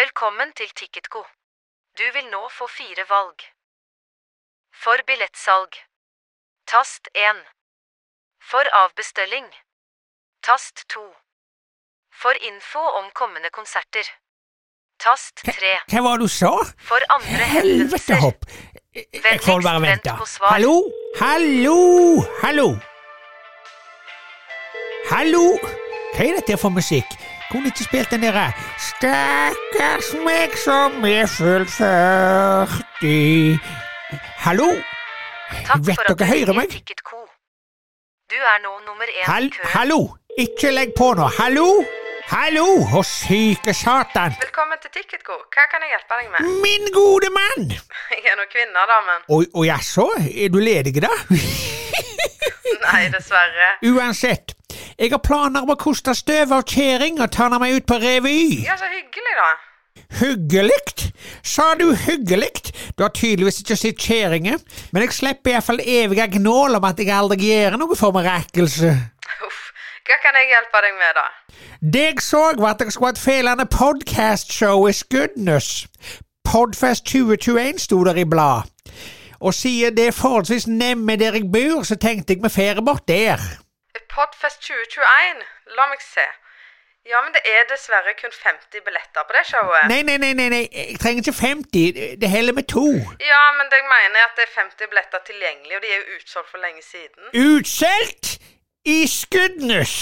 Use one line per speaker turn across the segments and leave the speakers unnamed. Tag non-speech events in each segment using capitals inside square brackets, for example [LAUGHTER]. Velkommen til Ticketco. Du vil nå få fire valg. For billettsalg. Tast 1. For avbestilling. Tast 2. For info om kommende konserter. Tast 3.
Hva var det du sa?
For andre
Helvete
henvendelser.
hopp! Jeg- Jeg får bare
Vennligst vent
vente.
på svar.
Hallo? Hallo? Hallo? Hallo? Hva er dette for musikk? Kunne ikke spilt den derre Stakkars meg som er full 40 Hallo?
Takk
Vet
for at
dere
du
hører
ringer
meg?
Ticketco. Du er nå nummer én
Hall
i køen.
hallo? Ikke legg på nå. Hallo? Hallo? Å, syke satan.
Velkommen til Ticketco. Hva kan jeg hjelpe deg med? [LAUGHS]
Min gode mann!
Jeg er nå kvinne, da, men
Å å, jaså? Er du ledig, da?
Nei, dessverre.
Uansett, jeg har planer om å koste støv av kjerring og ta meg ut på revy.
Ja, så hyggelig, da.
Hyggelikt? Sa du hyggelikt? Du har tydeligvis ikke sett kjerringa, men jeg slipper iallfall evige gnål om at jeg aldri gjør noe for mirakkelse.
Uff. Hva kan jeg hjelpe deg med, da?
Det jeg så, var at jeg skulle ha et felende podcast-show i Skudenes. Podfest 2021 sto der i blad. Og siden det er forholdsvis nemme der jeg bor, så tenkte jeg vi fer bort der.
Podfest 2021. La meg se. Ja, men det er dessverre kun 50 billetter på det showet.
Nei, nei, nei, nei, nei. jeg trenger ikke 50, det heller med to.
Ja, men jeg mener at det er 50 billetter tilgjengelig, og de er jo utsolgt for lenge siden.
Utsolgt i Skudenes!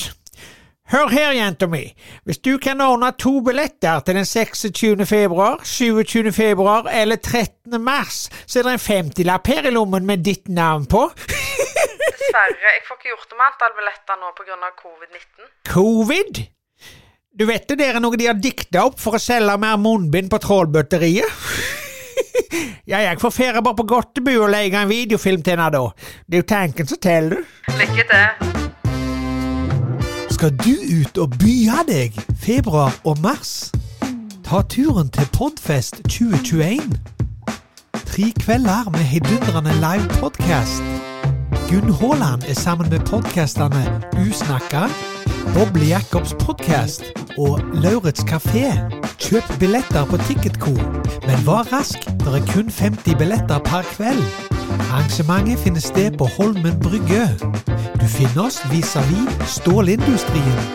Hør her, jenta mi. Hvis du kan ordne to billetter til den 26. februar, 27. februar eller 13. mars, så er det en 50-lapp her i lommen med ditt navn på.
Dessverre. Jeg får ikke gjort om antall billetter nå pga. covid-19.
Covid? Du vet det der er noe de har dikta opp for å selge mer munnbind på trålbøtteriet? [LAUGHS] ja, jeg får ferie bare på Gottebu og leie en videofilm til henne da. Det er jo tanken som teller.
Lykke til.
Skal du ut og by av deg februar og mars? Ta turen til Podfest 2021. Tre kvelder med heidundrende live podcast. Gunn Haaland er sammen med podkastene Usnakka, Boble Jacobs podkast og Laurits kafé. Kjøp billetter på Ticketco, men vær rask, det er kun 50 billetter per kveld. Arrangementet finner sted på Holmen brygge. Du finner oss vis-à-vis stålindustrien.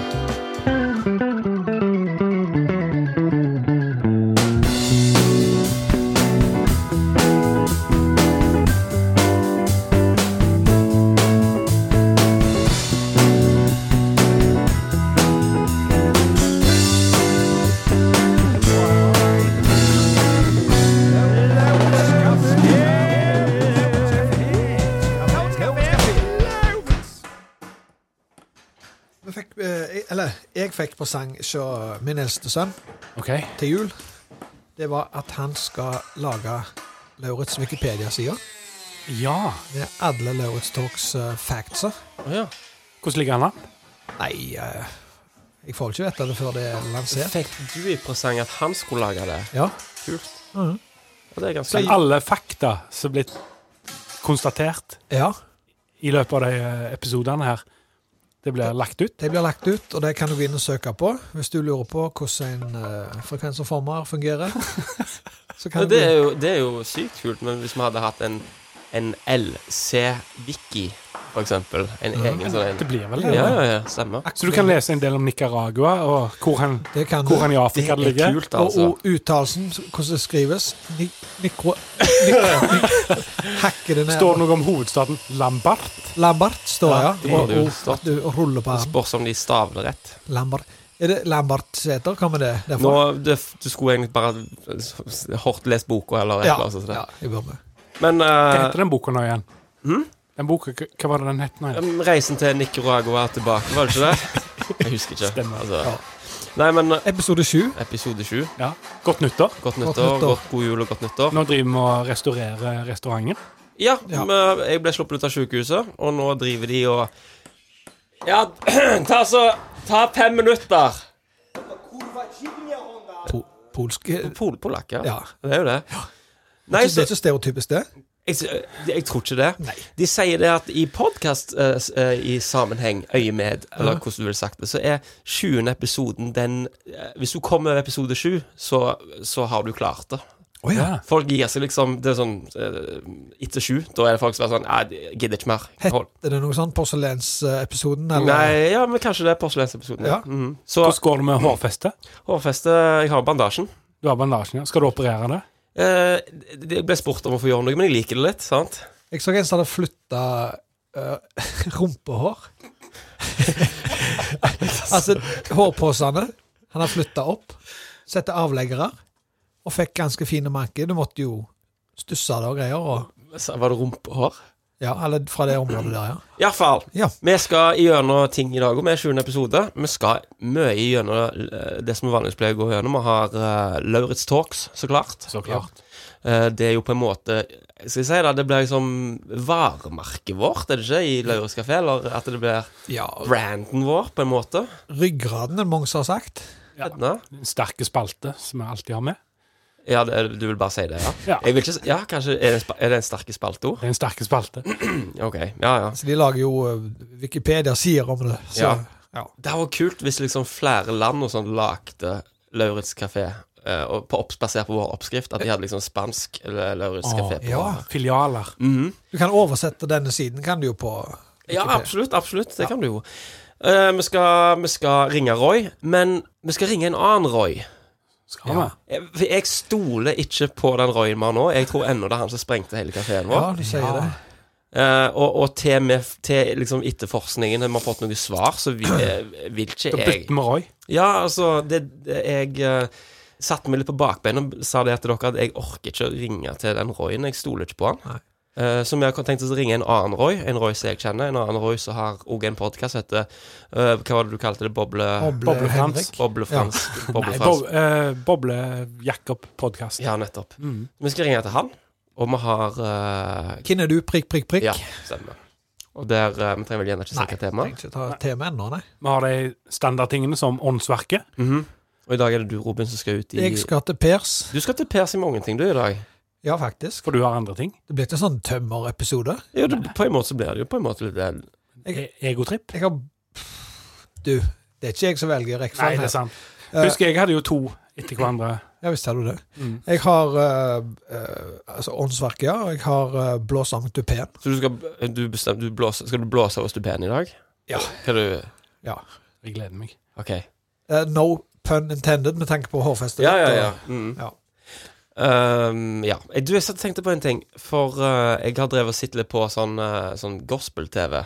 Vi fikk, eh, eller jeg fikk presang av min eldste sønn
Ok.
til jul. Det var at han skal lage Lauritz Wikipedia-side
Ja.
med alle Lauritz Talks eh, factser.
Hvordan ligger han an?
Nei, eh, jeg får ikke vite det før det er lansert.
Fikk du i presang at han skulle lage det?
Ja.
Kult. Ja, det er ganske
Kan alle fakta som er blitt konstatert
ja.
i løpet av de eh, episodene her, det blir lagt ut?
Det blir lagt ut, og det kan du gå inn og søke på hvis du lurer på hvordan en eh, frekvensoformer fungerer. Så
Ja,
kan
det, er
du,
jo, det er jo sykt kult, men hvis vi hadde hatt en, en LC-wiki, for eksempel En egen sånn
Det
en
blir vel
Ja,
det? da.
ja, ja, stemmer.
Så du kan lese en del om Nicaragua, og hvor han,
det kan
hvor han i
Det
Afrika
er
ligger.
kult, altså.
Og, og uttalelsen, hvordan det skrives ni, Nikro... nikro- Hakke det ned.
Står det noe om hovedstaden Lambert?
Lambert står, ja.
det
Og,
burde jo
og
stått.
at du ruller på
Det
armen.
spørs om de staver det rett.
Lambert. Er det Lambert Sæter? Kommer det
Nå,
derfra?
du, du skulle egentlig bare s- s- hardt lest boka, eller et
ja.
eller annet sånt.
ja, jeg bør med.
Men
Hva
eh,
heter den boka nå igjen? Den boka, hva- Hva var det den het nå igjen?
reisen til Nicaragua er tilbake, var det ikke det? Jeg husker ikke.
Stemmer.
Ja.
Altså. Nei, men eh,
Episode sju.
episode sju.
Ja. Godt nyttår.
Godt
nyttår.
nyttår. Godt god jul og godt nyttår.
Nå driver vi og restaurerer restauranten.
Ja,
Ja.
men jeg ble sluppet ut av sykehuset, og nå driver de og Ja, [CLEARS THROAT] ta så Ta fem minutter.
Po polsk
Polpolakk, ja.
Ja.
Det er jo det. Nei,
Det
så
er ikke stereotypisk, det?
Jeg, s- jeg tror ikke det. De sier det at i podkast eh, i sammenheng, øyemed, eller hvordan du ville sagt det, så er sjuende episoden den eh, Hvis du kommer over episode sju, så, så har du klart det.
ja.
Folk gir seg liksom Det er sånn eh, Etter sju, da er det folk som er sånn Nei, jeg gidder ikke mer. Hold.
Er det noe sånn porselensepisoden, eller?
Nei, ja, men kanskje det er porselensepisoden.
Ja.
Ja. Mhm. Så
Hvordan går det med hårfeste?
hårfeste Jeg har bandasjen.
Du har bandasjen, ja. Skal du operere det?
Eh, det- jeg ble spurt om å få gjøre noe, men jeg liker det litt. sant?
Jeg så en som hadde flytta [LAUGHS] rumpehår. altså hårposene. Han har flytta opp, sette avleggere, og fikk ganske fine manker. Du måtte jo stusse det og greier. Og,
Så Var det rumpehår?
ja, eller fra det området der, ja.
Iallfall.
Ja.
Vi skal gjennom ting i dag, og vi er 20. episode. Vi skal mye gjennom eh, det som vi vanligvis pleier å gå gjennom. Vi har eh, Lauritz Talks, så klart.
Så klart.
Eh, det er jo på en måte Skal jeg si det, det blir liksom varemerket vårt, er det ikke? I Lauritz kafé, eller at det blir
ja.
branden vår, på en måte.
Ryggraden, er det mange som har sagt.
Ja.
Edna?
En sterke spalte som vi alltid har med.
Ja, det, er- du vil bare si det, ja?
Ja.
Jeg vil ikke, s- ja kanskje Er det en, spa- er det en sterke spalteord?
Det er en sterke spalte.
Ok, ja, ja.
Så de lager jo eh, Wikipedia-sider om det. Så,
Ja. Det hadde vært kult hvis liksom flere land og sånn lagde Lauritz kafé. eh, og på opps- basert på vår oppskrift, at de hadde liksom spansk eller Lauritz kafé på.
ja.
Filialer.
Du kan oversette denne siden, kan du jo på
Ja,
Wikipedia.
absolutt. Absolutt. Det kan du jo. Eh, vi, skal, vi skal ringe Roy, men vi skal ringe en annen Roy.
Skal vi?
Jeg, for jeg stoler ikke på den Royen vi har nå. Jeg tror ennå det er han som sprengte hele kafeen
Ja,
vår.
du sier det.
Eh, og og til, med, til liksom etterforskningen har vi har fått noe svar, så vi, eh, vil ikke
Da
jeg
bytter vi Roy.
Ja, altså det, det, Jeg eh, satte meg litt på bakbeina og sa det til dere at jeg orker ikke å ringe til den Royen. Jeg stoler ikke på han. Eh, så vi har tenkt oss å ringe en annen Roy, en Roy som jeg kjenner. En annen Roy som har òg en podkast som heter eh, Hva var det du kalte det? Boble...
Boble
Boble Frans.
Henrik.
Boblefrans.
Nei, Bob, eh, Boble Jakob-podkast.
Ja, nettopp. Vi skal ringe til han, og vi har eh,
Hvem er du? Prikk, prikk, prikk.
Ja, stemmer. Og der eh, Vi trenger vel gjerne ikke snakke tema.
Ikke ta tema ennå, nei.
Vi har de standardtingene som åndsverket.
Mhm. Og i dag er det du, Robin, som skal ut i
Jeg skal til Pers.
Du skal til Per sin mangeting, du, i dag.
Ja, faktisk.
For du har andre ting.
Det blir ikke sånn tømmerepisode.
Jo, det, på en måte så blir det jo på en måte litt det.
E Egotripp.
Jeg har Du, det er ikke jeg som velger
Nei, det
rekkefølgen.
er sant.
Eh,
Husk, jeg hadde jo to etter hverandre.
Ja, visst har du det.
Mm.
Jeg har eh, eh, altså åndsverket, ja. Og jeg har eh, blåsang til P-en.
Så du skal du bestem, du blåse, Skal du blåse over stipend i dag?
Ja.
Skal du
Jeg gleder meg.
OK.
Eh, no pun intended med tanke på hårfestet.
Ja, ja,
ditt,
ja.
og-
Mm.
Ja.
Um, ja. Eh, Du, jeg satt og tenkte på en ting. For eh, jeg har drevet og sett litt på sånn, eh, sånn gospel-TV.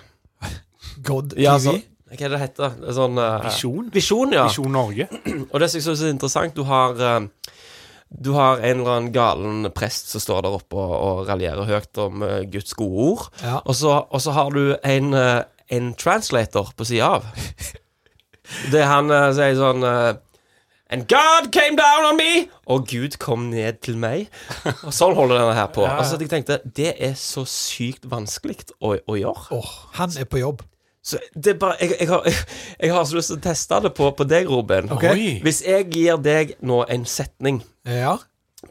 God TV.
Ja,
altså-
så- Hva er det det heter det? er Sånn eh,
Visjon.
Visjon, ja.
Visjon Norge.
Og det som jeg synes er interessant, du har eh, Du har en eller annen galen prest som står der oppe og, og raljerer høyt om eh, Guds gode ord.
Ja.
Og, så, og så har du en, eh, en translator på sida av. Det han eh, sier sånn eh, And God came down on me! Og Gud kom ned til meg. Og sånn holder denne her på.
Ja, ja.
Altså, jeg tenkte, Det er så sykt vanskelig å, å gjøre.
Åh, han er på jobb.
Så det er bare, jeg, jeg, har, jeg har så lyst til å teste det på, på deg, Robin.
Ok.
Oi.
Hvis jeg gir deg nå en setning
Ja.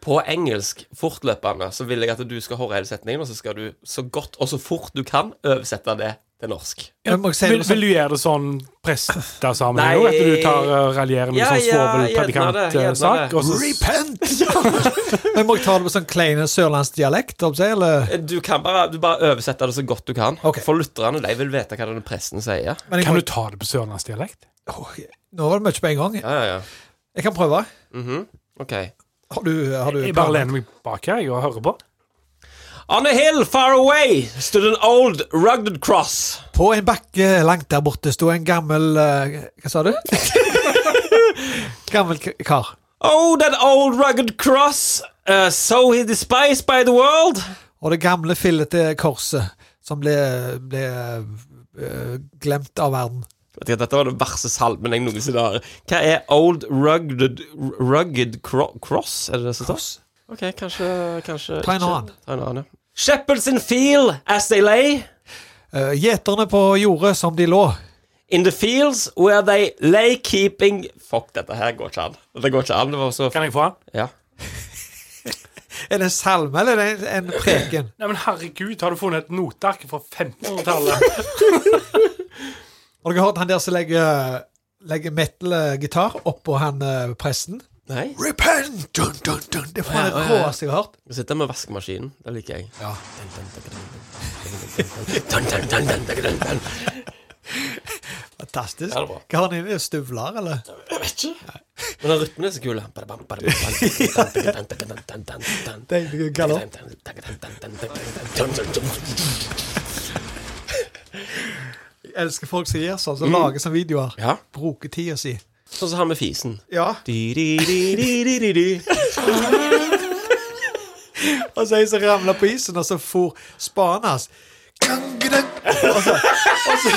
på engelsk fortløpende, så vil jeg at du skal høre hele setningen, og så skal du så godt og så fort du kan oversette det til norsk.
Jeg må si det
Vil,
sånn-
vil du gjøre det sånn prestesammenheng
Nei.
nå? At du tar uh, raljerer med
Ja,
sånn
ja, gjerne det, gjerne
svovelpredikantsak?
det.
og så- [LAUGHS]
Repent! [LAUGHS] Men må jeg ta det på sånn kleine sørlandsdialekt? holdt jeg på å si, Eller?
Eh, Du kan bare, du bare oversette det så godt du kan.
Ok.
For lytterne de vil vite hva denne presten sier.
Men jeg må-
Kan du ta det på sørlandsdialekt?
Åh, Nå var det mye på en gang.
Ja, ja, ja.
Jeg kan prøve.
Mhm. Ok.
Har du, har du
Jeg bare lener meg bak her jeg, og hører på.
On a hill far away stood an old rugged cross.
På en bakke langt der borte sto en gammel eh, Hva
[LAUGHS]
sa du? gammel k- kar.
Oh, that old rugged cross, uh, so he despised by the world.
Og det gamle fillete korset som ble, ble eh, glemt av verden.
Vet ikke, dette var den verste salmen jeg noensinne har. Hva er Old Rugged, rugged cro Cross? Er det det som står? Ok, kanskje, kanskje
Ta en
ikke.
annen.
Ta en annen, ja. Shepherds in field as they lay,
Eh, Gjeterne på jordet som de lå.
in the fields where they lay keeping Fuck, dette her går ikke an. Dette går ikke an. Det var så
Kan jeg få den?
Ja.
Er det en salme eller er det en, en preken?
Nei, men herregud, har du funnet et noteark fra 1500-tallet?
Har dere hørt han der som legger, legger metal-gitar oppå han eh, presten?
Nei.
Repent! Dun, dun, dun. Det er faen
Ja,
det
ja, ja.
råeste jeg har hørt.
Vi sitter med vaskemaskinen. Det liker jeg.
Ja. Fantastisk.
Ja, det er bra.
Hva har han inni? Støvler, eller?
Jeg vet ikke. Men den rytmen er så kul. da.
Deilig galopp. Jeg elsker folk som gjør sånn, som lager sånne videoer.
Ja.
Bruker tida si.
Sånn som han med fisen.
Ja.
Di-di-di-di-di-di.
Og så en som ramla på isen, og så for spaden hans. Gang, gang. Og så, og så,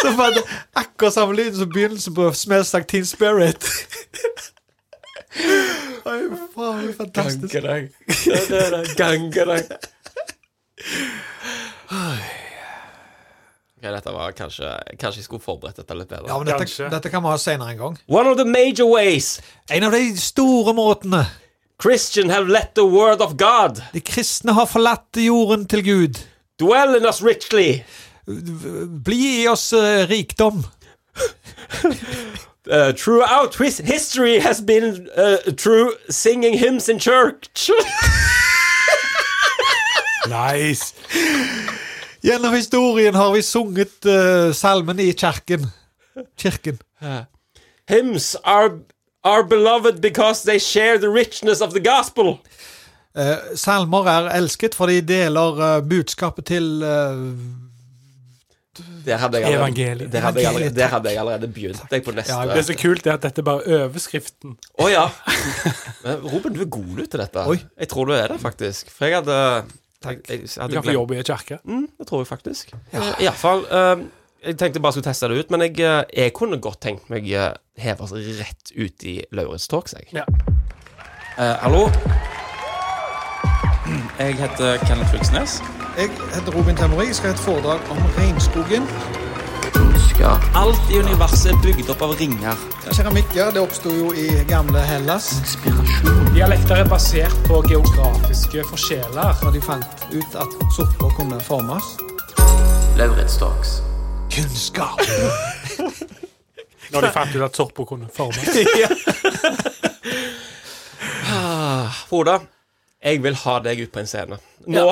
så var det akkurat samme lyd som begynnelsen på Smells Like Teen Spirit. Oi, faen, det er fantastisk.
Gangerang. Ja, det er det. Gangerang. Ok, dette var kanskje Kanskje jeg skulle forberedt dette litt
Ja,
bedre.
men dette,
Kanskje.
dette kan vi ha senere en gang.
One of the major ways
En av de store måtene
Christian have let the word of God
de kristne har forlatt jorden til Gud.
dwell in us richly.
Bli i oss eh, rikdom.
Uh, throughout his history has been uh, through singing hymns in church.
[LAUGHS]
[LAUGHS]
Nice.
Gjennom historien har vi sunget eh, salmene i kirken. Kirken.
hymns are are beloved because they share the richness of the gospel.
Eh, salmer er elsket, for de deler eh, budskapet til eh,
Der hadde jeg allerede,
Evangeliet.
der hadde jeg allerede, der hadde jeg allerede begynt jeg på neste.
Ja,
Å
Det er
ja.
så kult det at dette er bare overskriften.
Men Robin, du er god ut til dette.
Oi.
Jeg tror du er det, faktisk. For jeg hadde Jeg, jeg
Du
hadde
kan få
glemt
jobb i en kirke.
Mm, det tror jeg faktisk. Ja. I alle fall, eh, jeg tenkte bare skulle teste det ut, men jeg, eh, jeg kunne godt tenkt meg eh, heve oss rett ut i Lauritz Talks, jeg.
Ja.
Eh, hallo? Jeg heter Kenneth Fylkesnes.
Jeg heter Robin Temori. Jeg skal ha et foredrag om regnskogen.
Alt i universet er bygd opp av ringer.
Keramikk ja, det oppsto jo i gamle Hellas.
Dialekter er basert på geografiske forskjeller.
Når de fant ut at sopper kunne formes.
Lauritz Talks.
Kunnskap!
Når de fant ut at Sorpo kunne [LAUGHS] forme.
Frode, jeg vil ha deg ut på en scene. Nå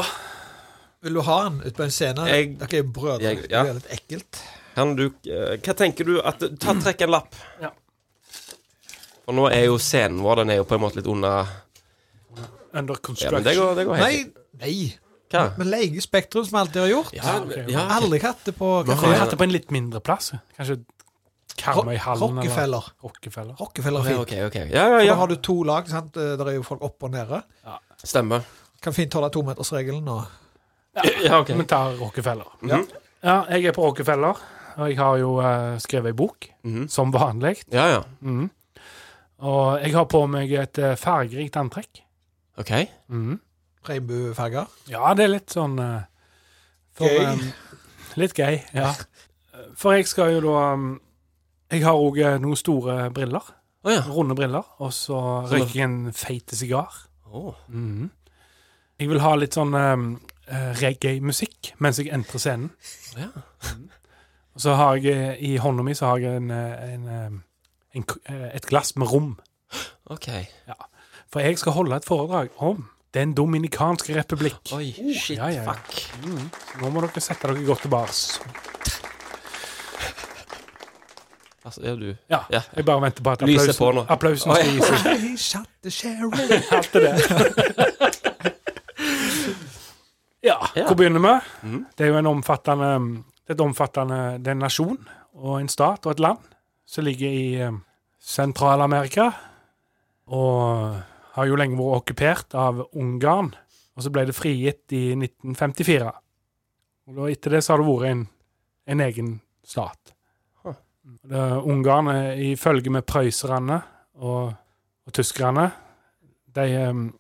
Vil du ha den ut på en scene?
Jeg-
Dere er jo brødre.
Jeg- ja.
Det er litt ekkelt.
kan du eh, Hva tenker du at Ta Trekk en lapp.
Ja.
Og nå er jo scenen vår Den er jo på en måte litt under
Under
Ja, men det
construction.
går, det går helt
Nei, nei.
Hva?
Men leie Spektrum, som alltid har gjort.
Ja,
ok.
ja, ok.
Aldri hatt det på
Men
Vi har
Ja.
hatt det på en litt mindre plass. Kanskje Karmøyhallen eller
Rockefeller.
Rockefeller.
Rockefeller er fint.
Ok, ok. Ja, ja,
For Da
ja.
har du to lag. sant? Eh, Der er jo folk oppe og nede.
Stemmer. [CLEARS THROAT]
Kan fint holde tometersregelen. Og...
Ja, ok.
Vi tar Rockefeller.
Ja.
Ja, jeg er på Rockefeller, og jeg har jo eh, skrevet ei bok,
Mhm.
som vanlig.
Ja, ja.
Mhm. Og jeg har på meg et eh, fargerikt antrekk.
OK.
Mhm.
Regnbuefarger.
Ja, det er litt sånn eh, for,
Gøy.
em, litt gøy, ja. For jeg skal jo da em, Jeg har òg noen store briller.
Å ja.
Runde briller. Og så røyker jeg en feit sigar.
Å.
Mhm. Jeg vil ha litt sånn em, eh, reggae-musikk mens jeg entrer scenen.
Ja.
Mhm. Og så har jeg eh, i hånda mi så har jeg en, eh, en, em, en, k- eh, et glass med rom.
OK.
For jeg skal holde et foredrag om Den dominikanske republikk. Uh,
Oi, shit,
Oh, ja, ja, ja.
fuck.
Mhm. Nå må dere sette dere godt tilbake.
Altså, er du
Ja,
Ja.
jeg bare venter på at
Lyset
applausen,
på nå.
applausen
Oi.
skal gis.
Hey, shut the sheriff.
Alt det der. [LAUGHS] Ja,
Ja.
hvor begynner vi?
Mhm.
Det er jo en omfattende, det er et omfattende Det er en nasjon og en stat og et land som ligger i eh, Sentral-Amerika. Og har jo lenge vært okkupert av Ungarn. Og så ble det frigitt i 1954. Og da, etter det så har det vært en, en egen stat. Mm.
Huh.
Det, Ungarn er i følge med prøysserne og, og tyskerne. De [CLEARS THROAT] em,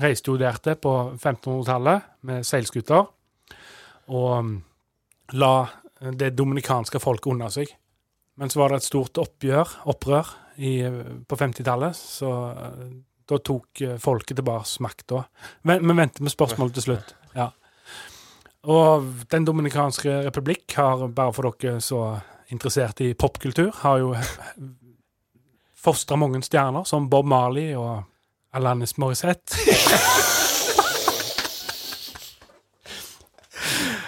reiste jo der til på 1500-tallet med seilskuter og em, la det dominikanske folket unna seg. Men så var det et stort oppgjør, opprør i, på 50-tallet, så eh, Da tok eh, folket tilbake makta. Men vi venter med spørsmålet til slutt. Ja. Og Den dominikanske republikk har, bare for dere så interessert i popkultur, har jo fostra mange stjerner, som Bob Marley og Alanis Morissette.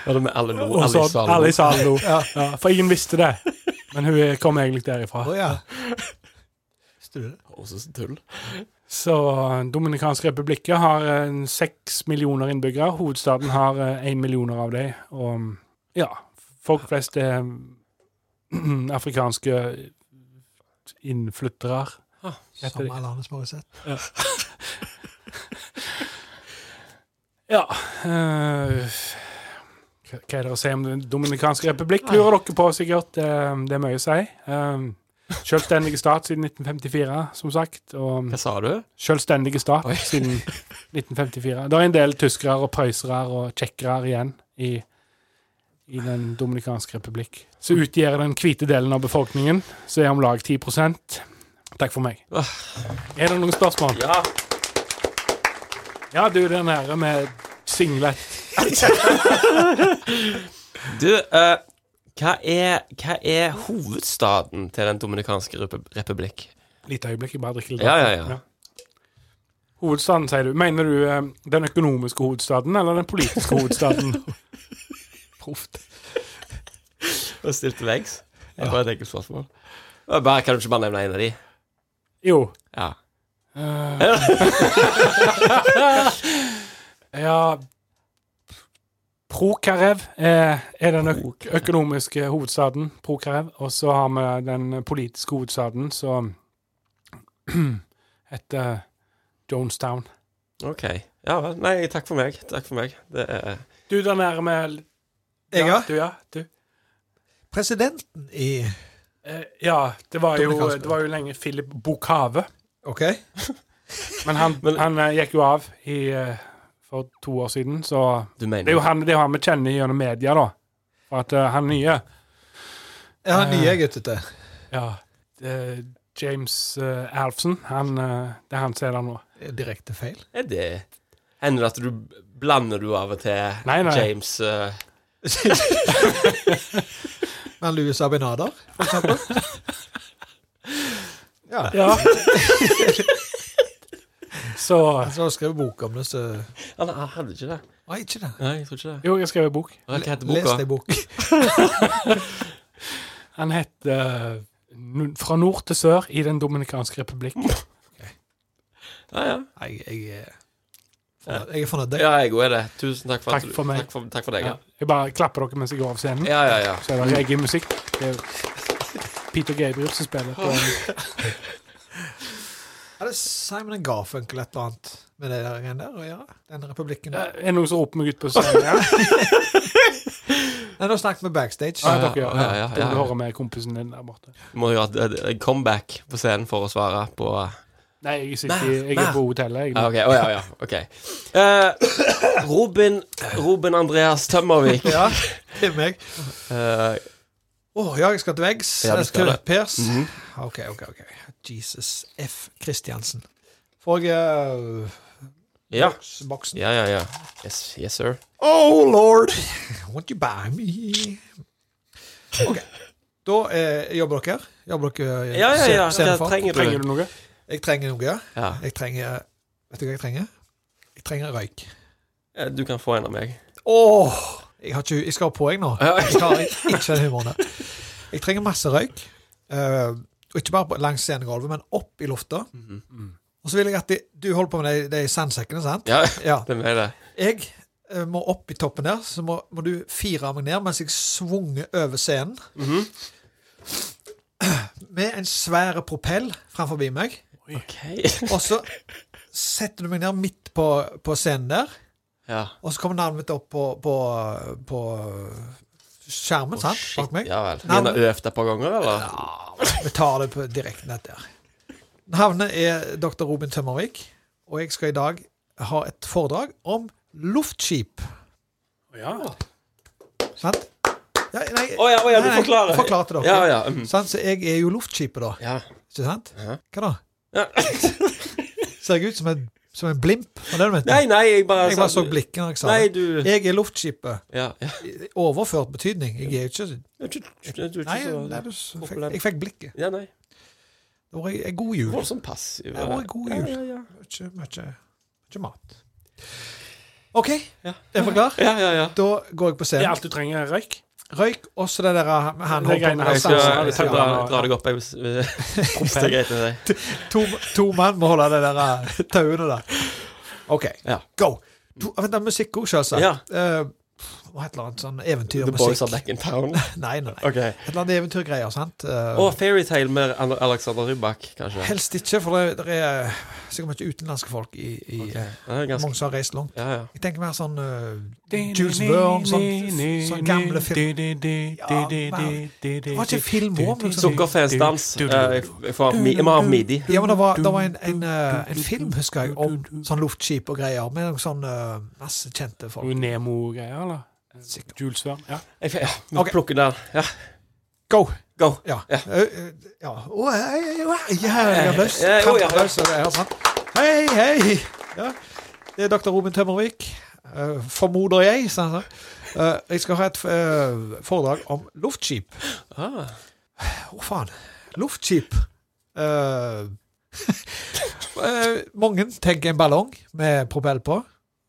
Ja, det med alle lo.
[LAUGHS] Og
Alle i
så alle i
salen.
salen lo. Ja, for ingen visste det. Men hun er- kom egentlig derifra.
Å ja. Visste du det?
Og så tull.
Så Dominikansk republikk har eh, seks millioner innbyggere. Hovedstaden har én millioner av dem. Og mm, ja, folk flest er mm, afrikanske innflyttere. Heter
Som
de.
Alanis Morissette.
Ja eh, Hva hva er det å si om Den dominikanske republikk, lurer dere på, sikkert. Eh, Det er mye å si. Eh, Selvstendige stat siden 1954, som sagt. Og
Hva sa du?
Selvstendige stat siden 1954. Det er en del tyskere og prøysere og tsjekkere igjen i, i Den dominikanske republikk. Så utgjør den hvite delen av befolkningen, så er om lag 10 Takk for meg. Er det noen spørsmål?
Ja.
Ja, du der nede med singlet.
Du, eh, hva, er, hva er hovedstaden til Den dominikanske repub republikk?
Lite øyeblikk, jeg bare drikker litt.
Ja, ja, ja.
Hovedstaden, sier du. Mener du eh, den økonomiske hovedstaden eller den politiske
[LAUGHS]
hovedstaden? [LAUGHS]
Og stilte veggs? Det var et enkelt spørsmål. Ja, Bare, kan du ikke bare nevne en av de?
Jo.
Ja.
Eh. [LAUGHS] Ja Prokarev er, er den øk økonomiske hovedstaden, Prokarev. Og så har vi den politiske hovedstaden, [CLEARS THROAT] som heter Jonestown.
OK. Ja vel. Nei, takk for meg. Takk for meg. Det er
Du der nede med
Jeg, ja.
Du, ja. Du.
Presidenten i
Eh, ja, det var, jo,
Dominikansk.
det var jo lenge Philip Bokave.
OK?
Men han, han eh, gikk jo av i, eh, for to år siden, så
Du
Det er
mener
jo han, det er jo han vi kjenner gjennom media, da. For at eh, han nye
Jeg har
Eh.
nye jeg er ute etter.
Ja. eh, James uh, Alfsen. Han, eh, det er han som er der nå.
Eh, Direkte feil.
Er det Hender det at du blander du av og til
Nei, nei.
James eh,
Men Louis Abinader, for eksempel. Ja.
Ja. [LAUGHS] så
Han som har skrevet bok om det, så
Han han hadde ikke det.
Nei, ikke det.
Nei, jeg tror ikke det.
Jo, jeg skrev en bok.
Hva heter
Les
boka?
deg bok.
Han het eh, N- Fra nord til sør i Den dominikanske republikk.
Ja, ja.
Jeg, jeg, er fornøyd. jeg er fornøyd.
ja, jeg òg er det. Tusen takk for
Takk
at du
for meg.
Takk for, takk for deg.
Ja.
Ja.
Jeg bare klapper dere mens jeg går av scenen.
Ja, ja, ja.
Så er det reggae-musikk. Det er jo Peter Gabriel som spiller på
Er det Simon and Garfunkel et eller annet med det der igjen der å gjøre? Den republikken
Eh,
der?
Er det noen som roper meg ut på scenen? Ja,
Nei, nå snakket vi backstage.
ja, dere, gjør det.
Ja, ja, ja,
Det må du
ja.
høre med kompisen din der borte.
Du må jo ha et- et comeback på scenen for å svare på
Nei, jeg, sitter, i- jeg er på hotellet. Jeg,
Ja, Ah, OK. Å, ja, ja. ok Eh, Robin, Robin Andreas Tømmervik.
[LAUGHS] Ja, det er meg.
Eh,
Å, ja, jeg skal til veggs.
Ja, du
jeg skal
skal det. Mhm.
pers. OK, OK. ok. Jesus F. Kristiansen. Får jeg eh,
ja.
boks- boksen?
ja, ja, ja. Yes, yes sir.
Oh lord, [LAUGHS] won't you buy me? OK. Da eh, jobber dere. Jobber dere eh,
Ja, ja, ja.
se-
Hva
scenefolk?
trenger
trenger
du?
du noe?
Jeg trenger noe.
Ja.
Jeg trenger Vet du hva jeg trenger? Jeg trenger røyk.
Eh, Du kan få en av meg.
Åh! Jeg, har ikke, jeg skal ha på, jeg nå.
Ja.
Jeg har ikke den humoren der. Jeg trenger masse røyk. eh, og ikke bare på, langs scenegulvet, men opp i lufta. Og så vil jeg at de, du holder på med de, de sandsekkene, sant?
Ja,
Ja.
det er meg, det.
Jeg eh, må opp i toppen der, så må, må du fire meg ned mens jeg svunger over scenen.
Mhm.
Med en svær propell framfor meg.
OK.
Og så setter du meg ned midt på, på scenen der.
[LAUGHS] Ja.
Og så kommer navnet mitt opp på, på, på skjermen, sant?
Shit,
Bak meg.
ja vel.
Navn-
Min har øvd et par ganger, eller?
Vi tar det på direktenett der. Navnet er dr. Robin Tømmervik, og jeg skal i dag ha et foredrag om luftskip.
Ja.
Sant? Ja, nei,
Å ja, å ja,
nei,
du
nei,
forklarer.
Forklarte dere.
Ja, ja. Mm.
Sant? Så jeg er jo luftskipet, da.
ja.
Ikke sant?
Ja.
Hva da?
Ja.
Ser jeg ut som en, som en blimp? Var det du mente?
Nei, nei, jeg bare
jeg bare så blikket når jeg sa
Nei,
det.
du
Jeg er luftskipet.
ja, ja.
I Overført betydning. Jeg er jo ikke
Du, du, du, du er
Nei,
ikke så
nei du, s- fikk,
populær.
jeg fikk blikket.
Ja, nei.
Det var en en god jul.
Voldsomt passiv. eh.
Det var en god
Ja,
jul.
ja, ja.
Mye, mye, mye mat. OK,
Ja.
er vi klar?
Ja, ja, ja.
Da går jeg på
Det er
scenen.
alt du trenger, røyk.
Røyk, og så det der han han holdt
Det er
på
greiene her.
med
Jeg skal,
sansen.
jeg skal dra, dra deg opp. Jeg hvis- hvis det er greit med deg.
To, to mann må holde det der eh, tauene der. OK,
Ja.
go! Du, vent, det er musikk òg, selvsagt.
Ja.
Eh, hva heter det annet sånn
The boys are
eventyrmusikk?
back in town.
Nei, nei, nei.
Ok.
Et eller annet eventyrgreier, sant? Eh,
Og Fairytale med Al- Alexander Rybak, kanskje.
Helst ikke, for det, det er sikkert mye utenlandske folk i, i eh,
Ja, det er ganske,
Mange som har reist langt.
ja, ja.
Jeg tenker mer sånn eh, Jules Verne, sånn, sånn gamle film. Det var ikke film òg, men sånn
Sukkerfestdans. Eh, Jeg jeg får mi- jeg må ha midi.
Ja, men det var, det var en, en, eh, en film, husker jeg, om sånn luftskip og greier. Med noen sånn eh, masse kjente folk.
Nemo-greier, eller?
Sikkert.
Jules Verne. Ja.
Jeg får- ja, vi
Ok.
plukker den. Ja.
Go!
Go.
Ja.
Ja.
Eh, eh, ja. Å, hei, hei, hei, hei. Jævlig applaus.
Ja, jo, ja, ja.
Applaus, og det er sant. Hei, hei! Ja. Det er dr. Robin Tømmervik. eh, formoder jeg, sa han. Eh, jeg skal ha et eh, foredrag om luftskip.
Ah.
Å, faen. Luftskip. Eh, [LAUGHS] eh, mange tenker en ballong med propell på,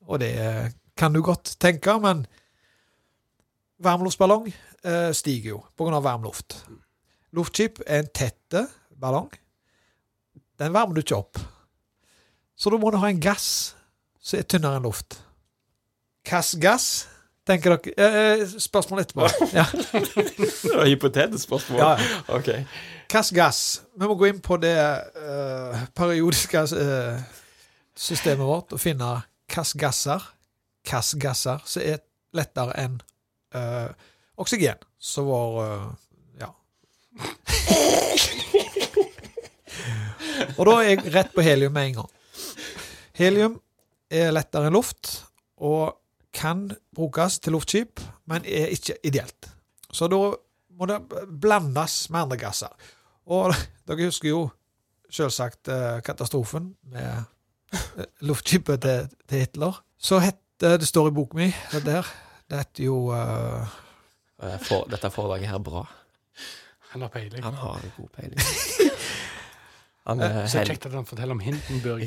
og det eh, kan du godt tenke, men varmluftsballong eh, stiger jo på grunn av varm luft. Luftskip er en tette ballong. Den varmer du ikke opp. Så da må du ha en gass som er tynnere enn luft. Hvilken gass, tenker dere? Eh, eh, spørsmål etterpå. Ja,
Det var et hypotetisk spørsmål.
ja, ja.
Ok.
Hvilken gass? Vi må gå inn på det eh, periodiske eh, systemet vårt og finne hvilke gasser hvilke gasser som er lettere enn eh, oksygen, som var eh, ja. og da er jeg rett på helium med en gang. Helium er lettere enn luft og kan brukes til luftskip, men er ikke ideelt. Så da må det blandes med andre gasser. Og [LAUGHS] dere husker jo selvsagt eh, katastrofen med eh, luftskipet til, til Hitler. Så heter det står i boken min, det der Det heter jo eh,
Eh, For, dette foredraget her er bra.
Han har peiling.
Han har en god peiling. Han eh, er
Så
helt
kjekt at han forteller om Hindenburg.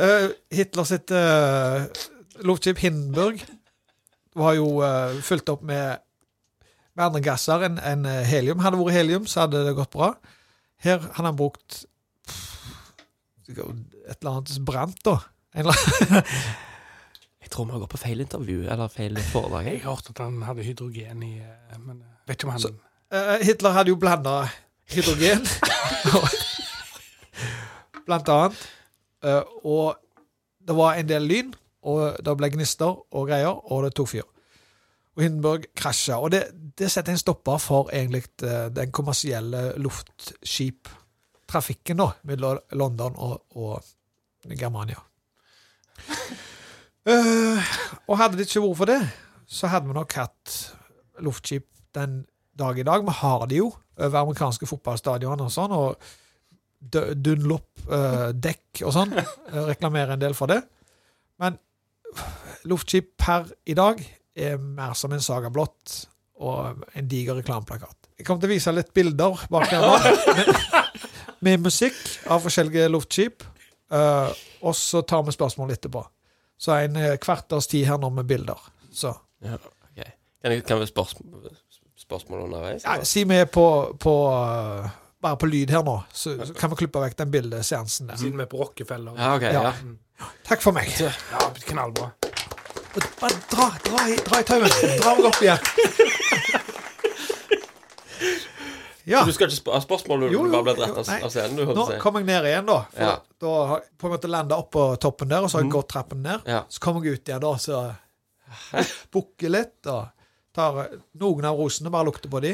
eh, Hitler sitt eh, luftskip Hindenburg var jo eh, fylt opp med, med andre gasser enn enn, eh, helium. Hadde det vært helium, så hadde det gått bra. Her hadde han brukt pff, et eller annet som brant, da. En eller annen
Jeg tror vi har gått på feil intervju, eller feil foredrag.
Jeg
jeg.
hørte at han hadde hydrogen i eh, Men eh, vet ikke om han
Så- Eh, Hitler hadde jo blanda hydrogen. Blant annet. Eh, og det var en del lyn, og det ble gnister og greier, og det tok fyr. Og Hindenburg krasja. Og det, det setter en stopper for egentlig eh, den kommersielle luftskiptrafikken nå, mellom London og, og Germania. Eh, og hadde det ikke vært for det, så hadde vi nok hatt luftskip den dag i dag. Vi har det jo over amerikanske fotballstadioner og sånn, og D- Dunlop-dekk eh, og sånn. Eh, Reklamerer en del for det. Men luftskip per i dag er mer som en saga blått og en diger reklameplakat. Jeg kommer til å vise litt bilder bak her nå, med, med musikk av forskjellige luftskip. Eh, og så tar vi spørsmål etterpå. Så en eh, kvarters tid her nå med bilder. Så
Ja, ok. Kan, jeg- kan vi spørsmål, spørsmål underveis?
Ja, si vi er på, på eh, Bare på lyd her nå, så, så kan vi klippe vekk den bildeseansen der.
Siden vi er på Rockefeller.
Ja, ok. Ja.
Ja. Takk for meg.
Ja, knallbra.
Bare dra, dra, i- dra i tauet. Dra meg opp
[LAUGHS]
igjen. Ja.
Du skal ikke spørre spørsmål, du
Jo, jo,
bare blir dratt av,
jo, nei.
av scenen, du,
Nå
holdt jeg på å si.
kom jeg ned igjen, da. For
Ja. Mhm.
Da har jeg på en måte landa oppå toppen der, og så har jeg gått trappen ned.
Ja.
Så kom jeg ut igjen, da, så bukker litt og tar eh, noen av rosene, bare lukter på de.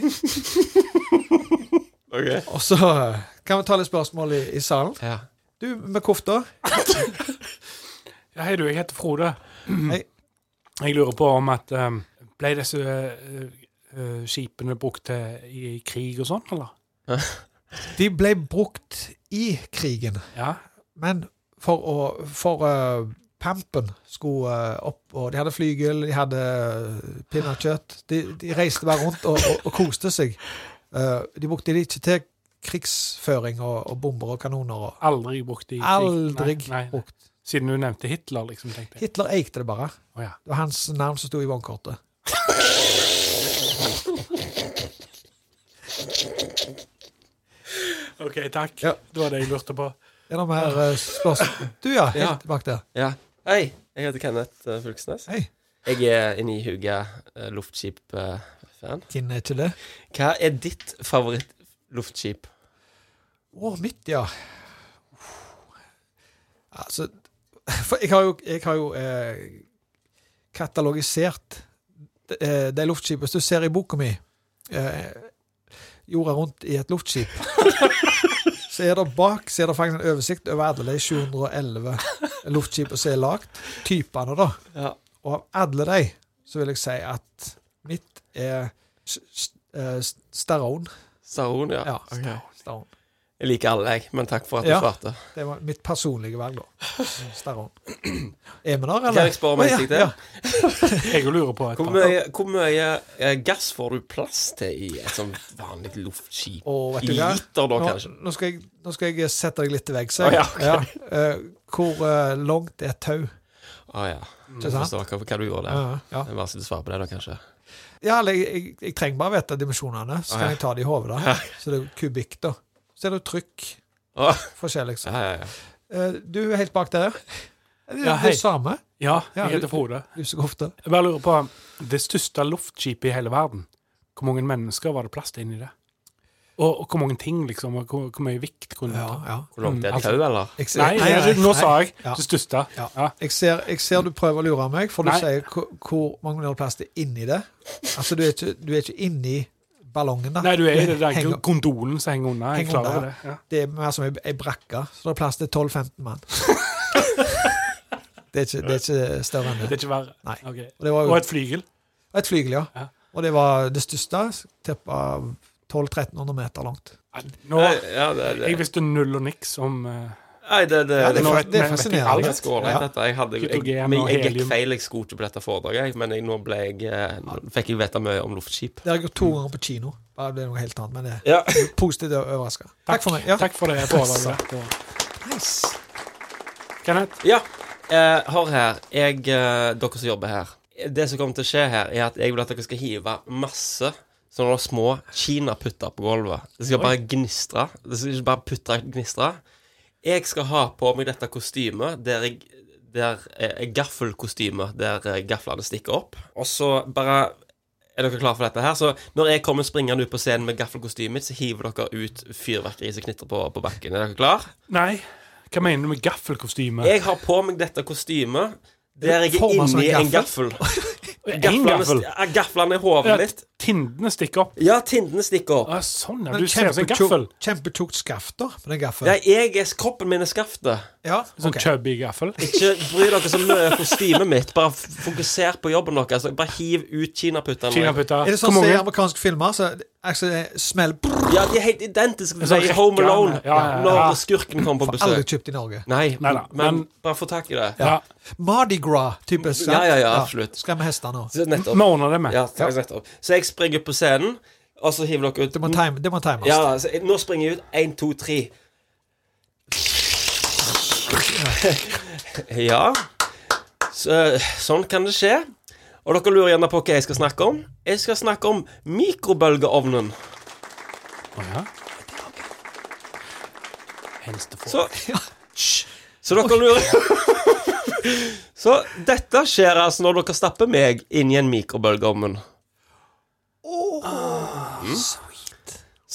Ok.
Og så kan vi ta litt spørsmål i, i salen.
Ja.
Du, med kofta.
Ja, hei du, jeg heter Frode.
Hei.
Jeg lurer på om at um, Ble disse eh, eh, skipene brukt til, i krig og sånn, eller?
De ble brukt i krigen.
Ja.
Men for å For eh, pampen skulle eh, opp, og de hadde flygel, de hadde eh, pinnekjøtt. De, de reiste bare rundt og, og, og koste seg. Eh, de brukte det ikke til krigsføring og, og bomber og kanoner. Og.
Aldri brukt i krig.
Aldri
Nei, nei, nei.
brukt.
Siden du nevnte Hitler, liksom, tenkte jeg.
Hitler eikte det bare.
Å ja.
Det var hans navn som sto i vognkortet.
OK, takk.
Ja.
Det var det jeg lurte på.
Er det mer eh,
[LAUGHS]
spørsmål? Du, ja. Helt
Ja.
bak der.
Ja. Hei, jeg heter Kenneth eh, Fylkesnes.
Hei.
Jeg er en ihuga eh, luftskip-fan.
Din er ikke det?
Hva er ditt favoritt-luftskip?
Å, mitt, ja. Altså For jeg har jo, jeg har jo eh, katalogisert de, eh, de luftskipene som du ser i boka mi. Eh, jorda rundt i et luftskip. [LAUGHS] Så er det bak så er det faktisk en oversikt over alle de 711 luftskipene som er lagd. Typene, da.
Ja.
Og av alle de så vil jeg si at mitt er s- s- eh, s- Staron.
Saron, ja.
Ja,
Ok.
Staron.
Jeg liker alle, jeg, men takk for at du
Ja.
svarte.
Det var mitt personlige valg, da. Staron. [CLEARS THROAT] Er vi der, eller?
Kan jeg spørre om
Å,
en
ja,
ting til?
ja.
Jeg jo lurer på et
Hvor
par.
mye, hvor mye eh, gass får du plass til i et sånt vanlig luftskip?
Å, vet
I
du hva?
liter,
Nå,
da, kanskje?
nå, skal jeg, nå skal jeg sette deg litt til veggs.
Å, ja,
eh, hvor eh, langt er tau?
Å ja.
Ikke
Jeg
sant?
Mm, forstår hva, hva du gjorde der.
Ja, ja.
Det er vanskelig å svare på det, da, kanskje.
ja eller jeg, jeg, jeg trenger bare vite dimensjonene, så
Å,
kan
ja.
jeg ta det i hodet. da. Så det er jo kubikk, da. Så er det jo trykk.
Å,
Forskjellig. Så.
ja, ja, ja.
Eh, du er helt bak der. Det er
Ja, hei.
det samme.
Ja,
Ja,
jeg
du-
heter Frode.
Du så ofte.
Jeg bare lurer på Det største luftskipet i hele verden, hvor mange mennesker var det plass til inni det? Og, og hvor mange ting, liksom? Og hvor, hvor mye vikt kunne det
Ja,
ta?
ja.
Hvor langt er
Mm,
altså-
det tau, eller?
Jeg ser-
Nei, jeg- nå sa jeg
Ja.
det største.
Ja.
Ja.
Jeg ser, jeg ser du prøver å lure meg, for du
Nei.
sier hvor, hvor mange ganger plass det er inni det. Altså, du er ikke, du er ikke inni ballongen, da.
Nei, du er i det der
Henger-
gondolen som henger unna. Jeg
Henger
klarer
unna,
det. Ja.
Det er mer som ei ei brakke, så det er plass til 12-15
[LAUGHS]
mann. det, er ikke, det er ikke større enn
Det
det.
er ikke verre.
Nei.
Ok.
Og det var
Og
jo
et flygel.
et flygel, ja.
Ja.
Og det var det største, tippa 1200-1300 meter langt.
Ja, Nå,
Nei, ja, det, det.
jeg visste null og niks om eh,
Nei, det, det,
Ja, det er,
nå-
fa- det
men-
er
Det er
fascinerende.
ganske ålreit,
Ja.
dette. Jeg, hadde, jeg, jeg,
Hydrogen og
jeg, gikk
helium.
feil, jeg skulle ikke på dette foredraget, jeg, men jeg, nå ble jeg, eh, nå fikk jeg vite mye om luftskip.
Det har jeg gjort to ganger på kino. Bare Det er noe helt annet, men det
Ja.
er positivt og overraska. Takk for meg. Ja.
Takk for det foredraget. Det var-
Nice.
Kenneth,
ja. Eh, hør her, jeg, eh, dere som jobber her. Det som kommer til å skje her, er at jeg vil at dere skal hive masse sånne små kinaputter på gulvet. Det skal bare gnistre. Det skal ikke bare putte gnistre. Jeg skal ha på meg dette kostymet der jeg der eh, gaffelkostyme der eh, gaflene stikker opp. Og så bare Er dere klare for dette her? Så når jeg kommer springende ut på scenen med gaffelkostymet mitt, så hiver dere ut fyrverkeri som knitrer på, på bakken. Er dere klare?
nei. Hva mener du med gaffelkostyme?
Jeg har på meg dette kostymet der jeg er
Formet som en
inni en gaffel.
En
Gaflene,
Eh, gaffel?
st- ja, gaflene i hodet
Ja,
mitt.
Tindene stikker opp.
Ja, tindene stikker opp.
Ah, sånn, ja.
Men
Du ser ut som en
kjempetjok-
gaffel.
Kjempetjukt skaft, da, på den
Ja,
gaffelen.
jeg er kroppen min er skaftet.
Ja,
Sånn
ok.
chubby gaffel.
Ikke bry dere så mye om kostymet mitt. Bare f- fokuser på jobben deres. Altså, bare hiv ut kinaputtene.
Kinaputter.
Er det
Hvor
sånn som i
mange?
amerikanske filmer? Så altså, det er smell brrr,
Ja, de er helt identiske med
sånn
i Home
rekke,
Alone.
ja, ja, ja.
Når skurken kommer på
Aldri
besøk.
kjøpt i Norge.
Nei, men,
Neida,
men
men-
bare få tak i det.
Ja.
Mardi Gras-type. sant?
Ja, ja, ja, absolutt.
Skal vi hester nå?
Så
Vi
nettopp.
ordner det med.
Ja, så nettopp. Så jeg springer på scenen, og så hiver dere ut
Det må time- det må times.
Ja, så jeg, nå springer jeg ut. Én, to, tre. [LAUGHS] Ja så, Sånn kan det skje. Og dere lurer gjerne på hva jeg skal snakke om. Jeg skal snakke om mikrobølgeovnen.
Å, ja. Henste for-
Så Hysj. Så dere lurer [LAUGHS] Så dette skjer altså når dere stapper meg inn i en mikrobølgeovn. Mm.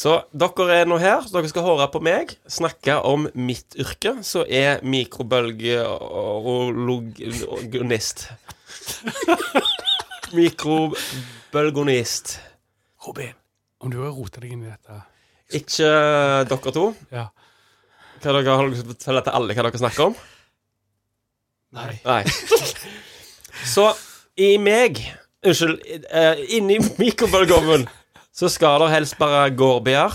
Så dere er nå her, så dere skal høre på meg snakke om mitt yrke, som er mikrobølgeorologonist. Mikrobølgonist.
Robin, om du har rota deg inn i
[LAUGHS]
dette
Ikke dere to.
Ja.
Hva dere har dere lyst til å fortelle til alle hva dere snakker om?
Nei.
Nei. Så i meg Unnskyld. eh, inni mikrobølgeovnen så skal det helst bare gårdbeer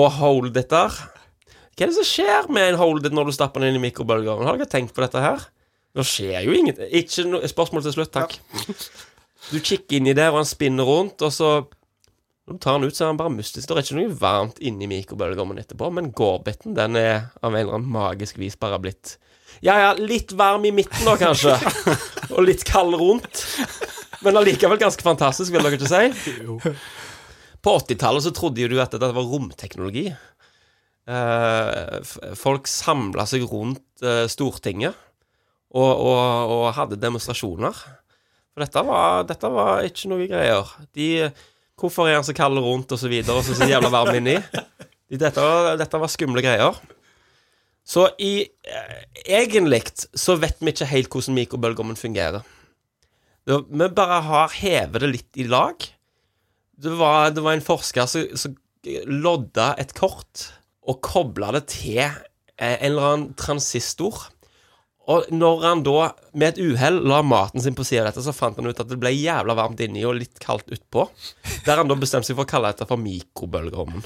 og holdetter, Hva er det som skjer med en hold it når du stapper den inn i mikrobølgeovnen? Har dere tenkt på dette her? Det skjer jo ingenting. Ikke no spørsmål til slutt, takk. Du kikker inni der, og han spinner rundt, og så Når du tar den ut, så er han bare mystisk. Det er ikke noe varmt inni mikrobølgeovnen etterpå, men gårdbiten, den er av en eller annen magisk vis bare blitt Ja ja, litt varm i midten nå, kanskje. og litt kald rundt. Men allikevel ganske fantastisk, vil dere ikke si? På 80-tallet så trodde jo du at dette var romteknologi. Eh, f- folk samla seg rundt eh, Stortinget og, og, og hadde demonstrasjoner. For dette var, dette var ikke noe greier. De, hvorfor er han så kald rundt, og så videre, og så, så jævla varm inni? De, dette, var- dette var skumle greier. Så i eh, Egentlig så vet vi ikke helt hvordan mikrobølgeovnen fungerer. Det, vi bare har hevet det litt i lag. Det var, det var en forsker som som lodda et kort og kobla det til eh, en eller annen transistor. Og når han da med et uhell la maten sin på sida av dette, så fant han ut at det ble jævla varmt inni og litt kaldt utpå. Der han da bestemte seg for å kalle dette for mikrobølgeovnen.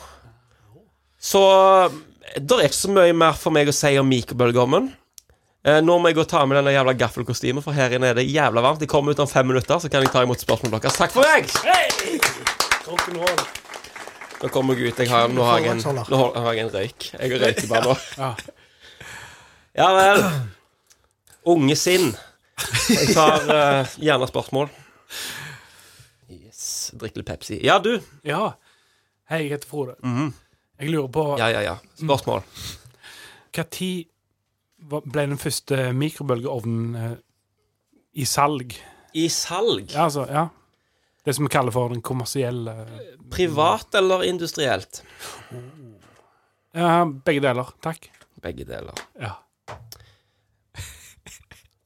Så det er ikke så mye mer for meg å si om mikrobølgeovnen. Eh, nå må jeg gå og ta med denne jævla gaffelkostymet, for her inne er det jævla varmt. Jeg kommer ut om fem minutter, så kan jeg ta imot spørsmålet deres. Takk for meg! Nå kommer jeg ut. Jeg har, nå har jeg en, nå har jeg en røyk. Jeg røyker bare nå. Ja vel. Unge sinn. Jeg tar eh, gjerne spørsmål. Yes. Drikk litt Pepsi. Ja, du.
Ja. Hei, jeg heter Frode. Jeg lurer på
Ja, ja, ja. Spørsmål.
når ble den første mikrobølgeovnen eh, i salg?
I salg,
Ja, altså, ja. Det som vi kaller for den kommersielle
privat eller industrielt?
Ja, begge deler. Takk.
Begge deler.
Ja.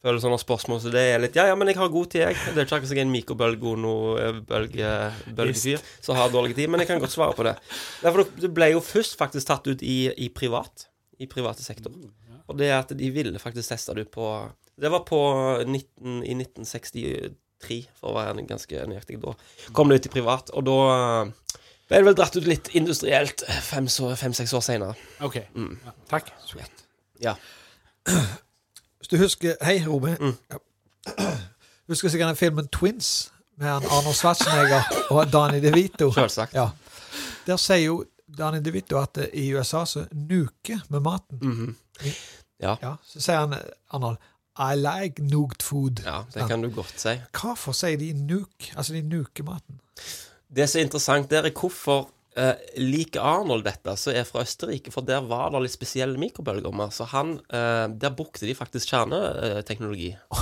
Føler sånne spørsmål så det er litt Ja, ja, men jeg har god tid, jeg. Det er ikke akkurat som jeg er en mikrobølgebølgefyr eh, som har dårlig tid, men jeg kan godt svare på det. Nei, for det ble jo først faktisk tatt ut i, i privat. I private sektor. Og det er at de ville faktisk teste det ut på Det var på 19, i 1963, for å være ganske nøyaktig. Da kom det ut i privat, og da eh, ble det vel dratt ut litt industrielt fem-seks år seinere.
OK.
Mm.
Ja, takk.
Hvis du husker Hei, Robe.
Mm.
Ja. [CLEARS THROAT] Husker sikkert den filmen Twins med han Arnold
[LAUGHS]
Schwarzenegger og Danny DeVito.
Selvsagt.
Ja. Der sier jo Danny DeVito at eh, i USA så nuker med maten.
Mm. Ja.
Ja, så sier han eh, Arnold I like nuked food.
Ja, det kan du godt si.
Hvorfor sier de nuke? Altså, de nuker maten.
Det som er interessant der, er hvorfor eh, liker Arnold dette, som er fra Østerrike. For der var det litt spesielle mikrobølgeovner. Så han, eh, der brukte de faktisk kjerneteknologi.
Å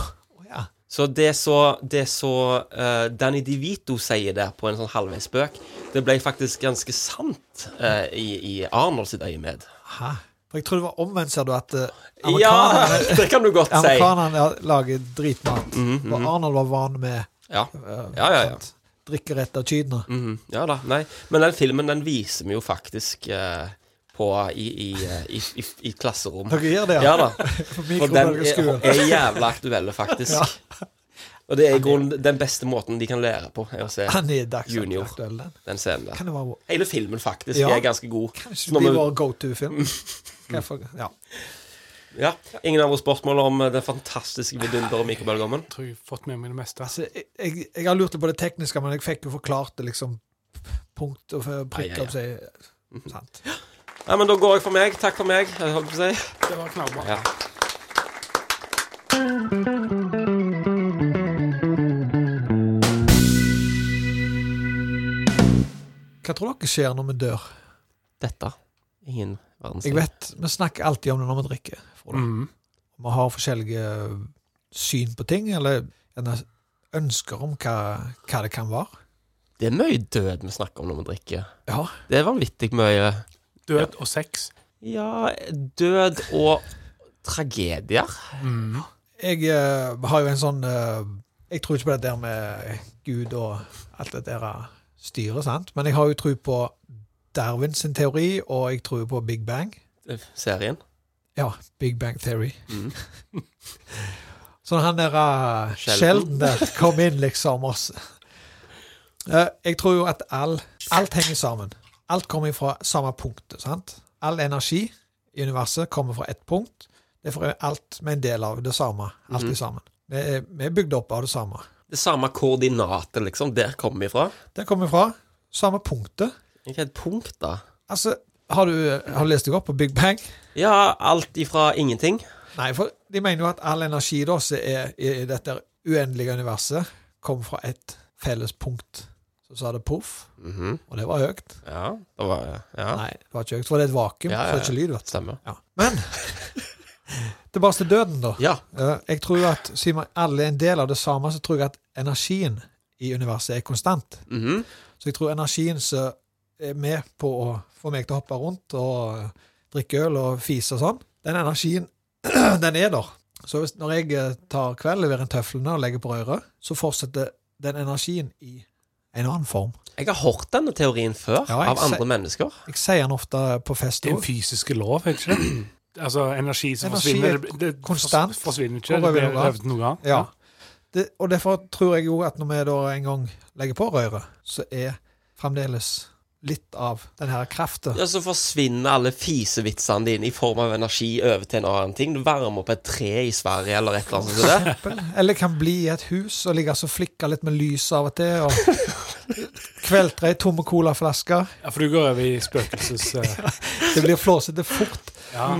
ja.
Så det så, det så eh, Danny DeVito sier der på en sånn halvveis spøk, det ble faktisk ganske sant eh, i, i Arnold sitt øyemed.
Hæ? For jeg tror det var omvendt, ser du, at eh,
Ja, [LAUGHS]
amerikanerne
det kan du godt si.
Amerikanerne lager dritmat. Og Arnold var van med
Ja.
eh,
Mhm, Ja, ja, ja.
sant, drikkeretter kyrne.
Mhm, ja da, nei. Men den filmen den viser vi jo faktisk eh, på i, i, eh, i, i, i klasserom.
Dere gjør det,
Ja
[LAUGHS]
da.
For
For den
mikrobølgeskue.
er, er jævla aktuelle, faktisk. Og det er i grunnen den beste måten de kan lære på, er å se
[LAUGHS] Han er dagsaktuell,
Junior.
den.
den scenen der.
Kan det være vår-
Hele filmen faktisk
Ja.
er ganske god.
kanskje
Når
det blir
vi-
vår go
[LAUGHS]
to-film? Hvorfor- Ja.
ja. Ingen andre spørsmål om eh, den fantastiske vidunderen mikrobølgeovnen?
Jeg tror jeg har fått med meg det meste.
Altså, jeg, jeg, jeg har lurt litt på det tekniske, men jeg fikk jo forklart det, liksom. Punkt og f- prikk
Ja, Mhm.
opp seg. Sant.
Nei, men da går jeg for meg. Takk for meg. Jeg holdt på å si.
Det var knallbra.
Ja.
Hva tror dere skjer når vi dør?
Dette. Ingen verdens
Jeg vet, Vi snakker alltid om det når vi drikker. Frode.
Mhm.
Vi har forskjellige eh, syn på ting, eller gjerne ønsker om hva, hva det kan være.
Det er mye død vi snakker om når vi drikker.
Ja.
Det er vanvittig eh, mye
Død og sex.
Ja, død og tragedier.
Mm.
Jeg eh, har jo en sånn eh, Jeg tror ikke på det der med Gud og alt det der eh, styret, sant? men jeg har jo tro på Darwin sin teori, og jeg tror på Big Bang.
Eh, Serien.
Ja, Big Bang Theory.
Mhm.
[LAUGHS] Så han der uh,
Sheldon.
Sheldon der kom inn, liksom, oss. Eh, jeg tror jo at all, alt henger sammen. Alt kommer fra samme punktet, sant? All energi i universet kommer fra ett punkt. Det er for alt med en del av det samme. Alt i sammen. Vi er, vi er bygd opp av det samme.
Det samme koordinatet, liksom. Der kommer vi fra.
Der kommer vi fra. Samme punktet.
Ikke et punkt, da.
Altså, har du, har du lest deg opp på Big Bang?
Ja, alt ifra ingenting.
Nei, for de mener jo at all energi da, som er i i dette uendelige universet, kom fra et felles punkt. Så sa det poff,
Mhm.
og det var høyt.
Ja, det var Ja,
Nei, det var ikke høyt, for det er et vakuum,
Ja,
så
ja,
det er ikke lyd. vet du.
stemmer.
Ja. Men [LAUGHS] tilbake til døden, da.
Ja.
Eh, Jeg tror at siden vi alle er en del av det samme, så tror jeg at energien i universet er konstant.
mhm.
Så jeg tror energien som er med på å få meg til å hoppe rundt og eh, drikke øl og fise og sånn, den energien, [CLEARS THROAT] den er der. Så hvis, når jeg eh, tar kveld, leverer inn tøflene og legger på røret, så fortsetter den energien i en annen form.
Jeg har hørt denne teorien før,
Ja, jeg
av andre
ser-
mennesker.
Jeg sier den ofte på fest
Det er en
òg.
fysisk lov, er ikke det? Altså, energi som
Energi
forsvinner
er
det- det
konstant.
fors- forsvinner
Går
ikke, det
over
blir
noe annet.
øvd noe annet.
Ja. Det, og derfor tror jeg jo at når vi da en gang legger på røret, så er fremdeles litt av den her kraften
Ja, Så forsvinner alle fisevitsene dine i form av energi over til en annen ting. Du varmer opp et tre i Sverige eller et eller annet sånt. som det.
eksempel. Eller kan bli i et hus og ligge og så flikke litt med lys av og til. Og kveltre i tomme colaflasker.
Ja, for du går over i spøkelses... eh,
[LAUGHS] Det blir flåsete fort.
Ja.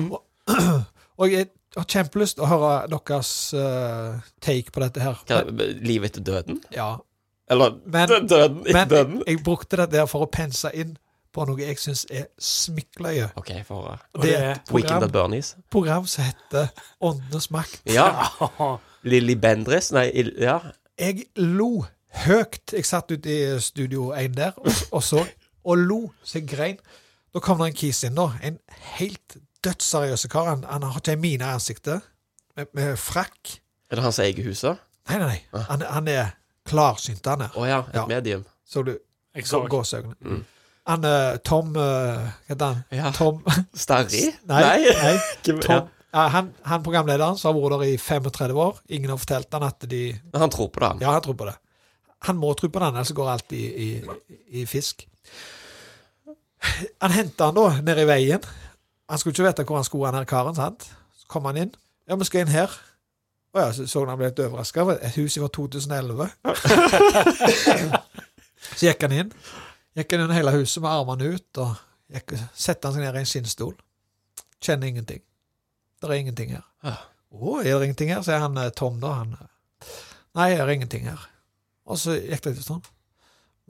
[LAUGHS]
Og jeg har kjempelyst til å høre deres eh, take på dette her.
Hva- Livet etter døden?
Ja.
Eller
Men-
dø- døden i
Men jeg,
døden?
jeg brukte dette her for å pense inn på noe jeg syns er smykkløye.
OK, få høre.
Det
Og det
er
er
et
Weekend
program,
at Bernies.
program som heter Åndenes makt.
Ja. Lilly Bendriss. Nei, il- ja.
Jeg lo høyt. Jeg satt ute i Studio 1 der og, og så, og lo så jeg grein. Da kom det en kis inn, da. En helt dødsseriøs kar. Han, han har ikke en mine i ansiktet. Med, med frakk.
Er det han som eier huset?
Nei, nei, nei. Han, han er klarsynt, han er.
Å ja, et
Ja.
medium.
Så du
Jeg så ikke.
gåseøynene. Han eh, Tom eh, Hva heter han?
Ja.
Tom
Starry?
Nei.
[LAUGHS]
nei.
Hvem-
Tom, [LAUGHS]
ja.
eh, han, han programlederen som har vært der i 35 år. Ingen har fortalt han at de
Men han tror på det, han.
Ja, han tror på det. Han må tro på den, ellers går alt i, i, i fisk. Han henta han da nede i veien. Han skulle ikke vite hvor han skulle, han her karen. sant? Så kom han inn. Ja, vi skal inn her. Å ja, så så han ble litt overraska. Et hus fra 2011. så gikk han inn. Gikk han inn i hele huset med armene ut, og gikk, sette han seg ned i en skinnstol. Kjenner ingenting. Det er ingenting her.
Ja.
Å, er det ingenting her? sier han eh, Tom, da. han... eh, Nei, det er ingenting her. Og så gikk det litt sånn.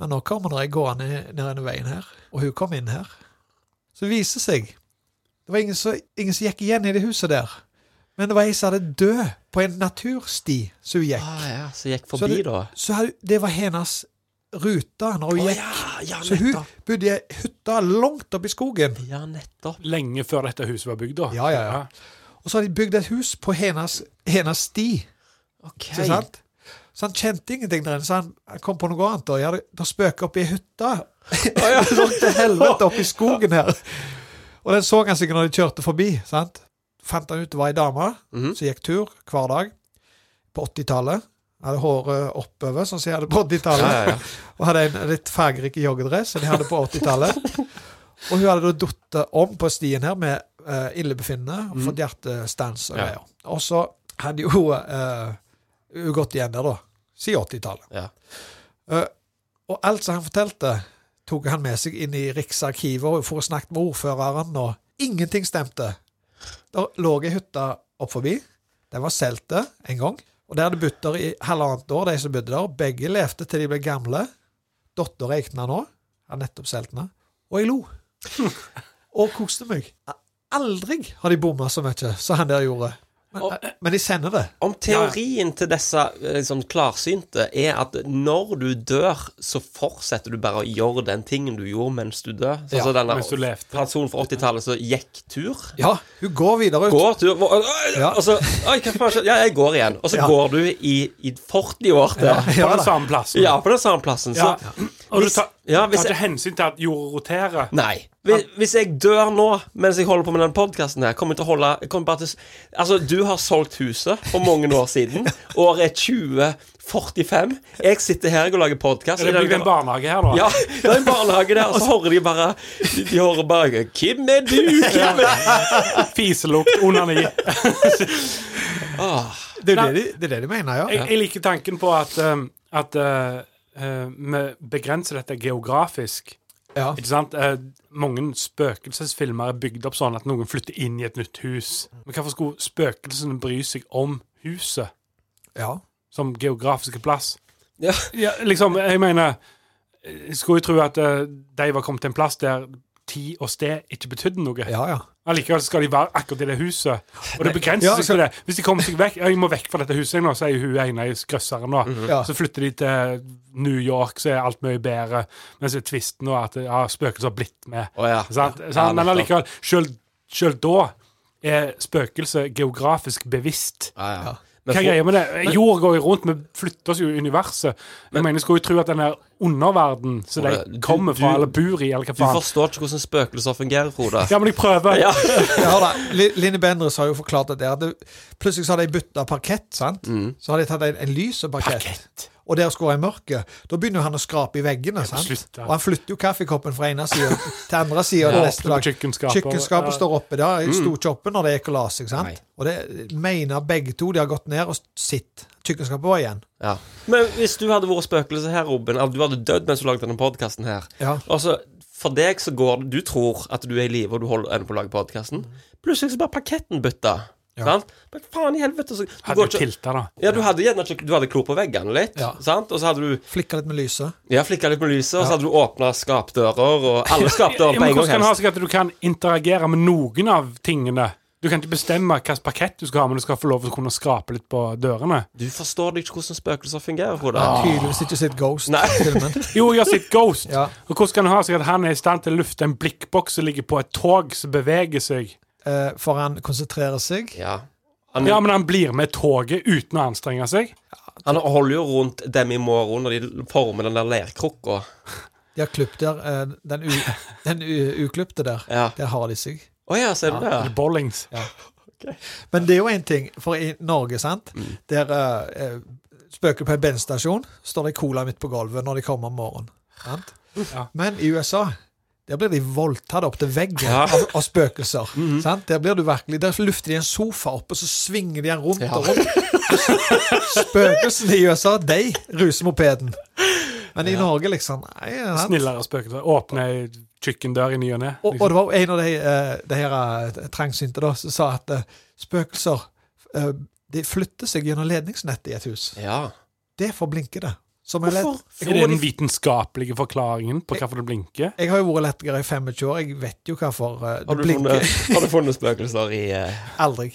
Men nå kommer det ei gående nedover veien her, og hun kom inn her. Så det viser seg Det var ingen som, ingen som gikk igjen i det huset der. Men det var ei som hadde død på en natursti som hun gikk.
Ah, ja. Så gikk
Så
forbi,
det-
da.
Så hadde, det var hennes rute når hun
Å
gikk.
ja, ja,
så hun
nettopp.
bodde i ei hytte langt oppe i skogen.
Ja, nettopp.
Lenge før dette huset var bygd, da.
Ja, ja, ja. Og så hadde de bygd et hus på hennes, hennes sti.
OK.
Ikke sant? Så han kjente ingenting der inne, så han han kom på noe annet. Og ja, det- det spøker oppi ei hytte. [LAUGHS] Sånn til helvete oppi skogen her. Og den så han sikkert når de kjørte forbi. sant? Fant han ut det var ei dame
Mhm.
som gikk tur hver dag på 80-tallet. Hadde håret oppover, sånn som jeg hadde på 80-tallet.
Ja, ja, ja.
Og hadde en litt fargerik joggedress som de hadde på 80-tallet. Og hun hadde da datt om på stien her med eh, illebefinnende og fått hjertestans og
Ja.
greier. Og så hadde jo eh, hun gått igjen der, da. Si 80-tallet.
Ja.
Eh, og alt som han fortalte, tok han med seg inn i Riksarkivet og for å snakke med ordføreren, og ingenting stemte. Der lå ei hytte opp forbi. Den var solgt en gang. Og der hadde bodd der i halvannet år, de som bodde der. Begge levde til de ble gamle. Dattera eikte den nå. Har nettopp solgt den. Og jeg lo. Og koste meg. Aldri har de bomma så mye som han der gjorde. Men, men de sender det.
Om teorien til disse eh, liksom, klarsynte er at når du dør, så fortsetter du bare å gjøre den tingen du gjorde mens du dør. Sånn
Ja,
som denne
mens du levde.
personen fra 80-tallet som gikk tur.
Ja, hun går videre ut.
Går tur og, og,
Ja.
og så Oi, hva faen skjedde? Ja, jeg går igjen. Og så
Ja.
går du i, i 40 år til. Ja.
På
Ja,
den
da.
samme plassen.
på den samme plassen. Så
Ja. Og du tar,
Ja, hvis
tar
jeg-
ikke hensyn til at jorda roterer.
Nei. Hvis, hvis jeg dør nå mens jeg holder på med den podkasten her, kommer jeg til å holde jeg kommer bare til, å- Altså, du har solgt huset for mange år siden. Året er 2045. Jeg sitter her jeg og lager podkast.
Er det bygd en barnehage her nå?
Ja, det er en barnehage der, og så hører de bare De hører bare 'Hvem er du?' Hvem er?
Fiselukt,
[LAUGHS]
onani.
Ah,
Det er jo det, de- det, er det de mener, ja.
Jeg, jeg liker tanken på at, um, at uh, uh, vi begrenser dette geografisk.
Ja.
Ikke sant? Eh, mange spøkelsesfilmer er bygd opp sånn at noen flytter inn i et nytt hus. Men hvorfor skulle spøkelsene bry seg om huset
ja.
som geografiske plass?
Ja.
liksom, jeg mener Jeg skulle jo tro at eh, de var kommet til en plass der tid og sted ikke betydde noe.
Ja, ja.
Allikevel skal de være akkurat i det huset. Og det begrenser
Ja,
seg
så-
altså-
til det. Hvis de kommer seg vekk ja, Jeg må vekk fra dette huset nå, sier hun ene i skrøsseren. nå.
Mhm.
Ja.
Så flytter de til New York, så er alt mye bedre. Men så er tvisten nå at ja, spøkelser har blitt med.
Å ja.
Sant? Sant?
Ja,
Men
nettopp.
allikevel, selv, selv da er spøkelset geografisk bevisst.
ja, ja.
Hva
Men
er
for,
greia med det? Jord går jo rundt, vi flytter oss jo i universet. Jeg mener, jeg skulle jo tro at den her underverden som
Frode,
de
du-
kommer fra,
du-
eller bor i, eller hva
du
faen
forstår ikke hvordan spøkelser fungerer, Frode.
Ja, men jeg prøver.
Ja.
Ja da, Li- Line Bendriss har jo forklart det der. Det, plutselig så har de bytta parkett. sant? Så har de tatt en, en lyse parkett. Og der skulle være mørke. Da begynner jo han å skrape i veggene. sant?
slutt, ja.
Og han flytter jo kaffekoppen fra ene sida til andre sida.
Ja,
neste
åpne
dag.
kjøkkenskapet.
Kjøkkenskapet
Ja.
står oppe der. Jeg sto ikke oppe når det gikk og la seg. sant?
Nei.
Og det mener begge to. De har gått ned og sitt. Kjøkkenskapet var igjen.
Ja. Men hvis du hadde vært spøkelse her, Robin, at du hadde dødd mens du lagde denne podkasten her
Ja.
Altså, for deg så går det Du tror at du er i live, og du holder ender på å lage podkasten. Plutselig så bare parketten bytta. Sant? Men faen i helvete, så du
Hadde
går
jo
ikke
tilta, da.
ja, du hadde gjerne ikke Du hadde klor på veggene litt,
Ja.
sant? Og så hadde du
Flikka litt med lyset.
ja, flikka litt med lyset, og så hadde du åpna skapdører, og alle skapdører
Ja,
på
men
en
hvordan
gang
kan det ha
helst.
seg at du kan interagere med noen av tingene? Du kan ikke bestemme hvilken parkett du skal ha, men du skal få lov til å kunne skrape litt på dørene.
Du forstår ikke hvordan spøkelser fungerer, Frode.
Ah. Tydeligvis ikke sitt
Nei.
Ghost-filmen.
Jo, jeg har sett Ghost.
Ja.
Og hvordan kan det ha seg at han er i stand til å lufte en blikkboks som ligger på et tog som beveger seg?
Eh, for han konsentrerer seg.
Ja. Han,
Ja, men han blir med toget uten å anstrenge seg.
han holder jo rundt dem i morgen når de former den der leirkrukka.
De har klippet der. eh, den u, den u, uklipte der.
Ja.
Der har de seg.
Å ja, ser du det?
Det er Bollings.
Men det er jo én ting, for i Norge, sant, der eh, spøker på en bensinstasjon, står det cola midt på gulvet når de kommer om morgenen. Sant?
Ja.
Men i USA der blir de voldtatt opp til veggen
Ja.
av, av spøkelser. [LAUGHS] sant? Der blir du virkelig, der lufter de en sofa opp, og så svinger de den rundt og [LAUGHS] rundt. Spøkelsene i USA, de ruser mopeden. Men i Norge, liksom nei, sant?
Snillere spøkelser. Åpne ei kjøkkendør i ny og ne.
Og, og
Liksom.
det var jo en av de, eh, de her eh, trangsynte da, som sa at eh, spøkelser eh, de flytter seg gjennom ledningsnettet i et hus.
Ja.
Derfor blinker det. Som jeg, lett,
Er det den vitenskapelige forklaringen på hvorfor det blinker?
jeg har jo vært lettere i 25 år. Jeg vet jo hvorfor eh,
Har
det
du, funnet,
blinker.
har du funnet spøkelser i eh,
[LAUGHS] Aldri.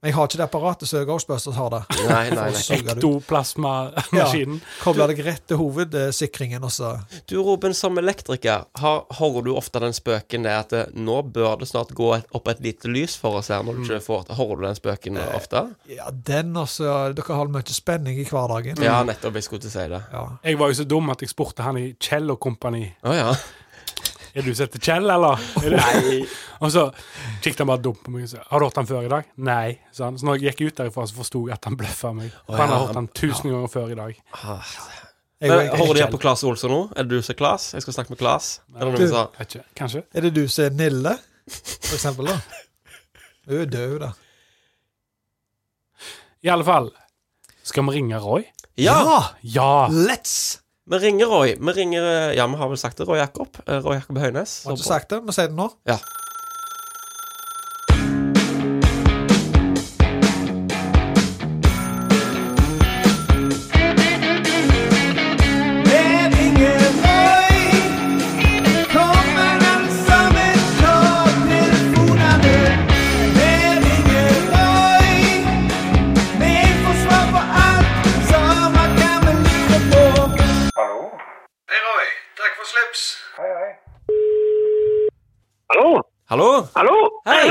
Men jeg har ikke det apparatet som Ghostbusters har det.
[LAUGHS] Nei, nei,
For å
nei.
suge det ut.
Ektoplasmamaskinen.
Kobler deg rett til hovedsikringen, og så
Du, Robin, som elektriker, har, hører du ofte den spøken der at eh, nå bør det snart gå et, opp et lite lys for oss her, når du ikke får til Hører du den spøken ofte?
Ja, den også. Dere har mye spenning i hverdagen.
Ja, nettopp. Jeg skulle til å si det.
Ja.
Jeg var jo så dum at jeg spurte han i Kjell og kompani.
Å ja.
Er du sett til Kjell, eller? Nei. og så kikket han bare dumt på meg og sa Har du hørt han før i dag? Nei. sa han. Så når jeg gikk ut derifra, så forsto jeg at han bløffa meg. For han har hørt han tusen ganger før i dag.
Jeg,
Ah. Men,
jeg,
hører du her
jeg,
på Claes Olsson nå? Er det du som er Claes? Jeg skal snakke med Claes. Er det
Du-
noen som sa
Vet ikke. Kanskje?
er det du som er Nille, for eksempel? da? Du er død, da.
I alle fall. Skal vi ringe Roy?
Ja!
Ja.
Let's!
Vi ringer Roy. Vi ringer eh, Ja, vi har vel sagt det. Roy Jakob. Eh, Roy Jakob Høines.
Har ikke sagt det, men si det nå.
Ja.
Hei, Roy. Takk for slips.
Hallo?
Hallo?
Hallo?
Hei!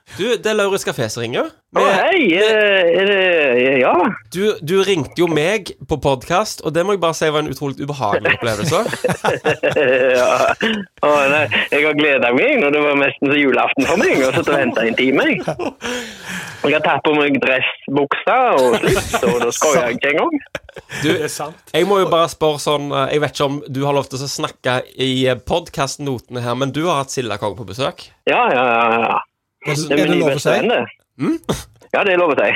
Du, det er Lauritz Kafé som ringer.
Å,
Vi-
hei. Er det, er det Ja.
Du, du ringte jo meg på podkast, og det må jeg bare si var en utrolig ubehagelig opplevelse.
[LAUGHS] ja. Å, nei. Jeg har gleda meg, og det var nesten som julaften for meg. Og så til å vente en time. Jeg Jeg har tatt på meg dressbuksa og slips, og
[LAUGHS]
da skal jeg ikke engang.
Du,
Det er sant.
jeg må jo bare spørre sånn eh, Jeg vet ikke om du har lov til å snakke i podkastnotene her, men du har hatt Silda Kong på besøk?
Ja, ja, ja. ja.
Er
Det er
det
min
lov å
beste
si? Mm?
venn, det. Ja, det er lov å si.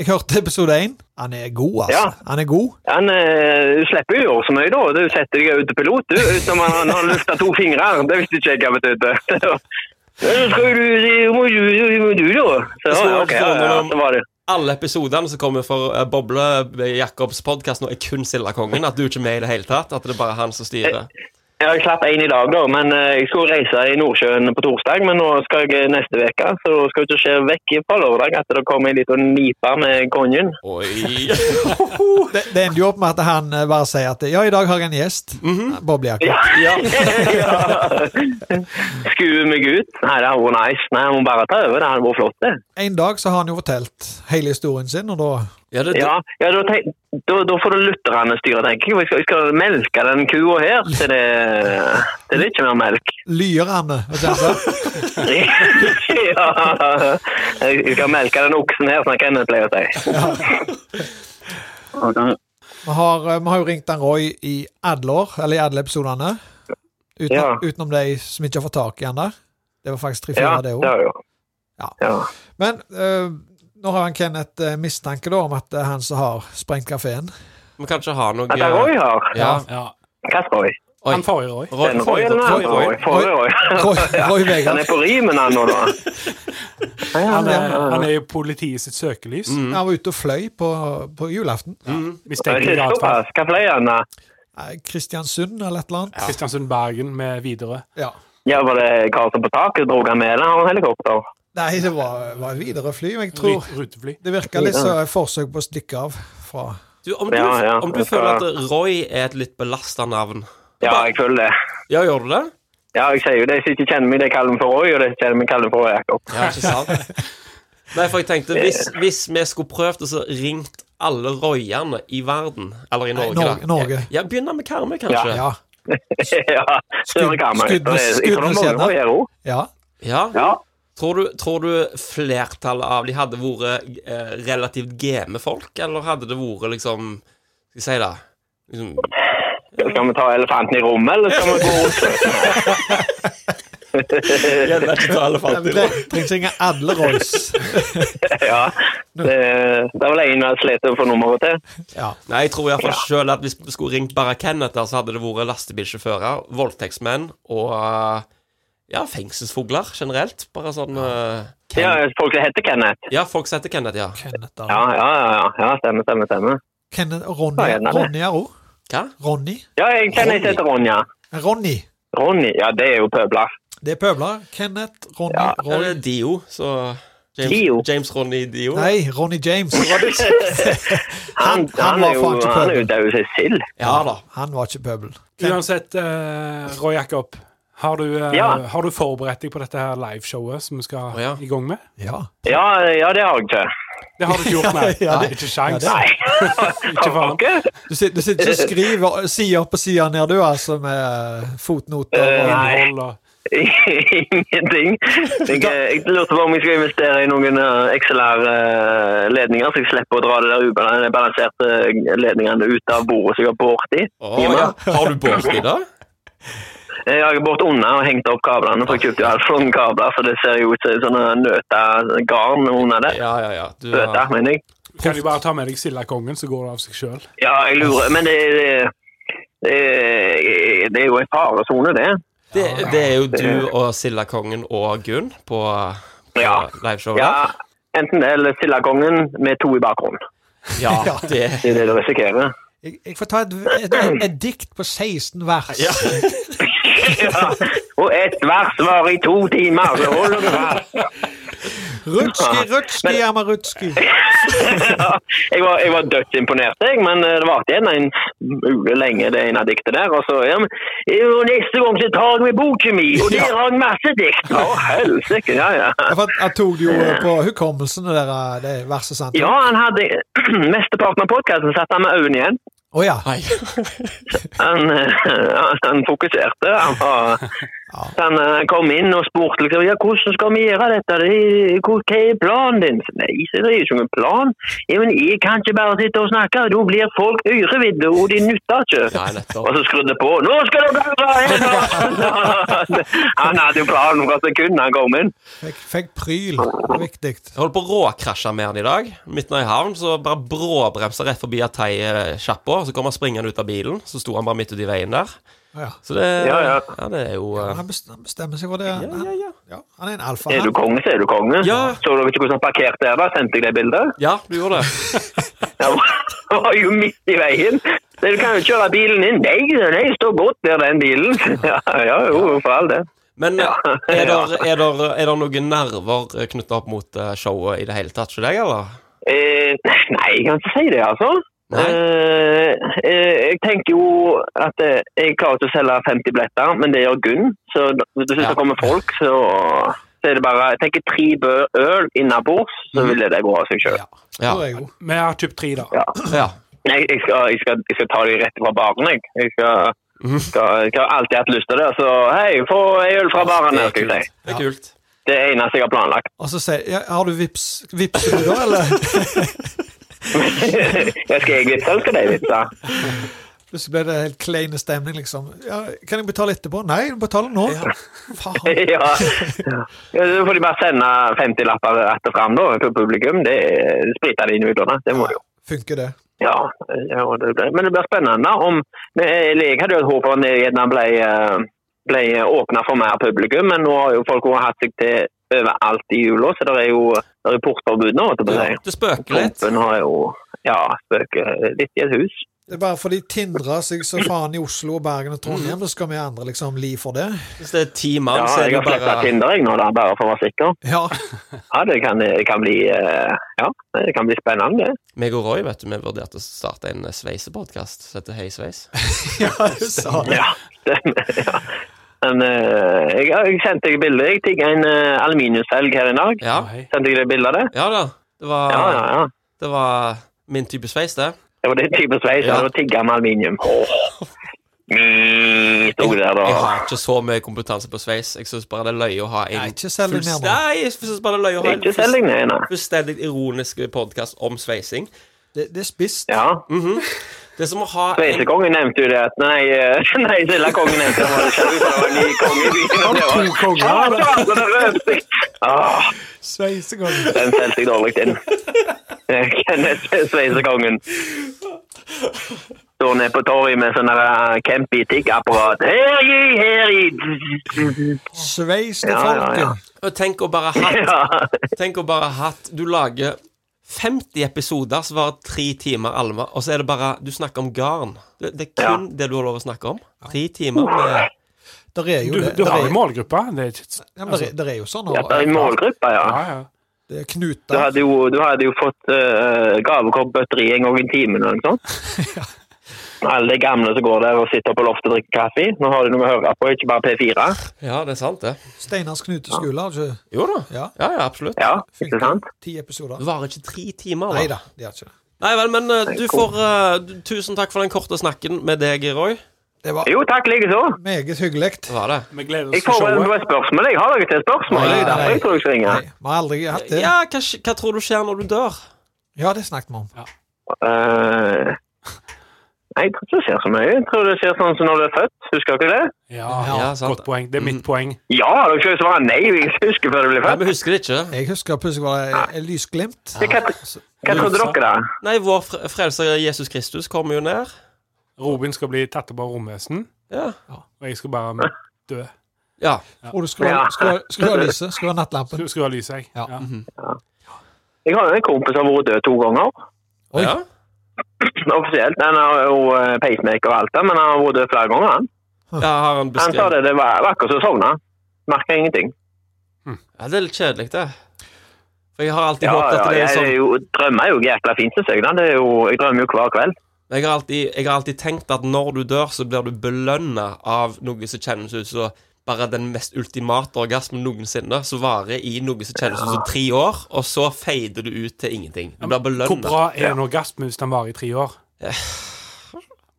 Jeg hørte episode én. Han er god, altså.
Ja.
Han er god.
Han eh, du slipper jo å gjøre så mye, da. Du setter deg ut til pilot, du. Utenom han, han har løfta to fingre. Det visste ikke jeg hva betydde. [LAUGHS] Ja, så skal du det må du, det må du, da. Så,
Jeg
ja,
så
ok, ja,
sånn,
ja, så var det.
Alle episodene som kommer for eh, Boble eh, Jacobs podkast nå, er kun Silda Kongen? At du ikke er med i det hele tatt? At det er bare han som styrer?
Eh. Jeg slapp én i dag, da. Men eh, jeg skulle reise i Nordsjøen på torsdag. Men nå skal jeg eh, neste uke, så skal det ikke skje vekk fra lørdag at det kommer en liten nipe med kongen.
Oi.
Det, det endte jo opp med at han eh, bare sier at ja, i dag har jeg en gjest. Boble Jakob.
[LAUGHS] Ja.
Ja.
Skue meg ut. Nei, det hadde vært nice. Nei, jeg må bare ta over. Det hadde vært flott, det.
En dag så har han jo fortalt hele historien sin, og da
Ja, det,
Ja, ja da, tenk, da, da får det lutterne styre, tenker jeg. Jeg skal, jeg skal melke den kua her til det, til det er ikke mer melk.
lyr han. eh, vet du hva han sa?
[LAUGHS] ja. Jeg skal melke den oksen her, som Kenneth pleier å si. Ja.
Vi har, eh, vi har jo ringt han Roy i alle år, eller i alle episodene. Uten,
Ja.
Utenom de som ikke har fått tak i han der. Det var faktisk tre-fire,
Ja,
det
det
òg.
har jeg jo.
Ja.
Ja.
Men eh, nå har han Kenneth eh, mistanke da om at det er han som har sprengt kafeen.
Vi kan ikke ha noe eh,
At det er Roy her?
Ja.
Ja.
Hvilken Roy?
Oi.
Han forrige Roy.
Roy,
Den Roy
Roy,
eller den
Roy,
andre Roy?
Roy.
Forrige Roy.
Roy, Roy
[LAUGHS] Han
Vegard.
er på rimen, han nå,
[LAUGHS]
da. Ja,
Han er,
ja,
han
ja.
er i politiet sitt søkelys.
Mm.
Han var ute og fløy på, på julaften. altså.
Mistenkelig i hvert fall.
Såpass. Hva pleier han, da?
Eh, Kristiansund eller et eller annet.
Kristiansund Bergen med Widerøe.
Ja.
Ja, var det Karlsson på taket? Drog han med, eller har han helikopter?
Nei, det var, var videre fly, men jeg tror
Rut- Rutefly.
det virka litt som et forsøk på å stikke av fra
Du, om du,
Ja, ja,
om du
jeg skal-
føler at Roy er et litt belasta navn
Ja, jeg føler det.
Ja, gjør du det?
Ja, jeg sier jo de som ikke kjenner meg, de kaller meg for Roy, og de som kjenner meg, kaller meg for Jakob. [LAUGHS]
Ja, ikke sant? Nei, for jeg tenkte, hvis, hvis vi skulle prøvd å så ringt alle royene i verden, eller i Norge,
Norge.
da
Norge.
Ja, begynne med Karmøy, kanskje? Ja.
Ja.
ja, Søre Karmøy.
skudd-
Det er- Jeg tror det er mange
skuddmuseene.
Royer også.
ja.
Ja.
Tror, du, tror du flertallet av de hadde vært eh, relativt game folk, eller hadde det vært liksom Skal jeg si det
[LAUGHS]
liksom,
Skal vi ta elefanten i rommet, eller skal vi gå rundt?
[LAUGHS]
Jeg vet ikke alle
Det Trengs ikke alle Roys.
Ja. Det, det er vel en jeg slet med å få nummeret til.
Ja.
Nei, jeg tror iallfall sjøl at hvis vi skulle ringt bare Kenneth, der, så hadde det vært lastebilsjåfører, voldtektsmenn og eh, ja, fengselsfugler generelt. Bare sånn eh, Ken
Ja, folk som heter Kenneth.
Ja, folk som heter Kenneth, ja.
Kenneth,
Ja,
da.
ja, ja. ja. ja stemmer, stemmer, stemmer.
Kenneth,
Ja,
Ronny,
gjerne det.
Ronny er òg.
Hva?
Ronny.
Ja, jeg kjenner ikke til Ronja.
Ronny.
Ronny, ja, det er jo pøbler.
Det er pøbler. Kenneth, Ronny,
Ja.
Ja,
Roy
det er Dio, så James,
Dio?
James Ronny Dio.
Nei, Ronny James.
Han,
Han- han
han,
var
er jo
faen ikke
han er
pøbel.
jo daud som sild.
Ja da.
Han var ikke pøbel.
Uansett, eh, Roy Jakob, har du, eh,
Ja.
har du forberedt deg på dette her liveshowet som vi skal
Å, ja.
i gang med?
Ja.
Ja, ja, det har jeg ikke.
Det har du ikke gjort, nei.
[LAUGHS] Ja,
Det
det-
er ikke sjans.
ja,
[LAUGHS] Ikke faen.
Ikke?
Du sitter, du sitter ikke og skriver side opp og side ned, du, altså, med fotnoter
Eh,
og
nei.
Innhold og
[LAUGHS] Ingenting. Jeg, eh, jeg lurte på om jeg skulle investere i noen eh, XLR-ledninger, så jeg slipper å dra det der ubalanserte ledningene ut av bordet som jeg har båret i.
Å, ja. Har du båt i det?
Jeg har båret unna og hengt opp kablene, for jeg kjøpte jo Alfron-kabler, så det ser jo ut som sånne nøta garn under det.
Ja, ja, ja. Du, eh,
Nøta,
har-
mener jeg.
Kan du bare ta med deg Sildakongen, så går det av seg sjøl?
Ja, jeg lurer Men det, det, det, det er jo en faresone, det.
det, det er jo du og Sildakongen og Gunn på, på
Ja.
liveshowet.
Ja, enten det eller Sildakongen med to i bakgrunnen.
ja, det
Det er det du risikerer.
Jeg, jeg får ta et, et, et, et dikt på 16 vers.
Ja.
Ja, og ett vers var i to timer, så holder du fast.
Rutski, Rutski, Jamarutski.
Ja, [LAUGHS] jeg var, jeg var dødsimponert, jeg, men eh, det varte igjen en ule lenge, det ene diktet der. Og så ja, men, jo, neste gang så tar jeg med boken min, og der har jeg masse dikt! Å, helsike, ja, ja.
Ja, for Jeg tok det jo på hukommelsen, det, der, det verset, sant?
Ja, han hadde [CLEARS THROAT] Mesteparten av podkasten satt han med øynene igjen.
Å ja.
Han, eh, [LAUGHS] han fokuserte. Han, var, han eh, kom inn og spurte liksom, ja, hvordan skal vi gjøre dette. Det, er- hvor- hva er planen din? Så, Nei, så det er jo ikke noen plan. Ja, men jeg kan ikke bare sitte og snakke, da blir folk ørevidde, og de nytter ikke.
Nei, nettopp.
Og så skrudde det på. Nå skal dere høre! her nå!» Han hadde jo planen fra sekundet han kom inn.
Fikk, fikk pryl. Det er viktig.
Jeg holdt på å råkrasje med han i dag. Midt nede i havn så bare bråbremsa rett forbi Atei-sjappa. Så kom han springende ut av bilen, så sto han bare midt ute i veien der.
Ja.
Så det,
Ja, ja.
det er jo eh,
Han bes- han bestemmer seg for det.
Ja,
Han,
ja, ja.
ja, han er en alfa.
Er du
Han.
konge, så er du konge.
Ja.
Så dere ikke hvordan han parkerte der? da? Sendte jeg det bildet?
ja, du gjorde det.
[LAUGHS] Jeg var jo midt i veien. Så du kan jo kjøre bilen inn. Nei, nei, står godt der, den bilen. [LAUGHS] Ja, ja, jo, for all det.
Men eh,
Ja.
er der, er der, er der noen nerver knytta opp mot eh, showet i det hele tatt hos deg, eller?
Eh, nei, jeg kan ikke si det, altså.
Nei.
Eh, eh, jeg tenker jo at eh, jeg klarer ikke å selge 50 billetter, men det gjør Gunn. Så d- hvis
Ja.
det kommer folk, så, så er det bare Jeg tenker tre bø øl innabords, så vil det gå av seg sjøl.
Ja.
Mhm. Ja.
Tror jeg jo.
Vi har typ tre, da.
ja.
Jeg, jeg, skal, jeg, skal, jeg skal ta de rett fra baren, jeg. Jeg, skal,
Mhm.
skal, jeg har alltid hatt lyst til det. Så hei, få ei øl fra baren her, skal
det er
jeg si.
kult. Det er kult.
Det er det eneste jeg har planlagt. [LAUGHS]
Og så sier ja, Har du vips, vipser du da, eller? [LAUGHS]
jeg skal jeg vitse, eller skal de vitse?
Plutselig ble det helt kleine stemning, liksom. Ja, kan jeg betale etterpå? Nei, du betaler nå. Faen.
[LAUGHS] ja. ja. Så får de bare sende 50-lapper rett og fram da, til publikum. Det er- spriter de inn i utlånet. Det må de jo.
Funker det?
Ja, ja det blir. Men det blir spennende om eller Jeg hadde jo et håp om at det gjerne ble, eh, ble åpna for mer publikum, men nå har jo folk også hatt seg til overalt i jula, så det er jo det er portforbud nå. holdt jeg på å si.
Du spøker litt.
Trumpen har jo ja, spøket litt i et hus.
Det er bare fordi de tindrer seg så faen i Oslo, Bergen og Trondheim, så skal vi andre liksom li for det.
Hvis det er ti mann,
Ja,
så er det
jeg har
bare
sletta Tinder jeg nå, da, bare for å være sikker.
Ja.
Ja, det kan, det kan bli eh, Ja, det kan bli spennende. det.
Meg og Roy vet du, vi vurderte å starte en sveisepodkast som heter Hei Sveis.
ja, du sa det.
[LAUGHS] Ja. stemmer, ja. Men eh, jeg, jeg sendte deg bilde. Jeg tigga en eh, aluminiumshelg her i dag.
Ja.
Hei.
Sendte jeg deg bilde av det?
ja da. Det
Ja, ja,
var,
ja.
det var min type sveis, det.
Det var den type sveis.
Ja.
Ja. Tigga med aluminium. Åh. Mm, Sto det der,
Jeg
da.
har ikke så mye kompetanse på sveis. Jeg syns bare det er løye å ha
Nei,
en
ikke selg deg
fullst-
mer nå.
Nei, jeg synes bare det er løye å ha en
Ikke selv
fullst-
deg ned, nei.
fullstendig ironisk podkast om sveising.
Det, det er spist.
Ja.
Mm. Det er som å ha en,
Sveisekongen nevnte jo det at Nei, eh, [LAUGHS] nei sildekongen nevnte det. var det selv, for det var
[LAUGHS]
en ny konge i byen. og det var-
To konger.
Ah, så var det rødt. Ah.
Sveisegang.
Den selgte jeg dårlig inn. Kenneth Sveisekongen. Står nede på torget med sånn der, eh, campy tiggapparat. Her i, her i
Sveis til
Ja, ja, ja.
folket.
og Tenk å bare ha hatt
Ja.
Tenk å bare ha hatt Du lager 50 episoder som varer tre timer alma, og så er det bare Du snakker om garn. Det, det er kun det du har lov å snakke om. Tre timer med
Der er jo
Du,
det.
du
Der
har jo
er,
målgruppa. Det er ikke
ja, men der, er- der er jo sånn.
Ja, det er en
Og,
målgruppe, ja.
Ja, ja.
det er
Du
knuter.
hadde jo, du hadde jo fått uh, gavekoppbøtteri en gang i timen eller noe sånt. Alle de gamle som går der og sitter på loftet og drikker kaffe. Nå har de noe å høre på, ikke bare P4.
Ja, det er sant, det.
Steinars knuteskole, har du ikke
Jo da.
Ja.
Ja, ja, absolutt.
Ja, ikke
funket?
sant?
Ti episoder.
Det varer ikke tre timer.
Nei
Da.
da, det har ikke det.
Nei vel, men eh, du får eh, du- Tusen takk for den korte snakken med deg, Roy.
Det var
Jo, takk likeså.
meget hyggelig.
Det var det.
Vi gleder
Jeg
oss til
får vel
showet.
noe spørsmål. Jeg har dere til et spørsmål. Det er derfor jeg tror jeg
Nei,
svinger.
Vi har aldri hatt det.
Ja, hva, sk- hva tror du skjer når du dør?
Ja, det snakket vi om.
Eh, Nei, jeg tror ikke det skjer så mye. Jeg tror det skjer sånn som når du er født. Husker dere det?
Ja,
Ja, sant.
godt poeng. Det er
Mm.
mitt poeng.
Ja, dere skal jo svare nei. Jeg husker før du blir
Nei,
født.
Vi husker det ikke.
Jeg husker plutselig var det et lysglimt.
Det kan- Hva trodde dere, da?
Nei, vår fre- frelser Jesus Kristus kommer jo ned.
Robin skal bli tatt opp av romvesen,
Ja.
og jeg skal bare dø.
ja.
Tror du skulle ha-
Ja.
skulle ha-
[LAUGHS]
skulle ha lyset? Skulle ha nattlampen?
Skru- Skru av lyset, jeg.
Ja.
Ja.
Jeg har jo en kompis som har vært død to ganger.
Oi.
ja.
Offisielt. Han er jo eh, pacemaker og alt det, men han har vært død flere ganger. Han,
ja har han
han sa
beskrevet
det, det var var akkurat som å sovne. Merka ingenting.
ja, Det er litt kjedelig, det. For jeg har alltid
Ja,
håpet
ja,
at det
jeg
er sånn
er jo, drømmer jo jækla fint til seg. da. Det er jo, jeg drømmer jo hver kveld.
Jeg har, alltid, jeg har alltid tenkt at når du dør, så blir du belønna av noe som kjennes ut som bare den mest ultimate orgasmen noensinne, som varer i noe som kjennes ut som tre år, og så feider du ut til ingenting. Du blir
Hvor
belønna.
bra er en orgasme hvis den varer i tre år?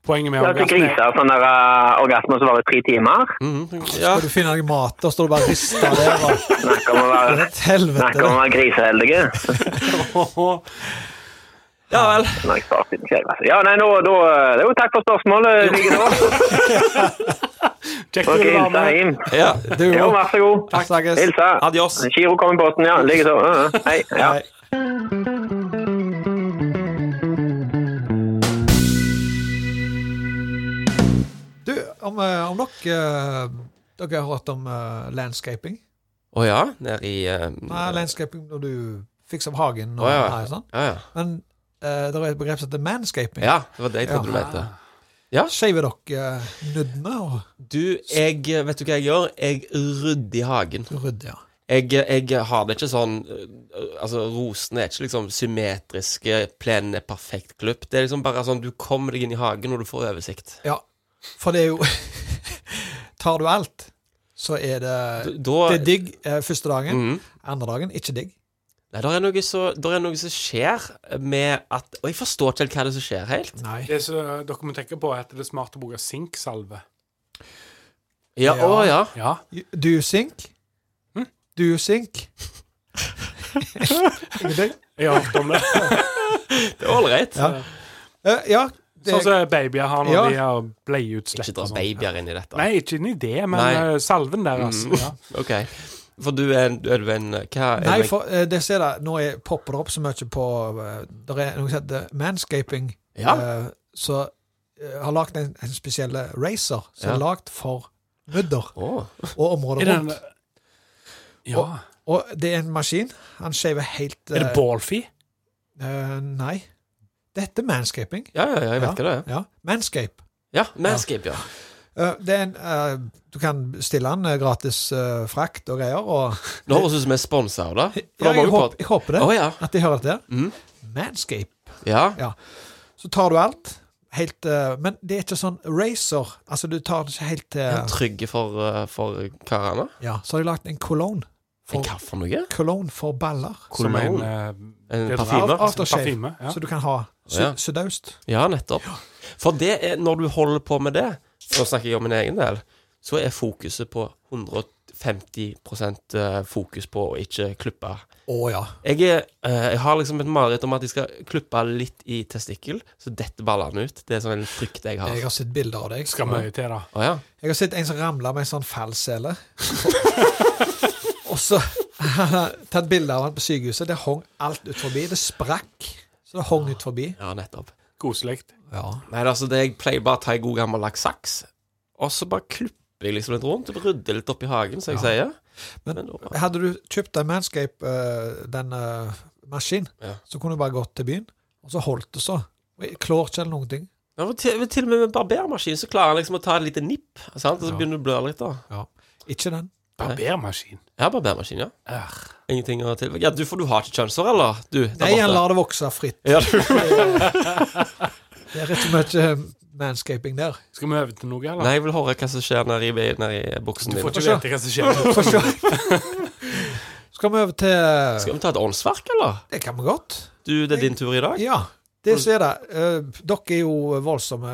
Poenget med
Det
orgasme er
er til griser sånne uh, orgasmer som varer i tre timer.
Mm. Mhm. Ja,
Skal du finne deg mat, da står du bare og rister der. og-
Snakk om å
[LAUGHS]
være,
Et helvete.
snakk om å være griseheldige.
ja vel.
Når jeg starter med kjegler, altså. Ja, nei, nå, da, eh, det er jo takk for spørsmålet. Ligger nå.
Kjekt å
Og
være
hilse
med.
hjem.
Ja.
Du
Jo,
òg.
vær så god.
Snakkes.
Hilse.
Adios.
Giro kom i båten, ja. Ligger så. Uh, uh. Hei. Ja.
Hei. Du, om, eh, om nok eh, Dere har hørt om eh, landscaping?
Å ja, nede i eh,
Nei, landscaping når du fikser opp hagen og
Å, ja.
nei, sånn.
ja, ja.
Men eh, det er et begrep som heter manscaping.
ja, det var det jeg trodde du mente.
Shaver dere eh, nuddene og
Du, jeg Vet du hva jeg gjør? Jeg rydder i hagen.
rydder? Ja.
Jeg, jeg har det ikke sånn øh, Altså, rosene er ikke liksom symmetriske, plenen er perfekt klipt. Det er liksom bare sånn du kommer deg inn i hagen når du får oversikt.
ja. For det er jo [LAUGHS] Tar du alt, så er det
D-
Det er
Da
digg eh, første dagen.
Mhm.
Andre dagen ikke digg.
Nei, der er, noe så, der er noe som skjer med at Og jeg forstår ikke helt hva det er som skjer helt.
Nei.
Det som dere må tenke på, er at det er smart å bruke sinksalve.
Ja,
Ja.
å ja.
Ja.
Do you sink?
Hm?
Do you sink? Ingenting?
Jeg har hørt om det.
Det er ålreit.
Ja. Eh, ja. Det,
Sånn som babyer har når
Ja.
de har bleieutslett.
Ikke dra
og sånn.
babyer inn i dette.
Nei, ikke inn i det, men
Nei.
eh, salven der, altså.
Mm.
Ja.
Ok. For du er en Er du en Hva er
nei,
du en-
for eh, det ser jeg Nå er, popper det opp så mye på eh, Der er noe som heter manscaping.
Ja.
eh, så eh, har lagd en, en spesiell racer som
Ja.
er lagd for mudder
Å.
og området
Er det en
rundt.
Ja.
Og det er en maskin. Han shaver helt
Er det
eh,
ballfee?
eh, Nei. Dette er manscaping.
Ja, ja, ja, jeg vet hva det er.
Ja. Manscape.
Ja, Manscape, ja.
Eh, det er en, eh, du kan bestille den eh, gratis eh, frakt og greier. Og, [LAUGHS]
Nå høres det ut som vi er sponsa av det. For
ja,
det var
jeg,
jo
håp,
på-
jeg håper det.
Å ja.
At de hører det.
Mm.
Manscape.
Ja.
Så tar du alt. Helt, eh, men det er ikke sånn racer. Altså, du tar det ikke helt til
Er han trygge for, uh, for karene?
Ja, så har de lagd en cologne.
En
For,
hva for noe?
cologne for baller.
Som en
Kolon?
eh,
En
det er
parfyme?
av- Aftershave.
parfyme. Ja.
Så du kan ha sø-
Ja.
sødaust.
Ja, nettopp. For det er, når du holder på med det, nå snakker jeg om min egen del, så er fokuset på 150 eh, fokus på å ikke klippe.
Å ja.
Jeg, er, eh, jeg har liksom et mareritt om at jeg skal klippe litt i testikkel, så detter ballene ut. Det er sånn en frykt jeg har.
Jeg har sett bilder av deg.
Skal mye til, da.
Å ja.
Jeg har sett en som ramla med en sånn
[LAUGHS]
fallsele. Og så tatt bilde av han på sykehuset. Det hang alt ut forbi. Det sprakk. Så det hang ut forbi.
Ja, nettopp.
Koselig.
Ja.
Nei, altså, det jeg pleier bare å ta en god gammeldags saks, og så bare klipper jeg liksom litt rundt, rydder litt opp i hagen, som jeg sier.
Men-
Men da-
Hadde du kjøpt en Manscape, eh, den eh, maskinen,
Ja.
så kunne du bare gått til byen, og så holdt det så. Klår ikke eller noen ting.
Ja, for til, til og med med barbermaskin så klarer han liksom å ta et lite nipp, sant? og så
Ja.
begynner du å blø litt. da
Ikke den.
Barbermaskin.
Ja, barbermaskin, ja.
Ær.
Ingenting å tilføye. Ja, du, for du har ikke kjønnshår, eller? Du, der
Nei,
borte.
han lar det vokse fritt.
[LAUGHS] Ja, du.
Det er ikke mye eh, manscaping der.
Skal vi over til noe, eller?
Nei, jeg vil høre hva som skjer nedi nedi buksen
Du
din.
får ikke
Få se.
vite hva som
[LAUGHS]
skjer.
Få se.
[LAUGHS]
Skal vi over til
Skal vi ta et åndsverk, eller?
Det kan vi godt.
Du, det er din tur i dag.
Ja. Det som er det. eh, Dere er jo voldsomme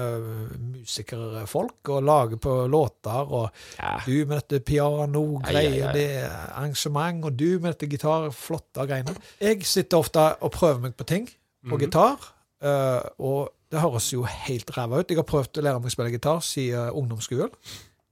musikerfolk og lager på låter. Og
Ja.
du med dette piano-greier,
Ja, ja, ja.
det er arrangement, og du med dette gitar-flotte greiene. Jeg sitter ofte og prøver meg på ting på
Mhm.
gitar, eh, og det høres jo helt ræva ut. Jeg har prøvd å lære meg å spille gitar siden ungdomsskolen.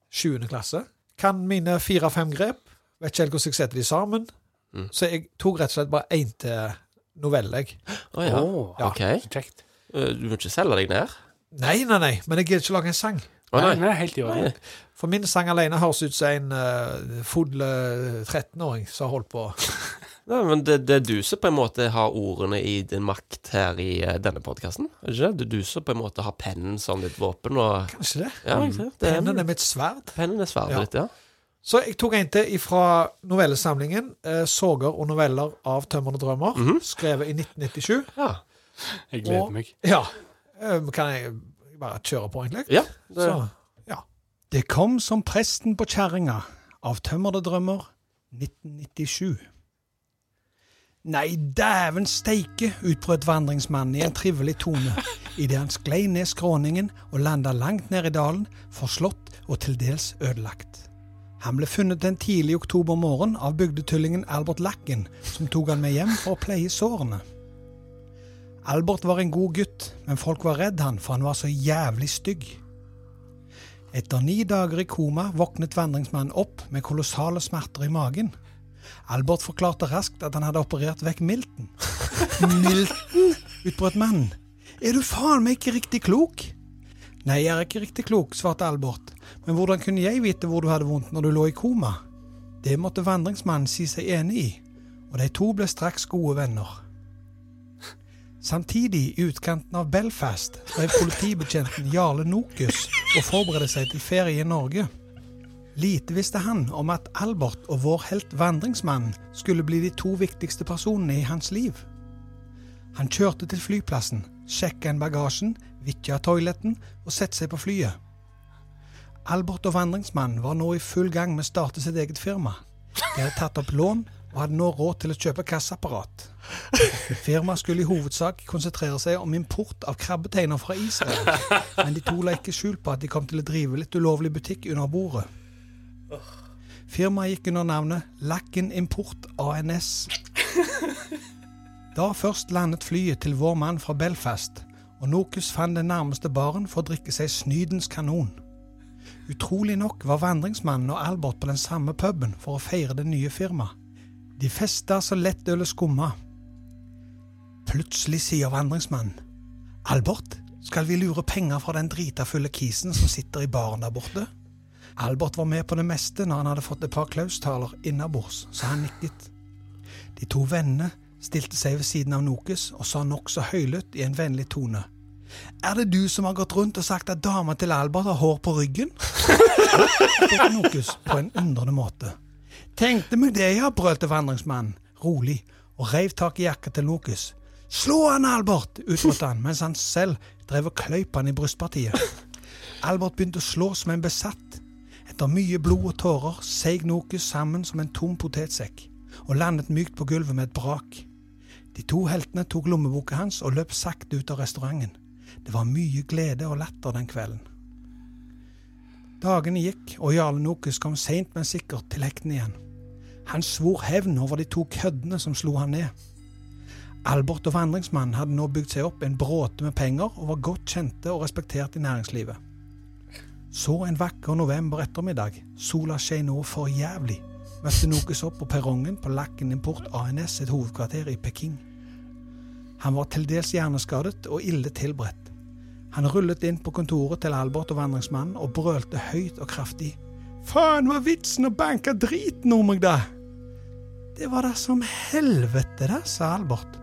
7. klasse. Kan mine fire-fem grep. Vet ikke helt hvordan jeg setter de sammen.
Mm.
Så jeg tok rett og slett bare én til novelle, jeg.
Å ja.
Åh,
Ja.
Ok.
så Kjekt.
Eh, Du må ikke selge deg ned?
Nei, nei, nei, men jeg gidder ikke lage en sang.
Å
Nei,
nei.
nei, helt i
nei.
orden.
For min sang alene høres ut som en uh, fodle 13-åring som har holdt på.
Nei, men det, det er du som på en måte har ordene i din makt her i eh, denne podkasten. Er det ikke det? Det er du som på en måte har pennen som ditt våpen
[LAUGHS]
og
Kanskje det?
Ja, ikke sant? det er
Pennen er mitt sverd.
Pennen er sverdet
Ja.
ditt, ja.
Så jeg tok en til fra novellesamlingen eh, 'Sorger og noveller av tømmerne drømmer',
Mhm.
skrevet i 1997.
Ja.
Jeg
Og-
gleder meg.
Ja. Eh, Kan jeg bare kjøre på, egentlig?
Ja, det,
Så,
Det kom som presten på kjerringa av Tømrede drømmer 1997. Nei, dæven steike, utbrøt vandringsmannen i en trivelig tone idet han sklei ned skråningen og landa langt ned i dalen, forslått og til dels ødelagt. Han ble funnet en tidlig oktober morgen av bygdetullingen Albert Lacken, som tok han med hjem for å pleie sårene. Albert var en god gutt, men folk var redd han, for han var så jævlig stygg. Etter ni dager i koma våknet vandringsmannen opp med kolossale smerter i magen. Albert forklarte raskt at han hadde operert vekk milten. Milten? utbrøt mannen. Er du faen meg ikke riktig klok? Nei, jeg er ikke riktig klok, svarte Albert. Men hvordan kunne jeg vite hvor du hadde vondt når du lå i koma? Det måtte vandringsmannen si seg enig i, og de to ble straks gode venner. Samtidig, i utkanten av Belfast, drev politibetjenten Jarle Nokus og forberedte seg til ferie i Norge. Lite visste han om at Albert og vår helt Vandringsmannen skulle bli de to viktigste personene i hans liv. Han kjørte til flyplassen, sjekka inn bagasjen, vitja toaletten og satte seg på flyet. Albert og Vandringsmannen var nå i full gang med å starte sitt eget firma. De hadde tatt opp lån og hadde nå råd til å kjøpe kassaapparat. Firmaet skulle i hovedsak konsentrere seg om import av krabbeteiner fra Israel, men de to la ikke skjul på at de kom til å drive litt ulovlig butikk under bordet. Firmaet gikk under navnet Lacken Import ANS. Da først landet flyet til vår mann fra Belfast, og Nokus fant den nærmeste baren for å drikke seg Snydens kanon. Utrolig nok var vandringsmannen og Albert på den samme puben for å feire det nye firmaet. De festa så lettølet skumma. Plutselig sier vandringsmannen. Albert, skal vi lure penger fra den dritafulle kisen som sitter i baren der borte? Albert var med på det meste når han hadde fått et par klaustaler innabords, så han nikket. De to vennene stilte seg ved siden av Nokus og sa nokså høylytt i en vennlig tone. Er det du som har gått rundt og sagt at dama til Albert har hår på ryggen? [LAUGHS] spurte Nokus på en undrende måte. Tenkte meg det, ja, brølte vandringsmannen, rolig, og reiv tak i jakka til Lokus. Slå han, Albert! utropte han, mens han selv drev og kløyp han i brystpartiet. Albert begynte å slå som en besatt. Etter mye blod og tårer seig Nokus sammen som en tom potetsekk, og landet mykt på gulvet med et brak. De to heltene tok lommeboka hans og løp sakte ut av restauranten. Det var mye glede og latter den kvelden. Dagene gikk, og Jarle Nokus kom seint, men sikkert til hektene igjen. Han svor hevn over de to køddene som slo han ned. Albert og Vandringsmannen hadde nå bygd seg opp en bråte med penger og var godt kjente og respektert i næringslivet. Så en vakker november ettermiddag, sola skein nå for jævlig, møtte Nokus opp på perrongen på Lakken Import ANS sitt hovedkvarter i Peking. Han var til dels hjerneskadet og ille tilberedt. Han rullet inn på kontoret til Albert og vandringsmannen og brølte høyt og kraftig. Faen, hva er vitsen å banke driten om meg, da? Det var da som helvete, da, sa Albert.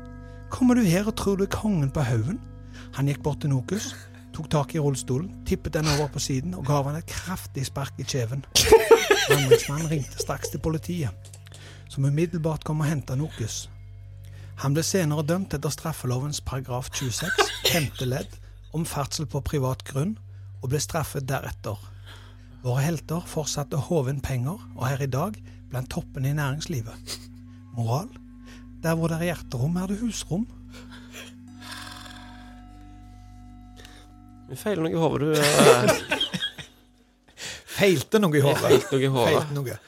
Kommer du her og tror du er kongen på haugen? Han gikk bort til Nokus, tok tak i rullestolen, tippet den over på siden og gav han et kraftig spark i kjeven. Vandringsmannen ringte straks til politiet, som umiddelbart kom og henta Nokus. Han ble senere dømt etter straffelovens paragraf 26, femte ledd, om ferdsel på privat grunn, og ble straffet deretter. Våre helter fortsatte å håve inn penger, og er i dag blant toppene i næringslivet. Moral? Der hvor det er hjerterom, er det husrom.
Du feiler noe i hodet, du. eh, [LAUGHS]
Feilte noe i
Jeg
håret.
feilte noe i hodet.
Feilte noe.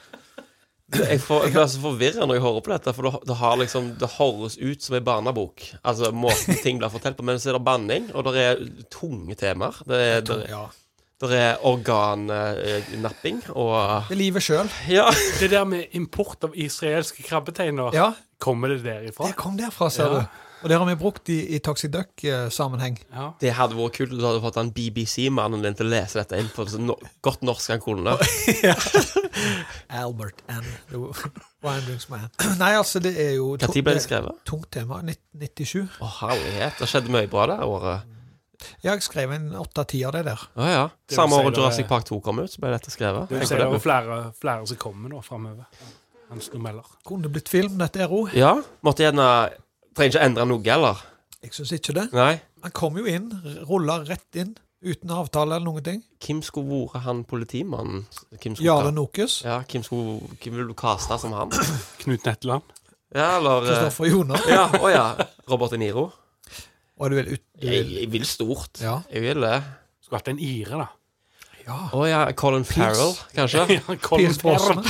Jeg, får, jeg blir så forvirra når jeg hører på dette, for det, det, har liksom, det høres ut som ei barnebok. Altså måten ting blir fortalt på. Men så er det banning, og det er tunge temaer. Det er, det,
Ja.
er- det er organnapping og
Det er livet sjøl.
Ja.
Det der med import av israelske krabbeteiner,
Ja,
kommer det derifra?
det kom derfra, ser
Ja.
du. Og det har vi brukt i, i Toxic
eh,
Duck-sammenheng.
Ja.
Det hadde vært kult om du hadde fått han BBC-mannen din til å lese dette inn på så no godt norsk han kunne.
Albert and the
[LAUGHS]
Wandringsman. Nei, altså, det er jo
Når ble det skrevet?
tungt tema. 1997.
Å, herlighet. Det skjedde mye bra det året.
Jeg skrev en åtte-ti av det der.
Ja, ja.
Det
Samme
vil si
år
det-
Jurassic Park 2 kom ut, så ble dette skrevet.
Det
Tenk
er
på
jo
det.
flere, flere som kommer nå framover. Hans noveller.
Kunne blitt film, dette er òg.
Ja. Måtte gjerne Trenger ikke endre noe, eller?
Jeg syns ikke det.
Nei.
Han kom jo inn, rulla rett inn, uten avtale eller noen ting.
Hvem skulle vært han politimannen? Hvem skulle
Jarle
ka-
Nokus.
Ja, hvem, skulle, hvem ville du kaste som han?
Knut Netteland.
Ja, eller eh,
Kristoffer Joner.
Ja, å ja. Robert De Niro?
Og du vil ut du
Jeg,
vil.
jeg vil stort.
Ja.
Jeg vil det.
Skulle hatt en ire, da.
Å ja, Colin Farrell,
[LAUGHS]
[LAUGHS] Ja,
kanskje?
Piers
Colin
Brosnan.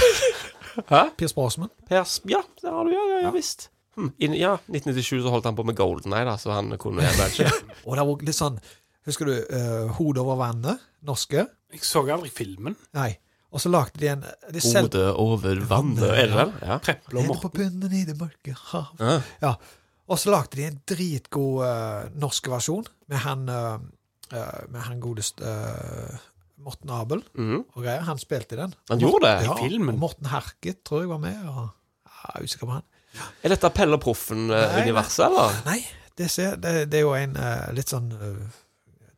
Hæ?
Piers Brosnan.
Pers Ja, det har du, ja, ja, ja visst. Hm. I, ja, 1997 så holdt han på med Golden Eye, da, så han
[LAUGHS]
kunne helt ikke.
Og det er også litt sånn Husker du eh, Hodet over vannet? Norske?
Jeg så aldri filmen.
Nei. Og så lagde de en de selv-
Hodet over vannet, er det den? Ja.
Preple og
Nede på
Morten.
bunnen i det mørke hav.
Ja.
Ja. Og så lagde de en dritgod eh, norsk versjon med han uh, Med han godeste eh, Morten Abel
Mhm.
og greier. Han spilte i den.
Han gjorde det?
Ja,
filmen?
Og Morten Harket tror jeg var med. Og, ja, jeg er usikker på han.
Er dette Pelle Proffen-universet, eller?
Nei, det, ser, det, det er jo en eh, litt sånn eh,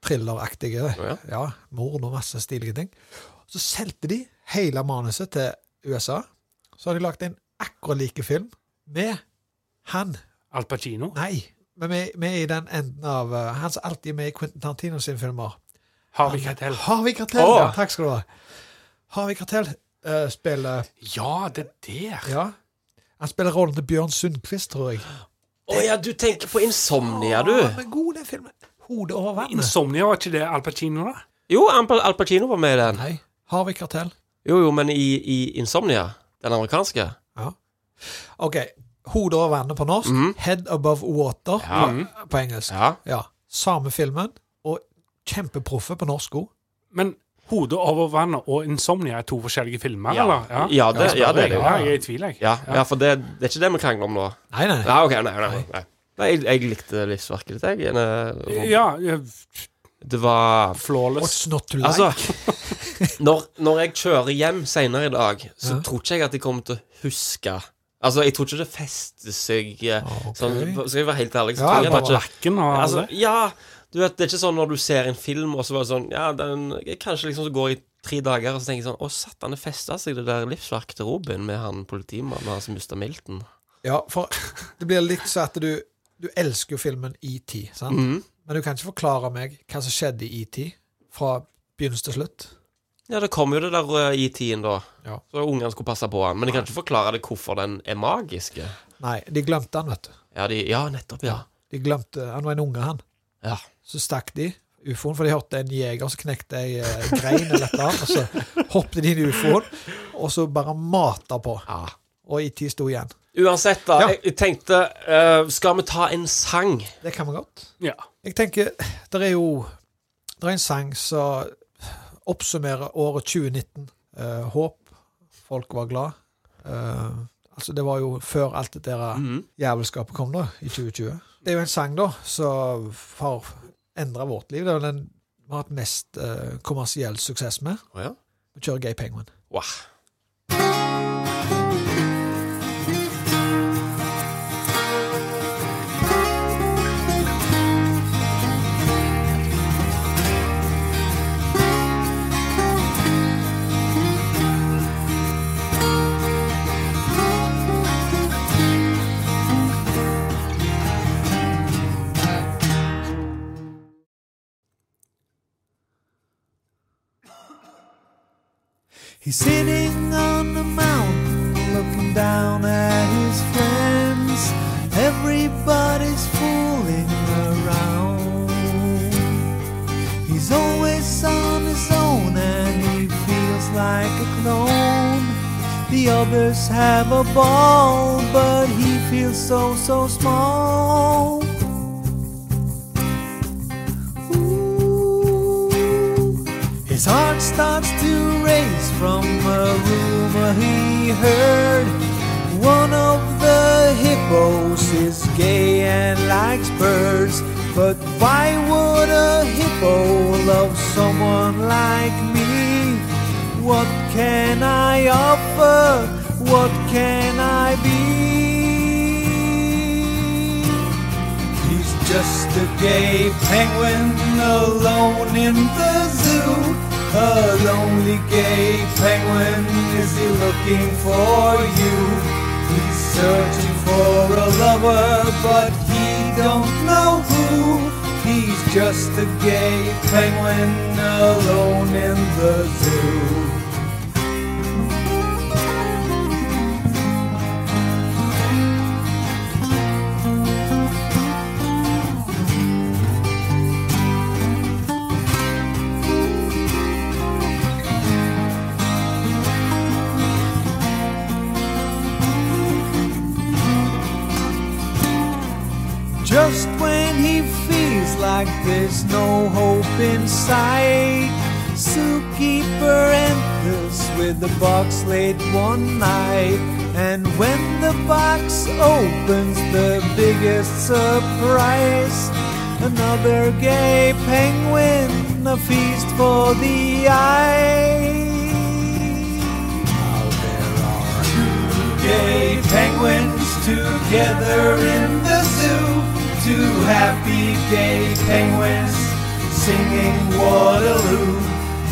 thrilleraktig
ja.
ja. ja, mord og masse stilige ting. Så solgte de hele manuset til USA. Så har de lagd en akkurat like film med han
Al Pacino.
Nei, men vi vi er i den enden av eh, Han som alltid er med i Quentin Tarantino sine filmer.
Harvey Keitel.
Harvey Kartell!
Åh!
Ja, takk skal du ha. Harvey Kartell eh, spiller
Ja, det der!
Ja. Han spiller rollen til Bjørn Sundquist, tror jeg.
Å ja, du tenker på Insomnia, du.
Å, men god, den filmen. Hodet over vannet.
Insomnia, var ikke det Al Pacino, da?
Jo, Al Al Pacino var med i den.
Nei. Harvey Kartell.
Jo, jo, men i, i Insomnia, den amerikanske
OK. Hodet over vannet på norsk. Head above water på, eh, på engelsk.
Mhm. Ja.
Ja. Samme filmen, og kjempeproffe på norsk òg.
Men 'Hodet over vannet' og 'Insomnia' er to forskjellige filmer,
Ja.
eller?
Ja, det- ja, det er det jo.
Ja, jeg er i tvil, jeg.
Ja, ja for det, det er ikke det vi krangler om nå.
Nei, nei. nei.
Ja, OK, nei, nei. nei. nei jeg, jeg likte livsverket ditt, jeg. Eh,
Ja, eh,
Det var
Flawless.
What's not to like?
Altså, når, når jeg kjører hjem senere i dag, så tror ikke jeg at jeg kommer til å huske Altså, jeg tror ikke det fester seg eh,
Ah, ok.
sånn, Skal jeg være helt ærlig, så
Ja,
tror jeg
bare-
ikke
Blacken og
altså,
alle.
Ja, du vet, det er ikke sånn når du ser en film, og så var det sånn Ja, den Kanskje liksom så går jeg tre dager, og så tenker jeg sånn Å, satan, det festa seg, det der livsverket til Robin med han politimannen han som mista milten.
Ja, for [LAUGHS] det blir litt så at du Du elsker jo filmen ET, sant?
Mhm.
Men du kan ikke forklare meg hva som skjedde i ET fra begynnelse til slutt.
Ja, det kom jo det der eh, i tiden, da.
Ja.
Så ungene skulle passe på han. Men jeg kan ikke forklare det hvorfor den er magiske.
Nei, de glemte han, vet du.
Ja, de, ja nettopp, ja.
De glemte, Han var en unge, han.
Ja.
Så stakk de ufoen, for de hørte en jeger som knekte ei eh, grein eller et eller annet, og så hoppet de inn i ufoen, og så bare mata på.
ja.
Og IT sto igjen.
Uansett, da.
Ja.
Jeg, jeg tenkte eh, Skal vi ta en sang?
Det kan vi godt.
Ja.
Jeg tenker, det er jo Det er en sang som oppsummerer året 2019. Eh, håp. Folk var glad. Eh, altså, det var jo før alt det der
Mhm.
jævelskapet kom, da, i 2020. Det er jo en sang, da, som har endra vårt liv. Det er vel den vi har hatt mest eh, kommersiell suksess med.
Å ja.
Vi kjører Gay Penguin.
Wow.
He's sitting on the mountain looking down at his friends. Everybody's fooling around. He's always on his own and he feels like a clone. The others have a ball, but he feels so, so small. Ooh. His heart starts to race from a rumor he heard. One of the hippos is gay and likes birds. But why would a hippo love someone like me? What can I offer? What can I be? He's just
just a gay penguin alone in the zoo. A lonely gay penguin, is he looking for you? He's searching for a lover, but he don't know who. He's just a gay penguin alone in the zoo. Just when he feels like there's no hope in sight, zookeeper enters with the box late one night. And when the box opens, the biggest surprise another gay penguin, a feast for the eye. Gay penguins together in the zoo. Two happy gay penguins singing Waterloo.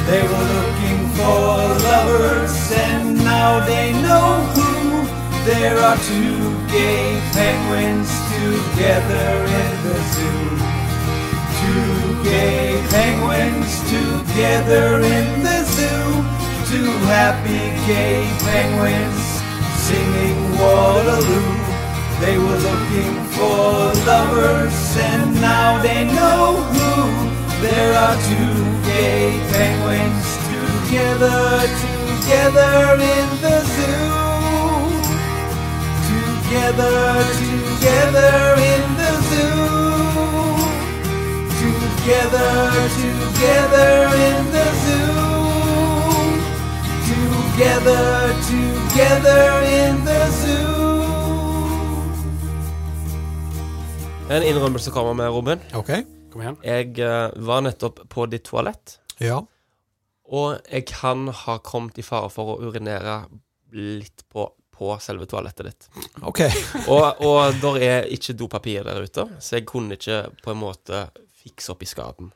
They were looking for lovers and now they know who. There are two gay penguins together in the zoo. Two gay penguins together in the zoo. Two happy gay penguins singing Waterloo. They were looking for lovers, and now they know who. There are two gay penguins together, together in the zoo. Together, together in the zoo. Together, together in the zoo together, together in the zoo.
En innrømmelse kommer med, Robin.
OK?
Kom igjen.
Jeg eh, var nettopp på ditt toalett,
Ja.
og jeg kan ha kommet i fare for å urinere litt på, på selve toalettet ditt.
OK.
Og, og der er ikke dopapir der ute, så jeg kunne ikke på en måte fikse opp i skaden.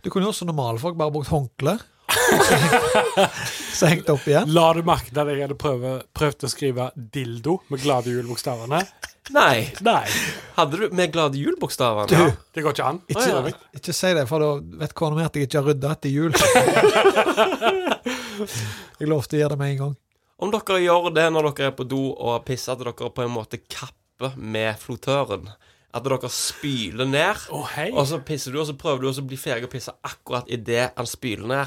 Du kunne jo også normalfolk bare brukt håndkle. Så hengt opp igjen.
La du merke til at jeg hadde prøve, prøvd å skrive 'dildo' med glade jul-bokstavene?
Nei!
Nei,
Hadde du med glade jul-bokstavene?
Du,
det går ikke an.
ikke,
Å, ja.
ikke si det, for da vet kona mi at jeg ikke har rydda etter jul. jeg lovte å gjøre det med en gang.
Om dere gjør det når dere er på do og pisser, at dere på en måte kapper med flotøren. At dere spyler ned,
Å, hei.
og så pisser du, og så prøver du også å bli ferdig å pisse akkurat idet han spyler ned.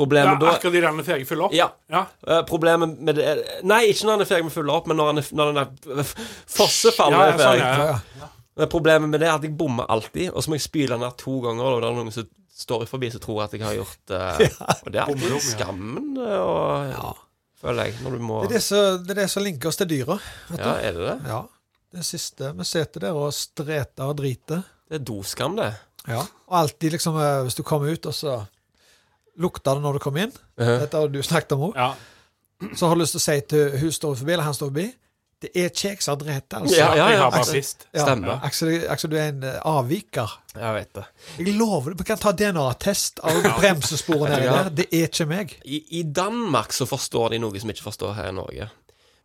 Problemet
ja,
da
akkurat i denne ferien fyller opp.
Ja.
Ja.
eh, Problemet med det er- Nei, ikke når han er ferdig med å fylle opp, men når han er, når han er
Ja, ja,
Fossefallet er
sånn,
ferdig.
ja.
Men Problemet med det er at jeg bommer alltid, og så må jeg spyle ned to ganger. Og det er noen som står forbi som tror at jeg har gjort eh, Og det er
Bommer om, [LAUGHS] ja.
alltid skammen, eh, og, føler jeg, når du må
Det er det som- det er det som linker oss til dyra.
Ja, er det det?
Ja. Det siste vi sitter der og streter og driter.
Det er doskam, det.
Ja. Og alltid liksom eh, Hvis du kommer ut, og så lukter det når du kommer inn
Uh-huh.
Dette har du snakket om òg.
ja.
Så har du lyst til å si til hun står forbi, eller han står forbi Det er ikke jeg som har drept, altså.
Ja, ja,
Jeg
ja.
har bare
Aksel.
pist.
Ja.
Stemmer.
Aksel, Aksel, du er en eh, avviker.
Jeg vet det.
Jeg lover det. Vi kan ta DNA-test av bremsesporene her.
Ja.
der. Det er ikke meg.
I, I Danmark så forstår de noe som ikke forstår her i Norge.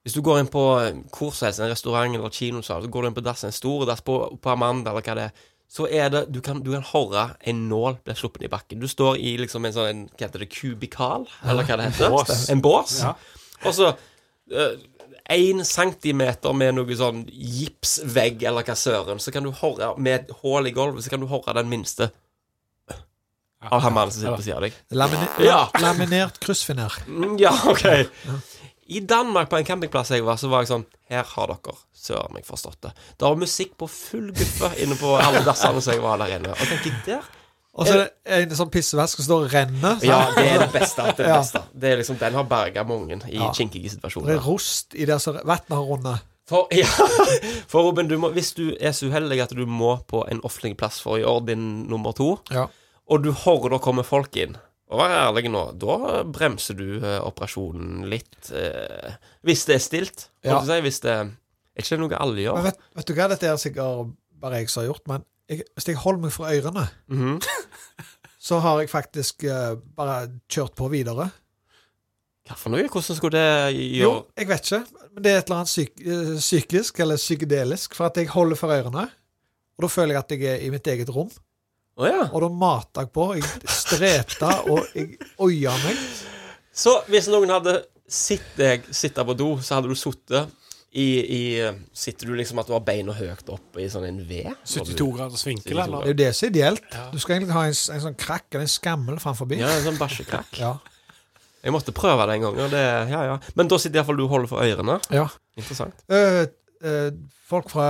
Hvis du går inn på hvor som helst, en restaurant eller kinosal, så går du inn på dass, en stor dass på, på Amanda eller hva det er, så er det Du kan, du kan høre en nål bli sluppet i bakken. Du står i liksom en sånn en, Hva heter det? Kubikal? Eller hva det heter?
bås.
En bås.
Ja.
Og så én centimeter med noe sånn gipsvegg eller hva søren, så kan du høre Med et hull i gulvet, så kan du høre den minste av han mannen som sitter på sida av deg.
Lamine
Ja.
Laminert kryssfiner.
Mm, Ja, [LAUGHS] ok. I Danmark, på en campingplass jeg var, så var jeg sånn Her har dere søren meg forstått det. Det var musikk på full guffe inne på alle dassene som jeg var der inne. Og tenker jeg, der
Og så er det en sånn pissevask som står og renner. sant?
[LAUGHS] Eh. Ja, det er det beste. Det er det
Ja.
beste. Det er liksom, den har berga mange i kinkige
Det er
situasjoner.
rost i det som vannet har rundet.
For, ja, [LAUGHS] for Robin, du må, hvis du er så uheldig at du må på en offentlig plass for å gjøre din nummer to,
Ja.
og du hører da kommer folk inn og vær ærlig nå, da bremser du eh, operasjonen litt. Eh, hvis det er stilt.
Ja.
holdt jeg på å Si, hvis det er ikke det noe alle gjør.
Men vet, vet du hva, dette er sikkert bare jeg som har gjort, men jeg, hvis jeg holder meg fra ørene, [LAUGHS] så har jeg faktisk eh, bare kjørt på videre.
Hva for noe? Hvordan skulle det
Jo,
gjøre
jeg vet ikke, men det er et eller annet psyk eh, psykisk, eller psykedelisk, for at jeg holder for ørene, og da føler jeg at jeg er i mitt eget rom. Og da mater jeg på, jeg [LAUGHS] streter, og jeg oier meg.
Så hvis noen hadde sett deg sitte på do, så hadde du sittet i, i Sitter du liksom at du har beina høyt opp i sånn en V?
72 graders vinkel, eller?
Det er jo det som er ideelt. Du skal egentlig ha en, s- en sånn krakk eller en skammel framfor.
Ja, en sånn bæsjekrakk.
Ja.
Jeg måtte prøve det en gang, og det Ja, ja. Men da sitter iallfall du og holder for ørene.
Ja.
Interessant.
Eh, eh, folk fra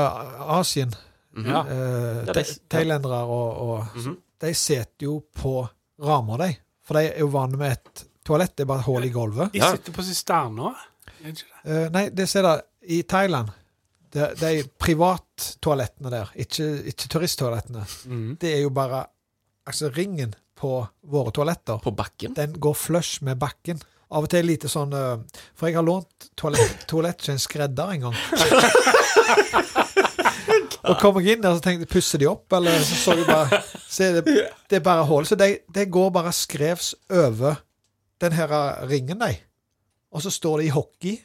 Asien,
Mhm. Ja.
eh,
Ja, Mhm.
tha-
det-
thailendere og, og De sitter jo på ramer, de. For de er jo vant med et toalett, det er bare et hull i gulvet.
De sitter på sisterna. Er det ikke det?
Eh, nei, det ser jeg i Thailand. De, de privattoalettene der, ikke, ikke turisttoalettene,
Mhm.
det er jo bare Altså, ringen på våre toaletter
På bakken?
Den går flush med bakken. Av og til lite sånn eh, For jeg har lånt toalett, toalett til en skredder en gang. og kom jeg inn der, så tenkte jeg pusser de opp, eller så så jeg bare så er det, det er bare hull. Så de, de går bare skrevs over den her ringen, de. Og så står de i hockey.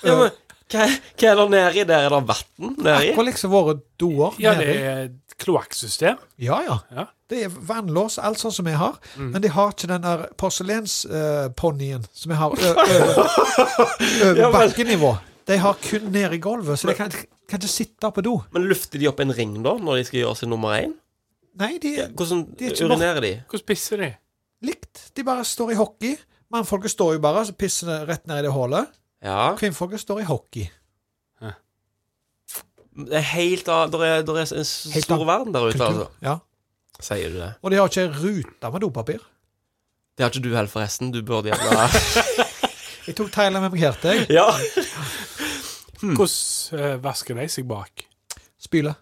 Ja, men hva, hva er det nedi der? Er det vann nedi?
Akkurat liksom våre doer.
Ja, det
nedi.
er et kloakksystem.
Ja, ja.
Ja.
Det er vannlås, alt sånn som vi har.
Mm.
Men de har ikke den der porselensponnien som vi har
[LAUGHS]
ø- over over
Ja, men-
bakkenivå. De har kun ned i gulvet, så de kan, kan ikke sitte på do.
Men lufter de opp en ring, da, når de skal gjøre sin nummer én?
Nei, de er
Hvordan
Det er ikke
urinerer de?
Hvordan pisser de?
likt. De bare står i hockey. Mannfolket står jo bare og pisser de rett ned i det hullet.
Ja.
Kvinnfolket står i hockey.
Det er helt av Det er, der er en s-
Helt
stor
av-
verden der ute, altså.
Kultur. Ja.
Sier du det?
Og de har ikke ei rute med dopapir.
Det har ikke du heller, forresten. Du burde gjerne
Jeg tok Thailand med meg her til. jeg.
[LAUGHS] Ja.
Hvordan eh, vasker de seg bak?
Spyle.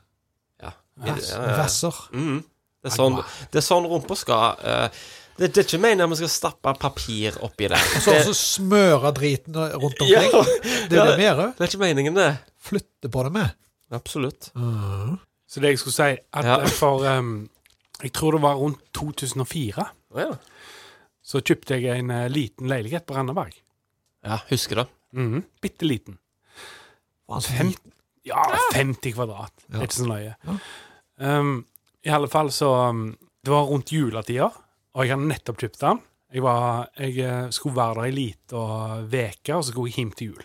Vass.
Vasser.
Mm. Det, er sånn, det er sånn rumpa skal eh, det, det er ikke meningen at vi skal stappe papir oppi der.
Og så
Det-
og så smøre driten rundt
ja, [LAUGHS]
omkring. Det er jo det vi gjør.
det er ikke meningen, det.
Flytte på det med.
Absolutt.
Så det jeg skulle si, at
Ja.
eh, for ehm, Jeg tror det var rundt 2004,
Å ja.
så kjøpte jeg en eh, liten leilighet på Randaberg.
ja. Husker det.
Mhm, Bitte liten.
Fem
Ja, 50 kvadrat. sånn Det er Ikke så nøye.
Ja.
Um, I alle fall så um, Det var rundt juletider, og jeg hadde nettopp kjøpt den. Jeg, var, jeg eh, skulle være der ei lita uke, og så skulle jeg hjem til jul.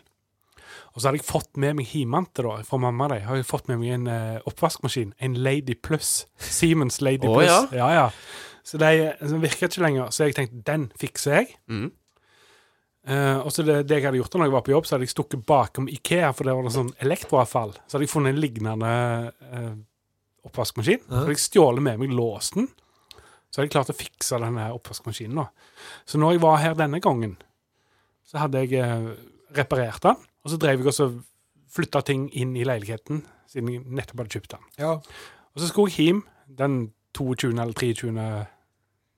Og så hadde jeg fått med meg hjemmefra da, fra mamma og de, har jeg fått med meg en eh, oppvaskmaskin. En Lady Plus. Siemens Lady
Å,
Plus.
ja.
Ja, ja. Så de den virka ikke lenger, så jeg tenkte den fikser jeg.
Mm.
Eh, og så det, det jeg hadde gjort da når jeg var på jobb, så hadde jeg stukket bakom Ikea, for der var det sånn elektroavfall. Så hadde jeg funnet en lignende eh, oppvaskmaskin. Så hadde jeg stjålet med meg låsen. Så hadde jeg klart å fikse denne her oppvaskmaskinen. da. Så når jeg var her denne gangen, så hadde jeg eh, reparert den. Og så drev jeg også flytta ting inn i leiligheten, siden jeg nettopp hadde kjøpt den.
Ja.
Og så skulle jeg hjem den 22. eller 23.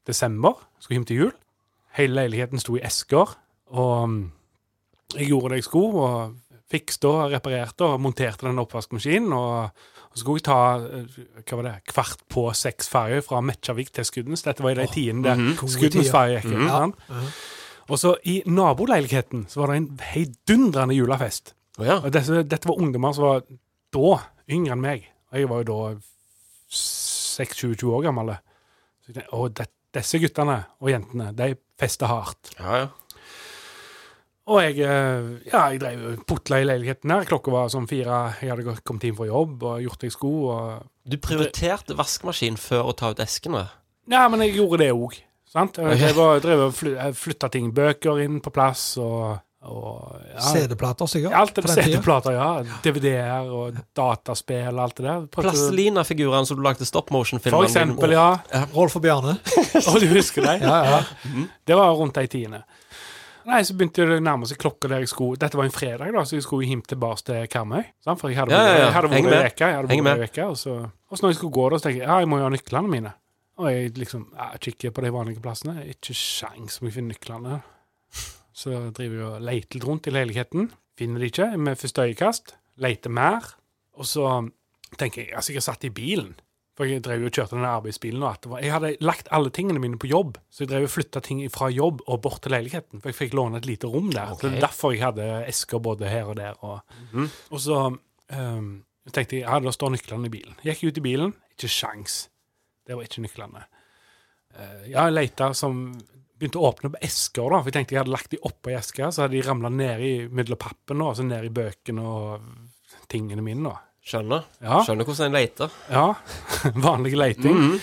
desember. Skulle hjem til jul. Hele leiligheten sto i esker. Og mm, jeg gjorde det jeg skulle, og fikste og reparerte og monterte den oppvaskmaskinen. Og, og så skulle jeg ta eh, hva var det, kvart på seks ferger fra Metjavik til Skudenes. Dette var i de tidene der
mhm.
Skudenes ferge gikk.
Mhm.
sant? Og så i naboleiligheten så var det en heidundrende julefest.
Å ja.
Og dette, dette var ungdommer som var da yngre enn meg. Og jeg var jo da 26-20 år gammel. Så jeg tenkte, og det, disse guttene og jentene, de fester hardt.
ja, ja.
Og jeg, eh, ja, jeg drev og putla i leiligheten her. Klokka var sånn fire. Jeg hadde gått- kommet hjem fra jobb og gjort det jeg skulle. Og...
Du prioriterte vaskemaskin før å ta ut eskene.
Nei, men jeg gjorde det òg. Sant? Jeg drev og- drev og fly- flytta ting. Bøker inn på plass og, og ja,
CD-plater, sikkert.
Alt
på
det
den tiden.
CD-plater, ja. DVD-er og dataspill og alt det der. Prøvde-
Plastelina-figurene som du lagde stop motion-filmer
For eksempel, ja.
Rolf og Bjarne.
Og du husker det? Mm.
Ja, ja.
Det var rundt de tiende. Nei, så begynte det å nærme seg klokka der jeg skulle Dette var en fredag, da, så jeg skulle hjem tilbake til Karmøy. Sant? For jeg hadde
Ja, ja,
vært
ja.
jeg hadde
Heng
vært
med.
ei uke. jeg hadde
Heng
vært
med.
ei uke, Og så og så når jeg skulle gå, da, så tenkte jeg ja, jeg må jo ha nøklene mine. Og jeg liksom ja, kikker på de vanlige plassene. Ikke sjans om jeg finner nøklene. Så driver jeg og leter litt rundt i leiligheten. Finner de ikke med første øyekast. Leter mer. Og så tenker jeg, altså jeg satt i bilen. For jeg drev jo og kjørte den arbeidsbilen. og at det var, Jeg hadde lagt alle tingene mine på jobb, så jeg drev og flytta ting fra jobb og bort til leiligheten. For jeg fikk låne et lite rom der. Så det er derfor jeg hadde esker både her og der. Og, og så ehm, tenkte jeg ja, da står nøklene i bilen. Gikk ut i bilen, ikke sjans. Det var ikke nøklene. Eh, jeg leita som Begynte å åpne opp esker, da. For jeg tenkte jeg hadde lagt de oppå ei eske, så hadde de ramla nedi mellom pappen og så ned i bøkene og tingene mine. da.
Skjønner.
Ja.
Skjønner hvordan en leter.
Ja, [LAUGHS] vanlig leiting.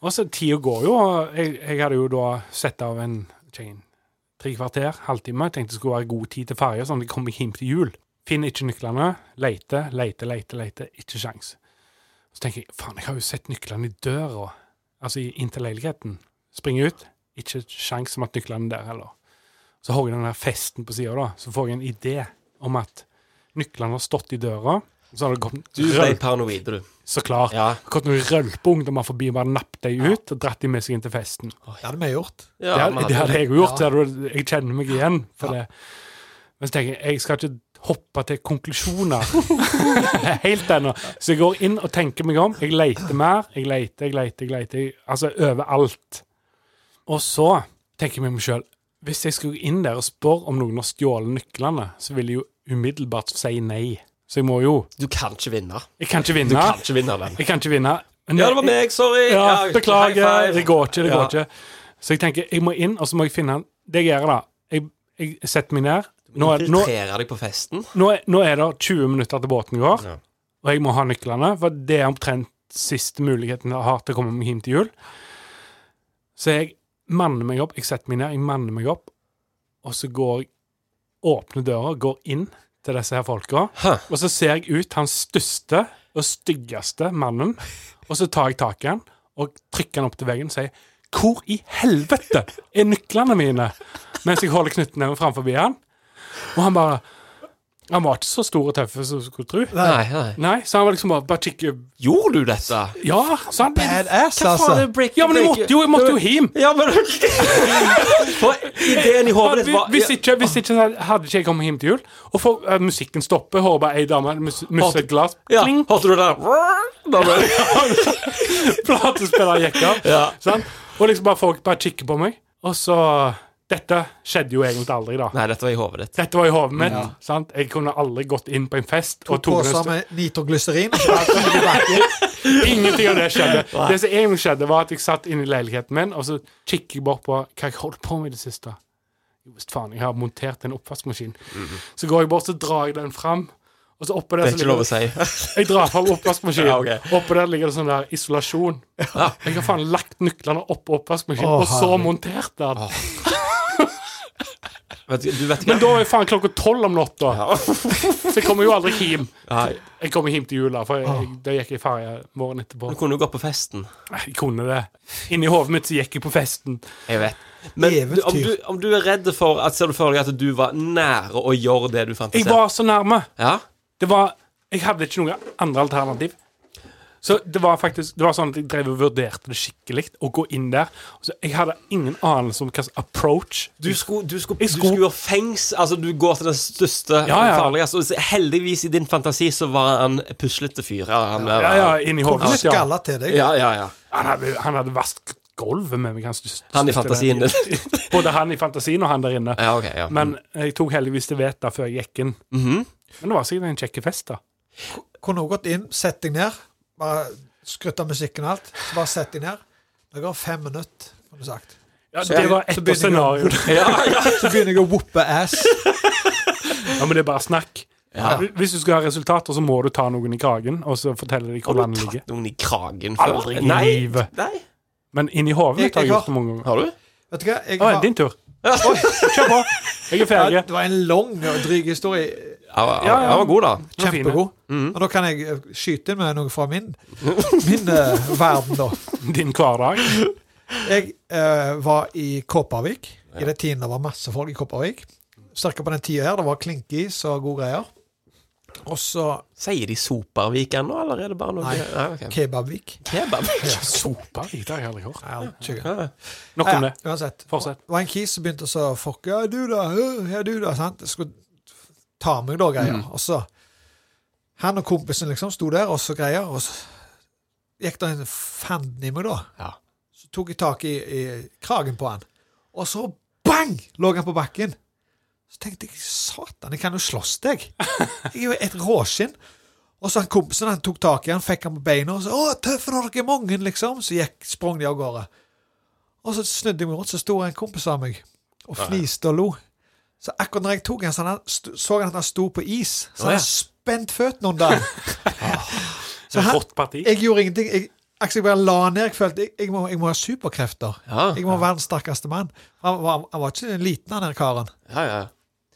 Og så tida går jo, og jeg, jeg hadde jo da sett av en tjein, tre kvarter, halvtime. Tenkte det skulle være god tid til ferja, sånn at jeg kom meg hjem til jul. Finner ikke nøklene. Leite, leite, leite, leite. Ikke sjans. Så tenker jeg faen, jeg har jo sett nøklene i døra, altså i- inn til leiligheten. Springer ut. Ikke sjans om at nøklene er der heller. Så har jeg den der festen på sida, da. Så får jeg en idé om at nøklene har stått i døra. Så har det kommet
Du ble paranoid, du.
så klart.
Ja.
Akkurat når rølpeungdommer forbi bare nappet dem ut og dratt dem med seg inn til festen.
Det hadde vi gjort.
Ja,
det,
men altså,
hadde, det hadde jeg jo gjort.
Ja.
det Hadde, jeg kjenner meg igjen for det. Men så tenker jeg jeg skal ikke hoppe til konklusjoner [LAUGHS] helt ennå. Så jeg går inn og tenker meg om. Jeg leter mer. Jeg leter, jeg leter, jeg leter. jeg- Altså overalt. Og så tenker jeg med meg sjøl Hvis jeg skulle inn der og spørre om noen har stjålet nøklene, så vil jeg jo umiddelbart si nei. Så jeg må jo
Du kan ikke vinne.
Jeg kan ikke
Du
vinne.
kan ikke vinne den.
Jeg kan ikke vinne. Men
Ja, det var meg. Sorry.
ja, beklager. Det går ikke, det går
Ja.
ikke. Så jeg tenker, jeg må inn, og så må jeg finne han. Det jeg gjør, da Jeg, jeg setter meg ned. Nå er, nå,
Infiltrere deg på festen.
nå, er, nå er det 20 minutter til båten går,
Ja.
og jeg må ha nøklene, for det er omtrent siste muligheten jeg har til å komme meg hjem til jul. Så jeg manner meg opp, jeg setter meg ned, jeg manner meg opp, og så går jeg åpner døra, går inn til disse her folka,
Hæ.
og så ser jeg ut hans største og styggeste mannen, og så tar jeg tak i han og trykker han opp til veggen og sier hvor i helvete er nøklene mine? Mens jeg holder knyttneven framfor han. Og han bare Han var ikke så stor og tøff som du skulle tro.
Nei, nei.
Nei, så han var liksom bare, bare kikke
Gjorde du dette?
Ja, så han
Badass,
Hva faen
altså.
er breaking-
Ja, men jeg måtte jo, jeg måtte jo [LAUGHS] hjem!
Ja, men For ideen i hodet ditt var
Hvis ikke, hvis ikke så hadde ikke jeg kommet hjem til jul. Og for, eh, musikken stopper, hører bare ei dame mus, musse et glass.
ja,
Pling!
Hørte du det? Da ble det
[LAUGHS] Platespiller gikk av.
Ja.
sant? Og liksom bare folk bare kikker på meg. Og så Dette skjedde jo egentlig aldri, da.
Nei, dette var i hodet ditt.
Dette var i hodet mitt. sant? Jeg kunne aldri gått inn på en fest og
På
tok det
sammen med nitroglyserin. og så bare kom det tilbake.
[LAUGHS] Ingenting av det skjedde.
[LAUGHS]
Det som egentlig skjedde, var at jeg satt inne i leiligheten min, og så kikker jeg bort på hva jeg holdt på med i det siste. Jo, visst faen, jeg har montert en oppvaskmaskin. Så går jeg bort, så drar jeg den fram, og så oppå der
Mhm. Det
så
er ikke
ligger
lov å si.
Jeg drar fram oppvaskmaskinen.
[LAUGHS] Ja, ok.
Oppå der ligger det sånn der isolasjon. Jeg har faen lagt nøklene oppå oppvaskmaskinen,
Å,
og så
herregud.
montert den.
Vet du- Du vet
Men
ikke
da er faen klokka tolv om natta. Så jeg kommer jo aldri hjem.
Nei,
Jeg kommer hjem til jula, for jeg, da gikk jeg i ferie morgenen etterpå.
Du kunne jo gått på festen.
Jeg kunne det. Inni hodet mitt så gikk jeg på festen.
Jeg vet. Men du, om,
Eventyr.
du, om du er redd for at Ser du for deg at du var nære å gjøre det du
Jeg
fantaserte
var så nærme.
Ja?
Det var Jeg hadde ikke noe andre alternativ. Så det var faktisk Det var sånn at jeg drev og vurderte det skikkelig å gå inn der. Så jeg hadde ingen anelse om hva slags approach
Du skulle, du skulle,
Jeg
du
skulle-
skulle gjøre fengs Altså, du går til den største
Ja, ja.
farligste og så Heldigvis, i din fantasi, så var han en puslete fyr. Ja, han,
Ja, ja, inni hodet
Du
mitt, ja.
skalla til deg.
ja, ja, ja.
Han hadde, han hadde vasket gulvet med meg. Han, stø-
Han i
støtte
fantasien
[LAUGHS] den.
din.
Både han i fantasien og han der inne.
Ja, ok, ja.
Men jeg tok heldigvis til veta før jeg gikk inn.
Mhm.
Men det var sikkert en kjekk fest, da.
Kunne også gått inn, sett deg ned, bare skrutt av musikken og alt. Så bare sett deg ned. Det går fem minutter, kunne du sagt.
Ja, det var
så
ett
begynner
av
jeg
scenarioene.
Så begynner jeg å whoppe ass.
[LAUGHS] Ja, men det er bare snakk. Hvis du skal ha resultater, så må du ta noen i kragen og så fortelle dem
Har
hvor landet
du
ligger.
tatt noen i kragen før?
Aldri
Nei.
i livet.
Nei.
Men inni hodet mitt har
Jeg- jeg
jeg gjort
har-
det mange ganger.
Har du?
Vet du hva? Jeg
Å,
har,
din tur. Kjør på. Jeg
Ja,
er ferdig.
det var en lang og dryg historie.
Ja, ja,
Ja,
ja.
ja.
Han var god, da.
Kjempegod.
Mm.
Og da kan jeg eh, skyte inn med noe fra min, min eh, verden, da.
Din hverdag.
Jeg eh, var i Kåpervik. I den tiden det var masse folk i Kåpervik. Cirka på den tida her. Det var klinkis og gode greier. Og så
Sier de Sopervik ennå, eller er det bare noe
Nei.
ok.
Kebabvik.
Kebab.
Sopa? Det har jeg aldri hørt.
Ja, tjue.
Nok om det.
Ja, uansett.
Fortsett.
Det var en kis som begynte å så fucke.
Mm.
Ja, du da. Ja, du da. Sant? Jeg skulle ta meg da, greier. Og så Han og kompisen liksom sto der, og så greier, og så gikk det en fanden i meg, da. Så tok jeg tak i, i kragen på han, og så bang! lå han på bakken. Så tenkte jeg satan, jeg kan jo slåss deg. Jeg er jo et råskinn. Og så han kompisen han tok tak i han, fikk han på beina og sa 'Å, tøffe når dere er mange', liksom. Så gikk, sprang de av gårde. Og så snudde jeg meg rundt, så sto en kompis av meg og
Nei.
fniste og lo. Så akkurat når jeg tok han, så han, st- så han at han sto på is. Så
Å, ja.
han spent føttene under han. Så han-
Rått parti.
Jeg gjorde ingenting. Jeg, altså, jeg bare la han ned. Jeg følte jeg, jeg, må, jeg må ha superkrefter.
Ja.
jeg må være den sterkeste mann. Han, var- han var ikke liten, han der karen.
Ja, ja.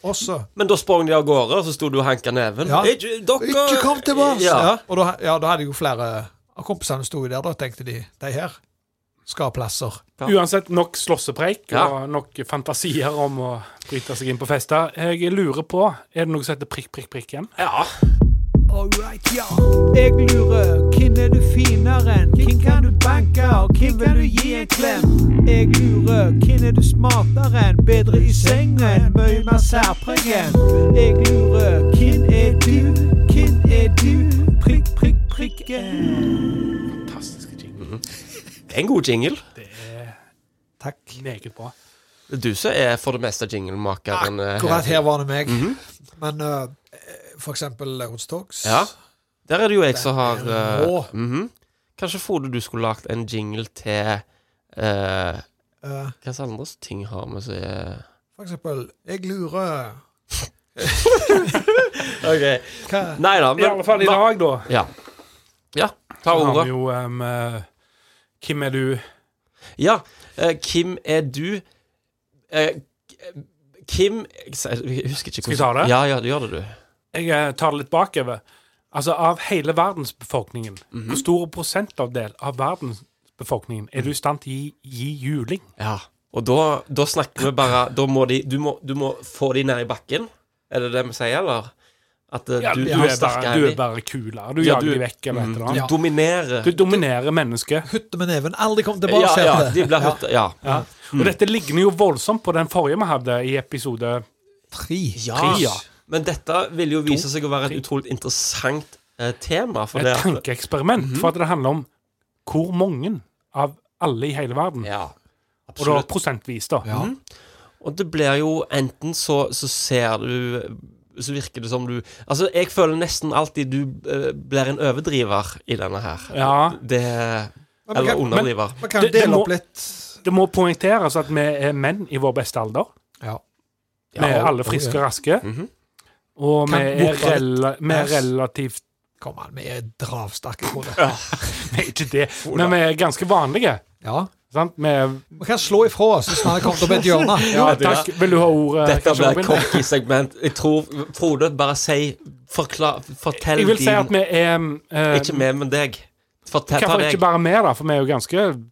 Og så
Men da sprang de av gårde, og så sto du og hanka neven.
Ja.
Ikke, dere...
Ikke kom tilbake!
Ja.
Ja. Og da, ja, da hadde jeg jo flere av kompisene sto jo der, da tenkte de de her skal ha plasser.
Uansett nok slåssepreik
Ja.
og nok fantasier om å bryte seg inn på fester. Jeg lurer på, er det noe som heter prikk, prikk, prikk igjen? Ja.
Alright, ja. Jeg lurer, hvem er du finere enn? Hvem kan du banke, og hvem vil du gi en klem? Jeg lurer, hvem er du smartere enn? Bedre i sengen, mye mer særpreg enn. Jeg lurer, hvem er du? Hvem er du? Prikk, prikk, prikken.
Fantastiske jingle.
Mhm. Det er en god jingle.
Takk.
Meget bra.
Det er Du som er for det meste jinglemakeren. eh,
Akkurat her var det meg. Men øh, for eksempel Roadstocks.
Ja. Der er det jo jeg som har
er rå.
eh, mhm. Kanskje Frode, du skulle lagt en jingle til eh,
Eh.
Hva slags andre ting har vi som er
For eksempel Jeg lurer
OK.
Hva?
Nei da. men-
I alle fall i dag, da.
Ja. ja. Ta
Så har
ordet.
vi jo em, eh, Hvem er du?
Ja. eh, hvem er du? Eh, Kim Jeg sa- jeg husker ikke
Skal jeg ta det?
Ja, ja, du gjør det, du.
Jeg eh, tar det litt bakover. Altså, av hele verdensbefolkningen, hvor stor prosentavdel av verdensbefolkningen er du i stand til å gi, gi juling?
Ja. Og da, da snakker vi bare Da må de Du må, du må få de ned i bakken. Er det det vi sier, eller? At eh,
Ja,
du,
du,
du
er bare,
sterkere
du
enn
er
de.
bare kulere. Du
Ja,
jager
du-
de vekk eller et
mm,
eller annet.
du dominerer.
Du dominerer mennesket.
Hutte med neven. Aldri kom tilbake.
Ja, ja,
heter det.
de blir hørt, ja.
Ja. Og dette ligner jo voldsomt på den forrige vi hadde i episode
Tre.
Ja. Men dette vil jo vise seg å være et utrolig interessant eh, tema. For
Et
det at-
tankeeksperiment. For at det handler om hvor mange av alle i hele verden. Og da
absolutt.
prosentvis, da.
Mhm. Og det blir jo enten så, så ser du Så virker det som du Altså, jeg føler nesten alltid du eh, blir en overdriver i denne her.
Ja.
Det
Men man
Eller
kan-
underdriver.
man kan jo dele opp litt.
Det må poengteres at vi er menn i vår beste alder.
Ja.
Vi er
Ja,
alle friske og
ja.
raske. Og vi
Kan
er,
borte litt.
rela vi er
Yes.
relativt
Kom an, vi er dravsterke i hodet.
Vi er ikke det, men vi er ganske vanlige.
Ja.
Sant? Vi er
Vi kan slå ifra oss hvis man har kommet opp i et hjørne.
Ja, takk. Vil du ha ordet?
Dette
kanskje,
blir
Robin?
cocky segment. Jeg tror Frode, bare si forklar, Fortell
Jeg vil si
din-
at vi er eh,
Ikke meg, men deg. Fortell ta
Hvorfor
deg.
ikke bare vi, da? For vi er jo ganske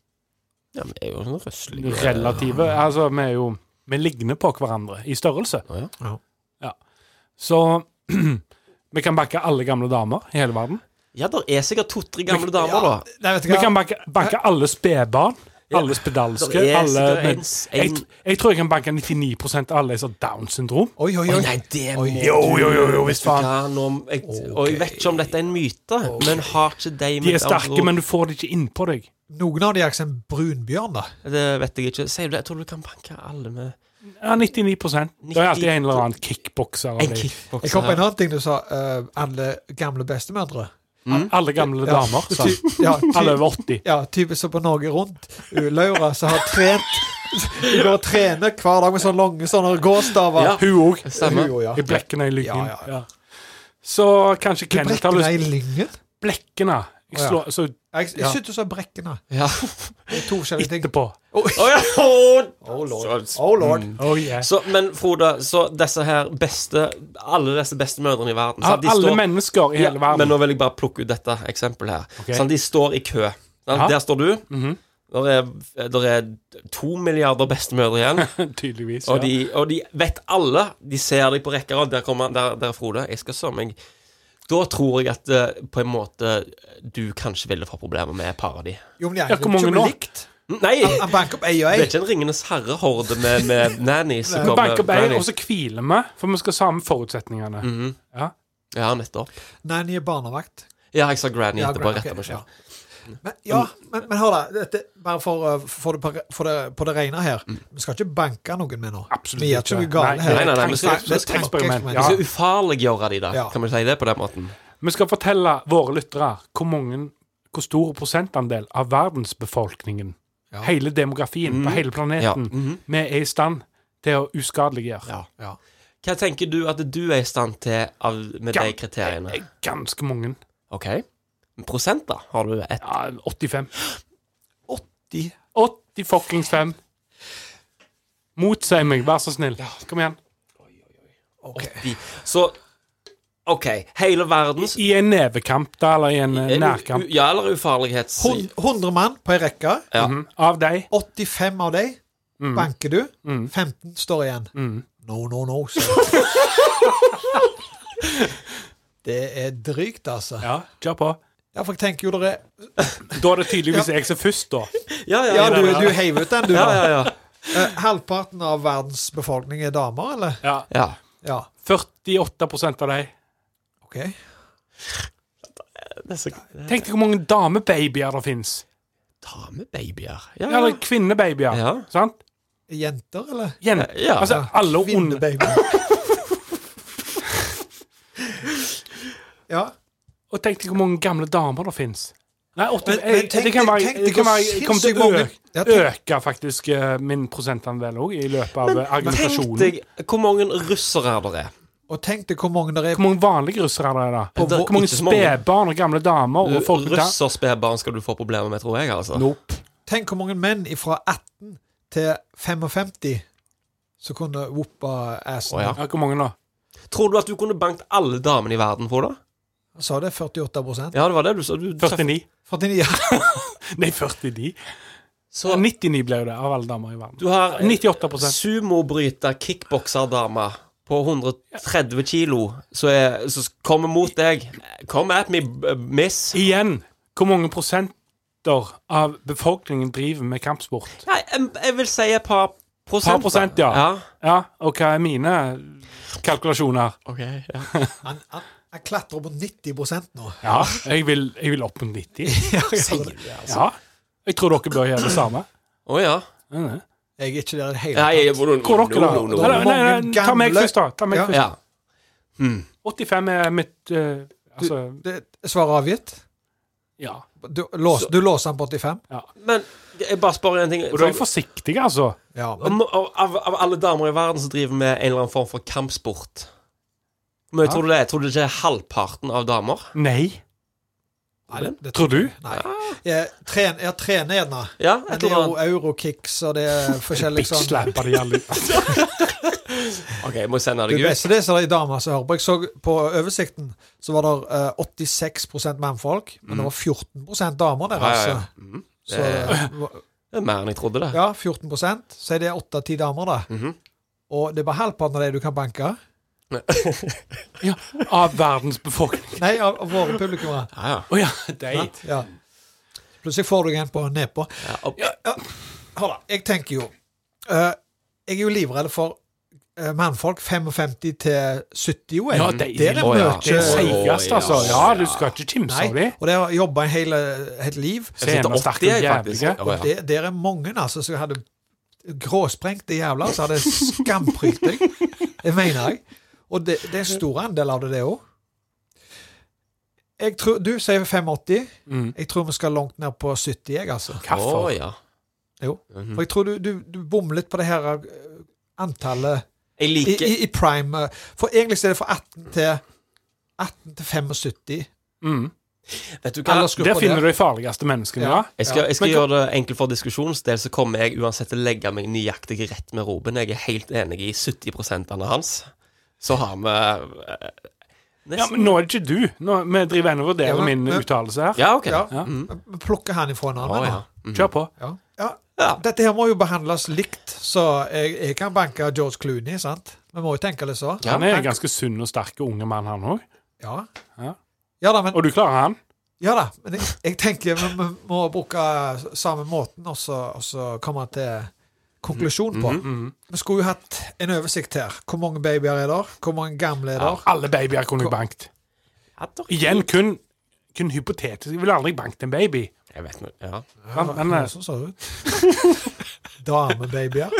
Ja, vi er jo sånn røslige
relative. Altså, vi er jo Vi ligner på hverandre i størrelse.
Ja.
Ja. Så [CLEARS THROAT] vi kan banke alle gamle damer i hele verden.
Ja, der er sikkert to-tre gamle damer, da.
Nei, vet du
Vi
hva?
kan banke, banke alle spedbarn. Alle spedalske.
Der er
Alle,
sikkert
men,
Sånn en-
jeg,
en-
jeg tror jeg kan banke 99 av alle som har Downs syndrom.
Oi, oi, oi.
Nei, det må
Oi.
du-
Jo, jo, jo, jo, visst faen.
Ja, nå, jeg, Og jeg vet ikke om dette er en myte, men har ikke
De
de med
er sterke,
andre-
men du får det ikke innpå deg.
Noen av de er liksom som en brunbjørn, da.
Det vet jeg ikke. Sier du det? Jeg tror du kan banke alle med
Ja, 99 Det er alltid en eller annen kickbokser. av
en
de.
kickbokser.
Jeg kom på en
her.
annen ting du sa. eh, alle gamle bestemødre.
Mm.
Alle gamle
Ja.
damer. sa
Ty- ja, ty-
Alle over 80.
Ja, typisk som på Norge Rundt. Uh, Laura som har trent [LAUGHS] Hun går og trener hver dag med sånne lange sånne gåstaver.
Ja.
Hun òg.
Stemmer.
Hun, ja.
I blekkene i lyngen.
Ja,
Ja. Så kanskje Kenneth har
Brekkene i
lyst
lyngen?
Blekkene. Jeg
Å, ja.
slår, så
Jeg, jeg
Ja.
syntes du sa brekkene.
Ja.
Det er To forskjellige ting.
etterpå.
Å,
[LAUGHS]
ja. Å,
Oh lord.
så-
Oh lord.
Oh, yeah.
Så, men Frode, så disse her beste Alle disse bestemødrene i verden sant? De
alle
står-
mennesker i hele
Ja,
verden.
men nå vil jeg bare plukke ut dette eksempelet her.
Ok.
Sånn, de står i kø. Sant?
Ja.
Der står du.
Mhm.
Der er, der er to milliarder bestemødre igjen.
[LAUGHS] Tydeligvis.
Og,
ja.
de, og de vet alle. De ser deg på rekke og rad. Der kommer han, der, der er Frode. Jeg skal søren meg Da tror jeg at eh, på en måte du kanskje ville få problemer med et par av de.
Jo, men de er
Ja, hvor mange
ikke
nå?
likt.
Nei!
Han banker opp ei og
Det
ei.
er ikke en Ringenes herre-horde med,
[LAUGHS]
med nannies som
Vi
kommer.
banker bein,
Nannies.
og så hviler vi, for vi skal ha samme forutsetningene.
Mhm.
ja.
Ja, nettopp.
Nanny er barnevakt.
Ja, jeg sa Granny
Ja,
etterpå.
Granny,
Rett
ok,
meg selv.
Men, ja,
Um,
men, men hør da, dette, bare for, uh, for, det, på- for det, på det rene her.
Mm.
Vi skal ikke banke noen med nå. Absolutt vi gjør ikke noe galt her.
Nei, nei, nei, vi skal,
Det er et tankeeksperiment.
vi skal ufarliggjøre de da.
Ja.
Kan vi si det på den måten?
Vi skal fortelle våre lyttere hvor mange hvor stor prosentandel av verdensbefolkningen, hele demografien på
Mhm.
hele planeten,
Ja. Mhm.
vi er i stand til å uskadeliggjøre.
Ja.
Hva tenker du at du er i stand til av, med
Gam-
de kriteriene?
Ganske mange.
OK. Men Prosent, da? Har du ett?
Ja, 85.
80
80 fuckings 5. Motsi meg, vær så snill. Kom igjen.
De- Så OK. Hele verdens
I en nevekamp, da, eller i en eh, nærkamp.
Ja, eller ufarlighets...
Hun- 100 mann på ei rekke.
Ja.
Mhm. Av deg.
85 av dem
Mm.
banker du. 15 står igjen. No, no, no.
[LAUGHS]
sier jeg. det er drygt, altså.
Ja, kjør på.
Ja, for jeg tenker jo dere
Da er det tydeligvis jeg som er først, da.
Ja, ja,
Ja,
ja.
du, du heiv ut den, du.
ja,
da.
ja, ja.
Eh, halvparten av verdens befolkning er damer, eller?
Ja.
ja.
Ja.
48 av deg.
OK.
Det er så
Tenk deg hvor mange damebabyer det fins.
Damebabyer.
Eller kvinnebabyer.
Ja.
Sant?
Jenter, eller?
Jenter.
Ja.
Altså, alle onde
Kvinnebaby. ja.
Og tenk deg hvor mange gamle damer det fins. Nei, åtte,
Men-
jeg-
men tenk
det kan
deg-
være,
tenk deg
det kan
hvor
være jeg kommer til
sinnssykt
å
mange-
øke,
Ja, tenk-
øke faktisk eh, min prosentandel òg, i løpet av eh,
Tenk
argumentasjonen.
deg hvor mange russere det er.
Og tenk deg hvor mange der er
Hvor mange vanlige russere er det da?
Det er
Hvor mange
ikke så mange.
spedbarn og gamle damer og folk da?
Russerspedbarn skal du få problemer med, tror jeg. altså
Nope.
Tenk hvor mange menn fra 18 til 55 som kunne whoopa assen.
Å, ja.
Ja, hvor mange da?
Tror du at du kunne bankt alle damene i verden for det?
Han sa det 48
Ja, det var det du sa. Du,
49?
49.
Nei, 49.
Så
99 blir jo det av alle damer i verden.
du har eh,
98
sumobryter, kickbokserdame på 130 kilo som er- som kommer mot deg. Come at me, b- miss.
Igjen, hvor mange prosenter av befolkningen driver med kampsport?
Nei, jeg, jeg vil si et par prosent.
Par prosent, ja.
ja.
Ja, og hva er mine kalkulasjoner?
Han, han, han klatrer opp på 90 nå. [LAUGHS]
Ja, jeg vil, jeg vil opp mot 90.
Jeg
Ja. Jeg tror dere bør gjøre det samme.
Å ja.
Mm.
er ikke der i det hele
Nei, jeg, no, no,
Hvor dere da?
no, no, no.
Nei, nei, nei, ta meg
Gamle-
først, da. Ta meg
Ja.
først.
Ja. Hmm.
85 er mitt eh, Altså,
Det- Svaret avgitt?
ja.
Du, lås, du låser han på 85?
Men jeg bare spør en ting.
Og da er jeg forsiktig, altså.
Ja. Men,
Om- av, av, av alle damer i verden som driver med en eller annen form for kampsport Men jeg tror det er Tror du ikke det er halvparten av damer?
Nei.
nei, det, det,
Tror du?
nei. Jeg, tren, jeg trener gjerne.
Ja,
Men
et
det
eller
er jo
annet.
eurokicks, og det
[LAUGHS]
er forskjellig
Bitch
sånn
slapper de alle
OK, jeg må sende
Det
deg ut.
beste det er så er det damer som hører på. Jeg så på oversikten så var det eh, 86 mannfolk, men det var 14 damer der,
Mm. Ja, ja,
altså.
ja. Mhm.
Så, eh,
Det er mer enn jeg trodde, det.
ja, 14 Så er det 8-10 damer, da.
Mhm.
Og det er bare halvparten av de du kan banke.
ja, av verdens befolkning.
Nei, av, av våre
[LAUGHS]
publikummere.
Ja, ja.
Å ja, de.
Ja. Plutselig får du en på nedpå.
Ja, og-
Hør da, jeg tenker jo eh, Jeg er jo livredd for eh, mannfolk 55 til 70, jo. jeg.
Ja, de,
Der er
Å, ja.
mye-
Det er seigast, altså. Ja, du skal ikke kimse av
Nei,
dem.
og det har jeg jobba hele, hele liv.
Jeg sitter
Senere
80, jeg,
stakkars
faktisk.
jævlige.
Å, ja.
Det, der er mange altså, som hadde gråsprengte jævler som hadde skamprykt deg. Det mener jeg. Og det, det er en stor andel av det, det òg. Jeg tror, du sier 85.
Mm.
Jeg tror vi skal langt ned på 70, jeg, altså.
Hvorfor?
Å, ja.
Jo.
Mhm.
For jeg tror du, du, du bommer litt på det her eh, antallet
Jeg
i,
liker
i, i prime. eh, For egentlig så er det fra 18 til 18 til 75.
Mm.
Vet du hva?
Aldersgruppa
Der finner
der.
du de farligste menneskene,
Ja.
ja.
Jeg skal, jeg skal
Men-
gjøre det enkelt for diskusjonens del, så kommer jeg uansett til å legge meg nøyaktig rett med Roben. Jeg er helt enig i 70 hans. Så har vi eh,
ja. Men nå er det ikke du. Nå, vi driver ennå og
Ja,
vurderer
men-
min
men-
uttalelse her.
Ja, OK.
Ja.
Ja. Mm.
Mhm.
Vi plukker han ifra en
Å,
annen.
ja.
da.
Mhm.
Kjør på.
Ja. Ja.
Ja.
Dette her må jo behandles likt, så jeg, jeg kan banke George Clooney, sant? Vi må jo tenke litt så.
Ja,
Han er en ganske sunn og sterk unge mann, han òg.
Ja.
Ja.
Ja da, men,
Og du klarer han.
ja da, men jeg, jeg tenker vi, vi må bruke samme måten og så og så komme til konklusjon
Mm,
på.
Mhm.
Vi skulle jo hatt en oversikt her. Hvor mange babyer er der? Hvor mange gamle er der?
Alle babyer kunne jeg banket. Igjen kun, kun hypotetisk. Jeg ville aldri banket en baby.
Jeg vet noe, ja.
Men, men, eh,
Sånn så det ut. [LAUGHS]
[LAUGHS]
Damebabyer.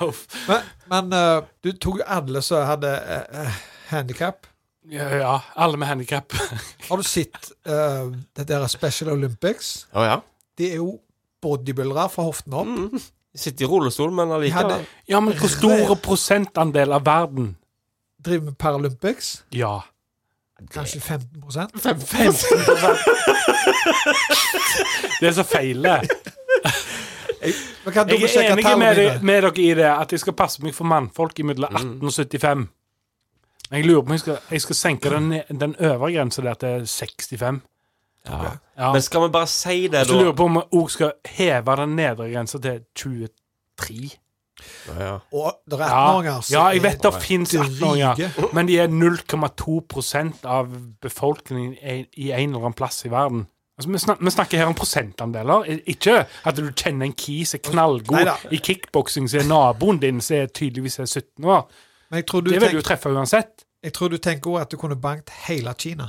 Men, men eh, du tok jo alle som hadde uh, handikap.
ja, ja, alle med handikap.
Har du sett uh, det der Special Olympics?
Å ja.
De er jo bodybuildere fra hoften opp.
Jeg Sitter i rullestol, men
De hadde,
allikevel.
[LAUGHS] Mm, Ja, men hvor stor prosentandel av verden?
driver med Paralympics.
Ja.
Kanskje 15
[LAUGHS] Det er så feiler.
Men kan
Jeg er
dobbeltsjekke
enig
tallene
med, de-
dine.
med dere i det, at jeg skal passe meg for mannfolk imellom 18 og 75. Men jeg lurer på om jeg skal, jeg skal senke den, ne- den øvre grensa der til 65.
Ja.
Ja.
Men skal vi bare si det,
Så Altså, lurer
da?
jeg på om jeg òg skal heve den nedre grensa til 23.
Ja.
Og det er altså.
Ja,
18-åringer. som
ja jeg vet det
er
fins 18-åringer, men de er 0,2 av befolkningen i- i en eller annen plass i verden. Altså, vi, snak, vi snakker her om prosentandeler. I- Ikke at du kjenner en kis er knallgod
Neida.
i kickboksing som er naboen din, som er tydeligvis er 17 år.
Men jeg tror du
Det vil du
tenker,
treffe uansett.
jeg tror du tenker også at du kunne bankt hele Kina.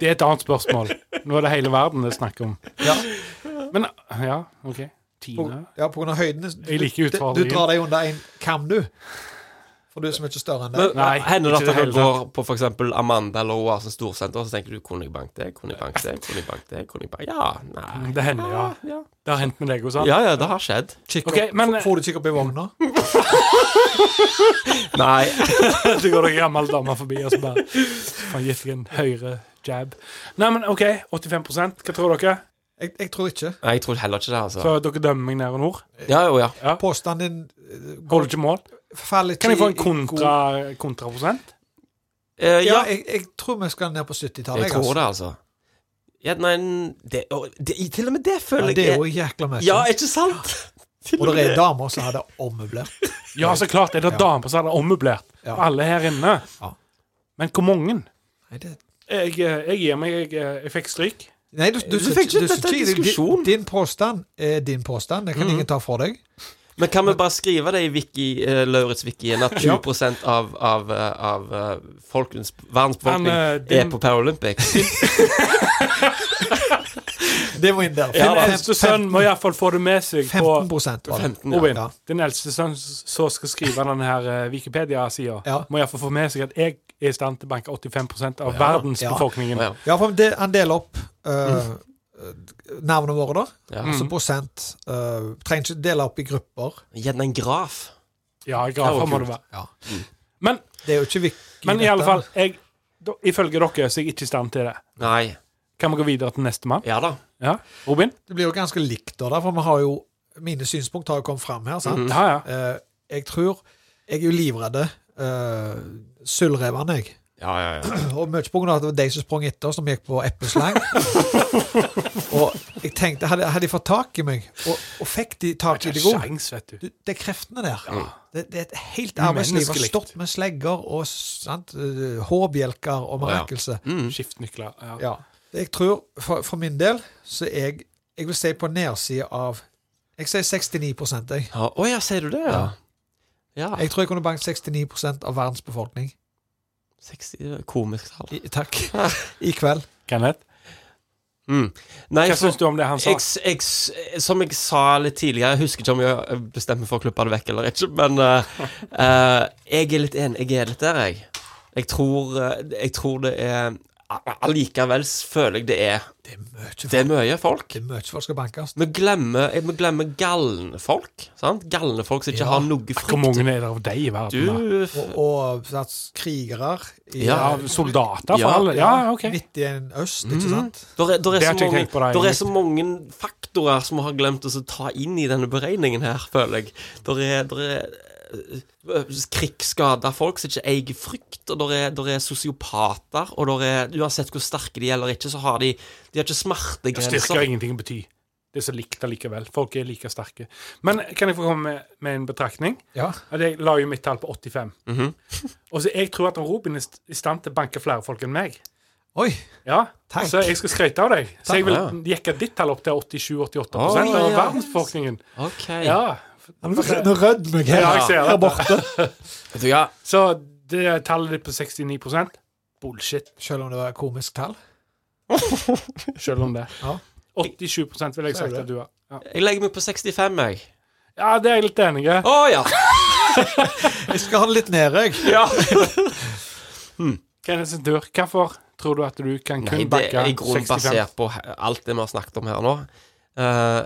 Det er et annet spørsmål. Nå er det hele verden det er snakk om. Men Ja, OK.
På,
Tina.
ja, på grunn av høyden. Du,
Jeg liker
du, du
utfordringen.
drar deg under en kam, du. For du er så mye større enn deg.
Men,
Nei,
Eh, Hender det
ikke
at
det
dere
hele
går på f.eks. Amanda eller Oasen storsenter, og så tenker du kunne jeg banket det, kunne jeg banket det, kunne jeg banket det, kunne jeg banket Ja, nei.
Det hender, Ah, ja.
ja.
Det har hendt med deg og sånn.
Ja, ja, det har skjedd.
Kikk
Ok,
opp,
men-
f- får du kikke opp i vogna?
Nei.
Så går det en gammel dame forbi og så bare Faen, gitt deg en høyre jab. Nei, men OK, 85 Hva tror dere?
Jeg, jeg tror ikke.
nei, jeg tror heller ikke det, altså.
Så dere dømmer meg ned og nord?
Ja, jo, ja.
Påstanden din eh,
Holder ikke mål?
faller ikke
Kan jeg få
i-
en
i
kontra, kontraprosent?
Eh,
god-
ja,
Ja, jeg, jeg tror vi skal ned på 70-tallet.
jeg tror det, altså. Ja, nei, det, og det, Til og med det
Ja,
føler jeg
det er jo jækla mye.
Ja, ikke sant? Til
og
og
det er
med-
damer som hadde ommøblert.
Ja, så klart. Er det
Ja.
damer som hadde ommøblert?
Ja.
Alle her inne.
Ja.
Men hvor mange?
Nei, det,
Jeg, eh, jeg gir meg. Jeg, jeg fikk stryk.
nei, du, du,
Du fikk ikke
du-
dette
du-
til diskusjon. Mhm.
Din, din påstand er din påstand. Det kan ingen ta fra deg.
Men kan vi bare skrive det i Wiki, eh, Lauritz Wikien at 20 av, av, eh, av eh, folkens, verdens befolkning
Men, eh,
er
din-
på Paralympics? [LAUGHS]
Det må inn der.
Din
Fem-
eldste sønn må iallfall få det med seg på
15 prosent, var det.
15, ja.
Robin,
Ja.
din eldste sønn som skal skrive denne her eh, Wikipedia-sida,
Ja.
må iallfall få med seg at jeg er i stand til å banke 85 av
Ja.
verdensbefolkningen.
Ja.
Ja, for det, han deler opp eh, navnene våre, da.
Mhm. Ja.
Altså
Mhm.
prosent. eh, trenger ikke dele opp i grupper.
Gjerne en graf.
Ja,
Det var
grafer må
kult.
det være.
Ja.
Mm.
Men,
Det er jo ikke viktig.
men i
dette.
alle fall, jeg, da, ifølge dere så er jeg ikke i stand til det.
Nei.
Kan vi gå videre til nestemann?
Ja da.
Ja. Robin?
Det blir jo ganske likt, da, da, for vi har jo Mine synspunkt har jo kommet fram her,
Mhm.
sant?
Ja, ja.
Eh, jeg tror Jeg er jo livredd uh, sølvrevene, jeg.
Ja, ja, ja.
[CLEARS THROAT] Og mye på grunn av at det var de som sprang etter oss når vi gikk på
[LAUGHS]
epleslang. og jeg tenkte Hadde, hadde de fått tak i meg, og, og fikk de tak i
Det
det
er
gode
sjans, vet du.
du, det er kreftene der. Det, det er et helt
Umenneskelig.
arbeidsliv. Har stått med slegger og sant, eh, hårbjelker og merkelse.
Mm.
Skiftnykler. Ja.
ja. Jeg tror, for, for min del, så er jeg Jeg vil si på nedsida av Jeg sier 69 jeg.
Ja, Å ja, sier du det, ja? Ja.
Jeg tror jeg kunne banket 69 av verdens befolkning.
60, komisk tall.
I, takk. I kveld.
Kenneth,
Mm. Nei,
hva
så-
syns du om det han sa?
jeg, jeg, som jeg sa litt tidligere, jeg husker ikke om jeg bestemte meg for å klippe det vekk eller ikke, men eh, eh, jeg er litt enig. Jeg er litt der, jeg. Jeg tror, eh, jeg tror det er Allikevel føler jeg det er
Det er mye folk.
Det er mye folk.
Det er mye folk skal bankes.
Vi glemmer, jeg- vi glemmer galne folk. Sant? Galne folk som ikke
Ja.
har noe
Hvor mange
frykt.
er det av deg i verden?
Du
Og, og sats, krigere i
da?
Ja,
Av soldater, for
Ja,
alle? Ja, OK.
midt i en øst, ikke sant?
Der er, der er,
Det har
så,
ikke jeg
mange,
tenkt på, nei,
der er
egentlig.
så mange faktorer som vi har glemt oss å ta inn i denne beregningen her, føler jeg. Der er, der er øh, krigsskada folk som ikke eier frykt, og der er, der er sosiopater, og der er Uansett hvor sterke de er eller ikke, så har de De har ikke
Styrke
smertegrenser.
har ingenting å bety. Det er så likt allikevel. Folk er like sterke. Men kan jeg få komme med, med en betraktning?
Ja.
At jeg la jo mitt tall på 85.
Mhm.
[LAUGHS] Og så jeg tror at Robin er st- i stand til å banke flere folk enn meg.
Oi.
Ja,
Takk.
Så jeg skal skryte av deg. Så jeg vil
Ja.
jekke ditt tall opp til 87-88
Å,
av
ja.
verdensbefolkningen.
OK.
Ja,
Nå nå rødmer jeg her,
Ja, jeg ser det.
her borte.
[LAUGHS]
Vet du hva?
Så det er tallet ditt på 69 Bullshit.
Selv om det var et komisk tall.
Selv om det.
Ja.
87 vil jeg
Ser du
sagt
det?
at du er. Ja.
Jeg legger meg på 65, jeg.
ja, det er jeg litt enig i.
Å ja!
Jeg skal ha det litt nede, jeg.
ja. [LAUGHS]
Kenneth sin tur. Hvorfor tror du at du kan
Nei,
kun
det
bakke
er i grunnen
65?
basert på he- alt det vi har snakket om her nå. Eh,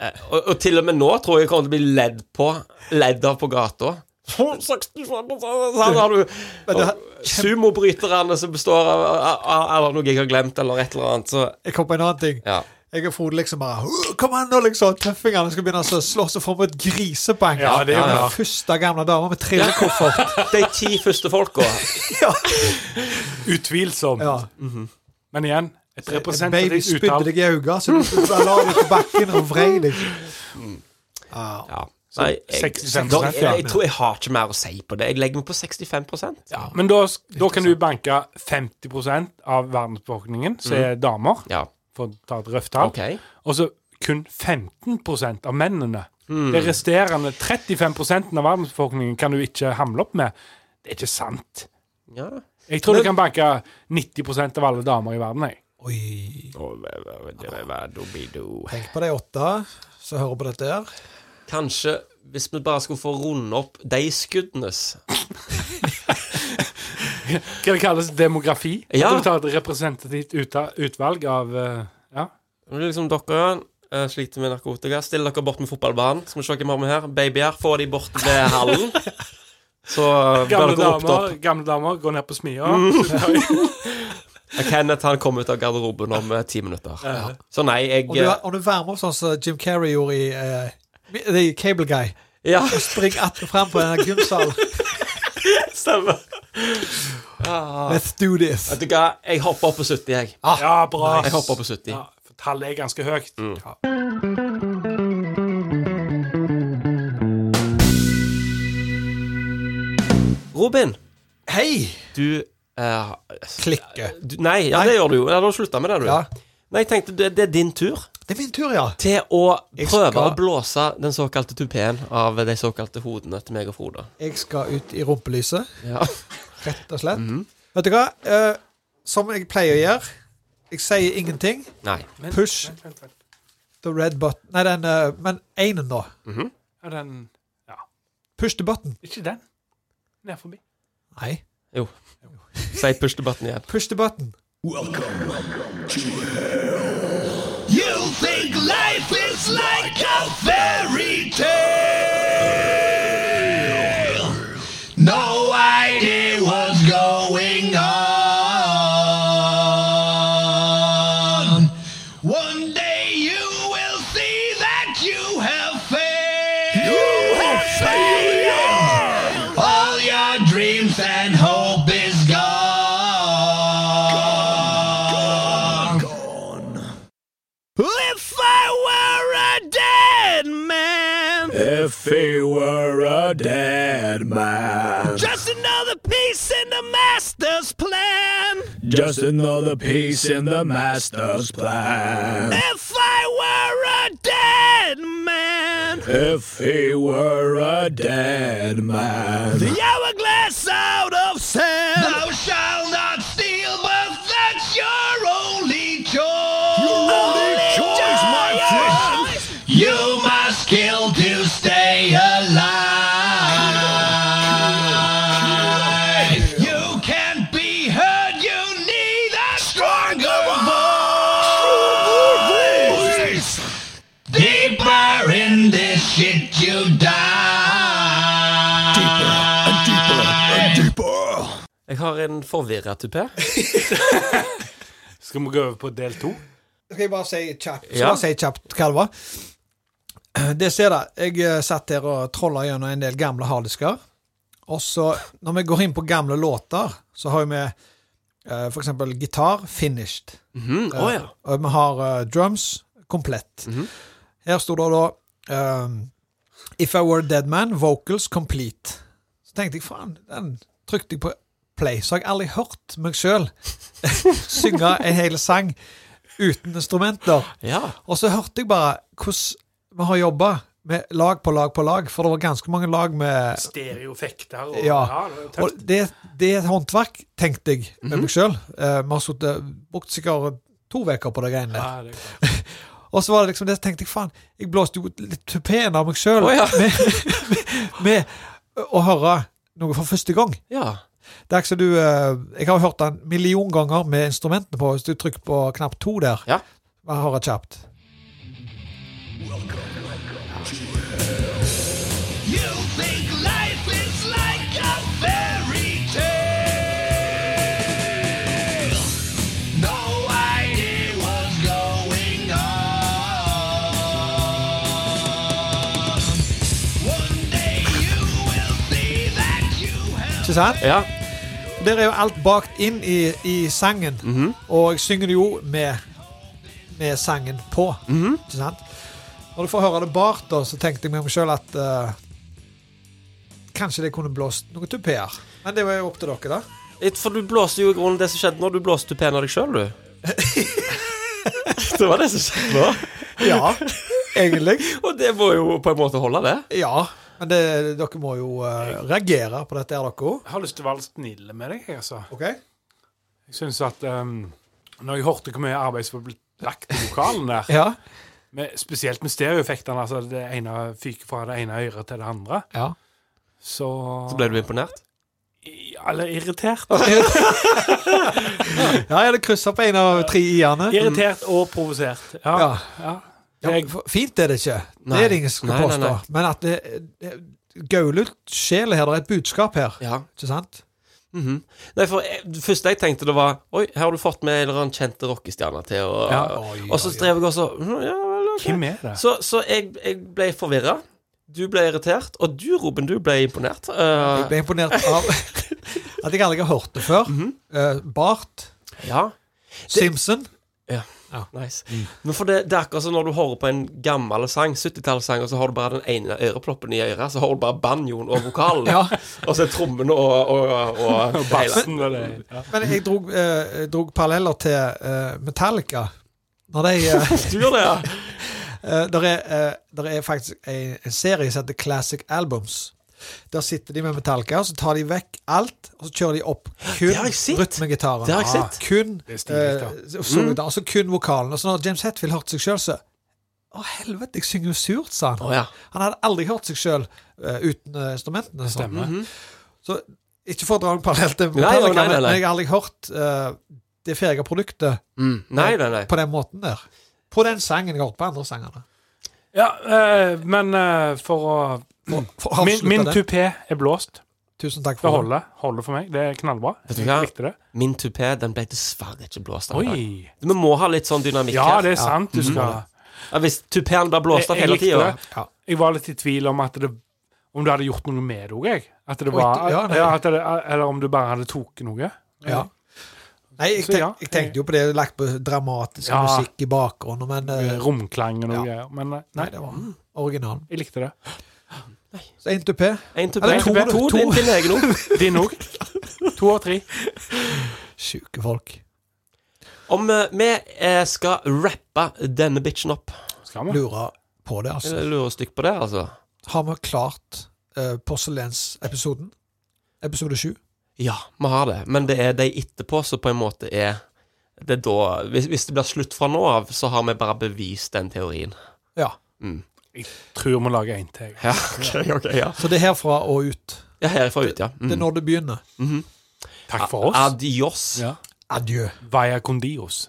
eh, og, og til og med nå tror jeg jeg kommer til å bli ledd på. Ledd av på gata. 65 Sånn har du
det-
Sumobryterne som består av, av, av eller noe jeg har glemt, eller et eller annet. Så
Jeg kom på en annen ting.
ja.
Jeg og Frode liksom bare «Åh, Kom an nå, liksom. Tøffingene skal begynne å slåss og få med et grisebank.
Ja, det er jo klart.
Første gamle dame med
[LAUGHS]
trillekoffert.
De ti første folka.
Utvilsomt.
Ja.
Mhm.
Men igjen, et
En baby
representativt
spydde
utall.
deg i øynene, så du bare la deg på bakken og vrei deg. Ja.
Ja. Nei, jeg,
65%,
da- jeg,
ja.
jeg tror jeg har ikke mer å si på det. Jeg legger meg på 65
Ja, men da, da kan du banke 50 av verdensbefolkningen, som er damer,
Mhm. Ja,
for å ta et røft tall.
OK.
Og så kun 15 av mennene.
Hmm.
Det resterende 35 av verdensbefolkningen kan du ikke hamle opp med. Det er ikke sant.
Ja.
Jeg tror
Men-
du kan banke 90 av alle damer i verden. Jeg.
Oi. Tenk på de åtte som hører på dette her.
Kanskje hvis vi bare skulle få runde opp de skuddenes
Hva det kalles demografi?
Ja.
At du tar et representativt uta- utvalg av eh, Ja.
Nå er det liksom dere eh, sliter med narkotika. Still dere bort med fotballbanen. Skal vi se hvem har vi her. Babyer. Få de bort ved hallen. Så eh, bør
Gamle
dere ropt opp.
damer, gamle damer går ned på smia.
Eh, Kenneth han kom ut av garderoben om eh, ti minutter. Så nei, jeg
Om du, om du varmer opp sånn som Jim Carrey gjorde i eh, The Cable Guy
eh, Ja,
Spring att og frem på denne gymsalen.
stemmer.
[LAUGHS] Let's do this.
Vet du hva, jeg hopper opp på 70, jeg.
Ja, bra.
Jeg hopper på 70.
Ja, for tallet er ganske høyt. Ja.
Robin,
Hei!
du eh,
Klikke.
du, Nei, ja, det gjør du jo. Ja, Du har slutta med det, du.
Ja.
Nei, jeg tenkte det, det er din tur.
Det er min tur, ja.
til å
Jeg
prøve
skal-
å blåse den såkalte tupeen av de såkalte hodene til meg og Frode.
Jeg skal ut i rumpelyset,
Ja.
rett og slett. Vet du hva? Eh, som jeg pleier å gjøre, jeg sier ingenting.
Nei.
Push
Vent, vent.
the red button Nei, den eh, Men einen, da.
Er den
Push the button.
Ikke den. Ned forbi.
Nei.
Si push-debatten igjen.
Push the button.
Jeg har en forvirra tupé.
Skal vi gå over på del to?
Skal jeg bare si kjapt Skal
Ja.
jeg si kjapt hva det var? Det ser jeg. Jeg eh, satt der og trolla gjennom en del gamle harddisker. Og så, når vi går inn på gamle låter, så har vi eh, for eksempel gitar finished.
Mhm, Å ja.
Og vi har eh, drums komplett. Her står det da ehm, If I Were a Dead Man, vocals complete. Så tenkte jeg, faen, den trykte jeg på play. Så har jeg aldri hørt meg sjøl [LAUGHS] synge en hel sang uten instrumenter.
ja.
Og så hørte jeg bare hvordan vi har jobba med lag på lag på lag, for det var ganske mange lag med
Stereoeffekter og
ja.
det er tøft.
Og det, det er et håndverk, tenkte jeg med
Mhm.
meg sjøl. Vi har suttet, brukt sikkert to uker på det greiene der.
Ja, det er klart.
Og så var det liksom det, så tenkte jeg faen, jeg blåste jo litt tupeen av meg sjøl
Å, ja.
[LAUGHS] med, med å høre noe for første gang.
Ja.
Det er ikke så du eh, Jeg har hørt den en million ganger med instrumentene på, hvis du trykker på knapp to der.
Ja.
Bare hør det kjapt.
You think life is like a fairy tale. No idea what's going on. One day you will see that you have.
Ikke sant?
Ja.
Der er jo alt bakt inn i, i sangen, og jeg synger det jo med, med sangen på. Ikke sant? Når du får høre det bart, da, så tenkte jeg med meg sjøl at eh, Kanskje det kunne blåst noen tupeer. Men det var jo opp til dere, da.
Litt, For du blåste jo i grunnen det som skjedde nå. Du blåste tupeen av deg sjøl, du. det var det som skjedde nå.
Ja, [LAUGHS] egentlig.
Og det må jo på en måte holde, det.
Ja, men det, dere må jo eh, reagere på dette, her, dere òg.
Jeg har lyst til å være litt snill med deg, jeg, altså.
OK?
Jeg syns at ehm, når jeg hørte hvor mye arbeid som ble lagt i vokalen der,
Ja.
med, spesielt med stereoeffektene, altså det ene fyker fra det ene øret til det andre,
Ja. [LAUGHS]
så
Så ble du imponert?
Eller irritert.
ja, jeg hadde kryssa på en av tre i-ene.
Irritert og provosert. Ja.
Ja.
ja.
Ja,
Jeg-
for- fint er det ikke.
Nei.
Det er det ingen som
Nei,
skal
nei,
påstå.
nei.
Men at det, det Gaule-sjela her, det er et budskap her.
Ja.
Ikke sant?
Mhm. Nei, for jeg, det første jeg tenkte, det var Oi, her har du fått med en eller annen kjente rockestjerne til. Og,
Ja.
og så strev jeg også «Mm, ja, vel, ok».
Hvem er det?
Så, så jeg, jeg ble forvirra. Du ble irritert. Og du, Robin, du ble imponert.
Jeg
Eh,
ble imponert av [LAUGHS] at jeg aldri har hørt det før.
Mhm.
Eh, Bart,
ja.
Simpson
Nice. Men for det, det er akkurat som når du hører på en gammel sang, 70-tallssang, og så har du bare den ene øreploppen i øret, så har du bare banjoen og
[LAUGHS]
vokalen,
Ja.
og så er trommene og, og, og, og
Bassen og det ja.
Men jeg drog, eh, jeg drog paralleller til eh, Metallica. Når de eh,
Du gjør det, ja.
Eh, der, er, eh, der er faktisk en, en serie som heter Classic Albums. Der sitter de med Metallica, og så tar de vekk alt, og så kjører de opp kun
det har jeg sett.
rytmegitaren.
Det har jeg
Ah,
sett. Mm.
Kun,
Det er stilig, da.
eh, sologitar, altså kun vokalen. Og så når James Hetfield hørte seg sjøl, så Å, helvete, jeg synger jo surt, sa han.
Å, ja.
Han hadde aldri hørt seg sjøl uten eh, instrumentene. sa han.
Stemmer.
Så ikke for å dra en parallell til
Mhm. Nei,
Metallica,
nei, nei, nei.
men jeg har aldri hørt eh, det ferdige produktet
Mm. Nei, nei, nei.
på den måten der. På den sangen jeg har hørt på andre sangene.
Ja, eh, men eh, for å
For, for å
Min,
avslutte
min
det.
tupé er blåst.
Tusen takk
Det
for det.
holder. Holder for meg. Det er knallbra.
Vet du
Jeg
hva?
likte det.
Min tupé den ble dessverre ikke blåst av i dag.
Oi.
Vi må ha litt sånn dynamikk
Ja,
her.
det er sant.
Mhm.
Du skal
Ja, hvis tupéen blir blåst av
Jeg- jeg
hele
likte
tida.
det.
Ja.
Jeg var litt i tvil om at det Om du hadde gjort noe med det òg, jeg. At det
Oi,
var
ja,
ja,
nei.
at det, Eller om du bare hadde tatt noe.
Ja. Nei, jeg,
Så ja,
tenk, jeg tenkte jo på det lagt på dramatisk
Ja.
musikk i bakgrunnen, men eh,
Romklang og
Ja.
noe greier. Men eh,
Nei,
nei,
det var mm, originalen.
jeg likte det.
Så én tupé.
Én tupé.
Eller to,
to,
to.
Din, din
[LAUGHS]
egen ord.
Din òg.
[LAUGHS]
To av tre.
Sjuke folk.
Om eh, vi eh, skal rappe denne bitchen opp.
Skal vi?
Lurer på det, altså.
Jeg lurer stygt på det, altså.
Har vi klart eh, porselensepisoden? Episode sju?
Ja, vi har det. Men det er de etterpå som på en måte er det er da, hvis, hvis det blir slutt fra nå av, så har vi bare bevist den teorien.
Ja.
Mm.
Jeg tror vi lager en til. jeg.
Ja, ok, ok, ja.
Så det er herfra og ut.
ja herfra ut, ja.
Det er
Mm.
når det begynner.
Takk for oss.
Adios.
Ja.
Adjø.
Vaya condios.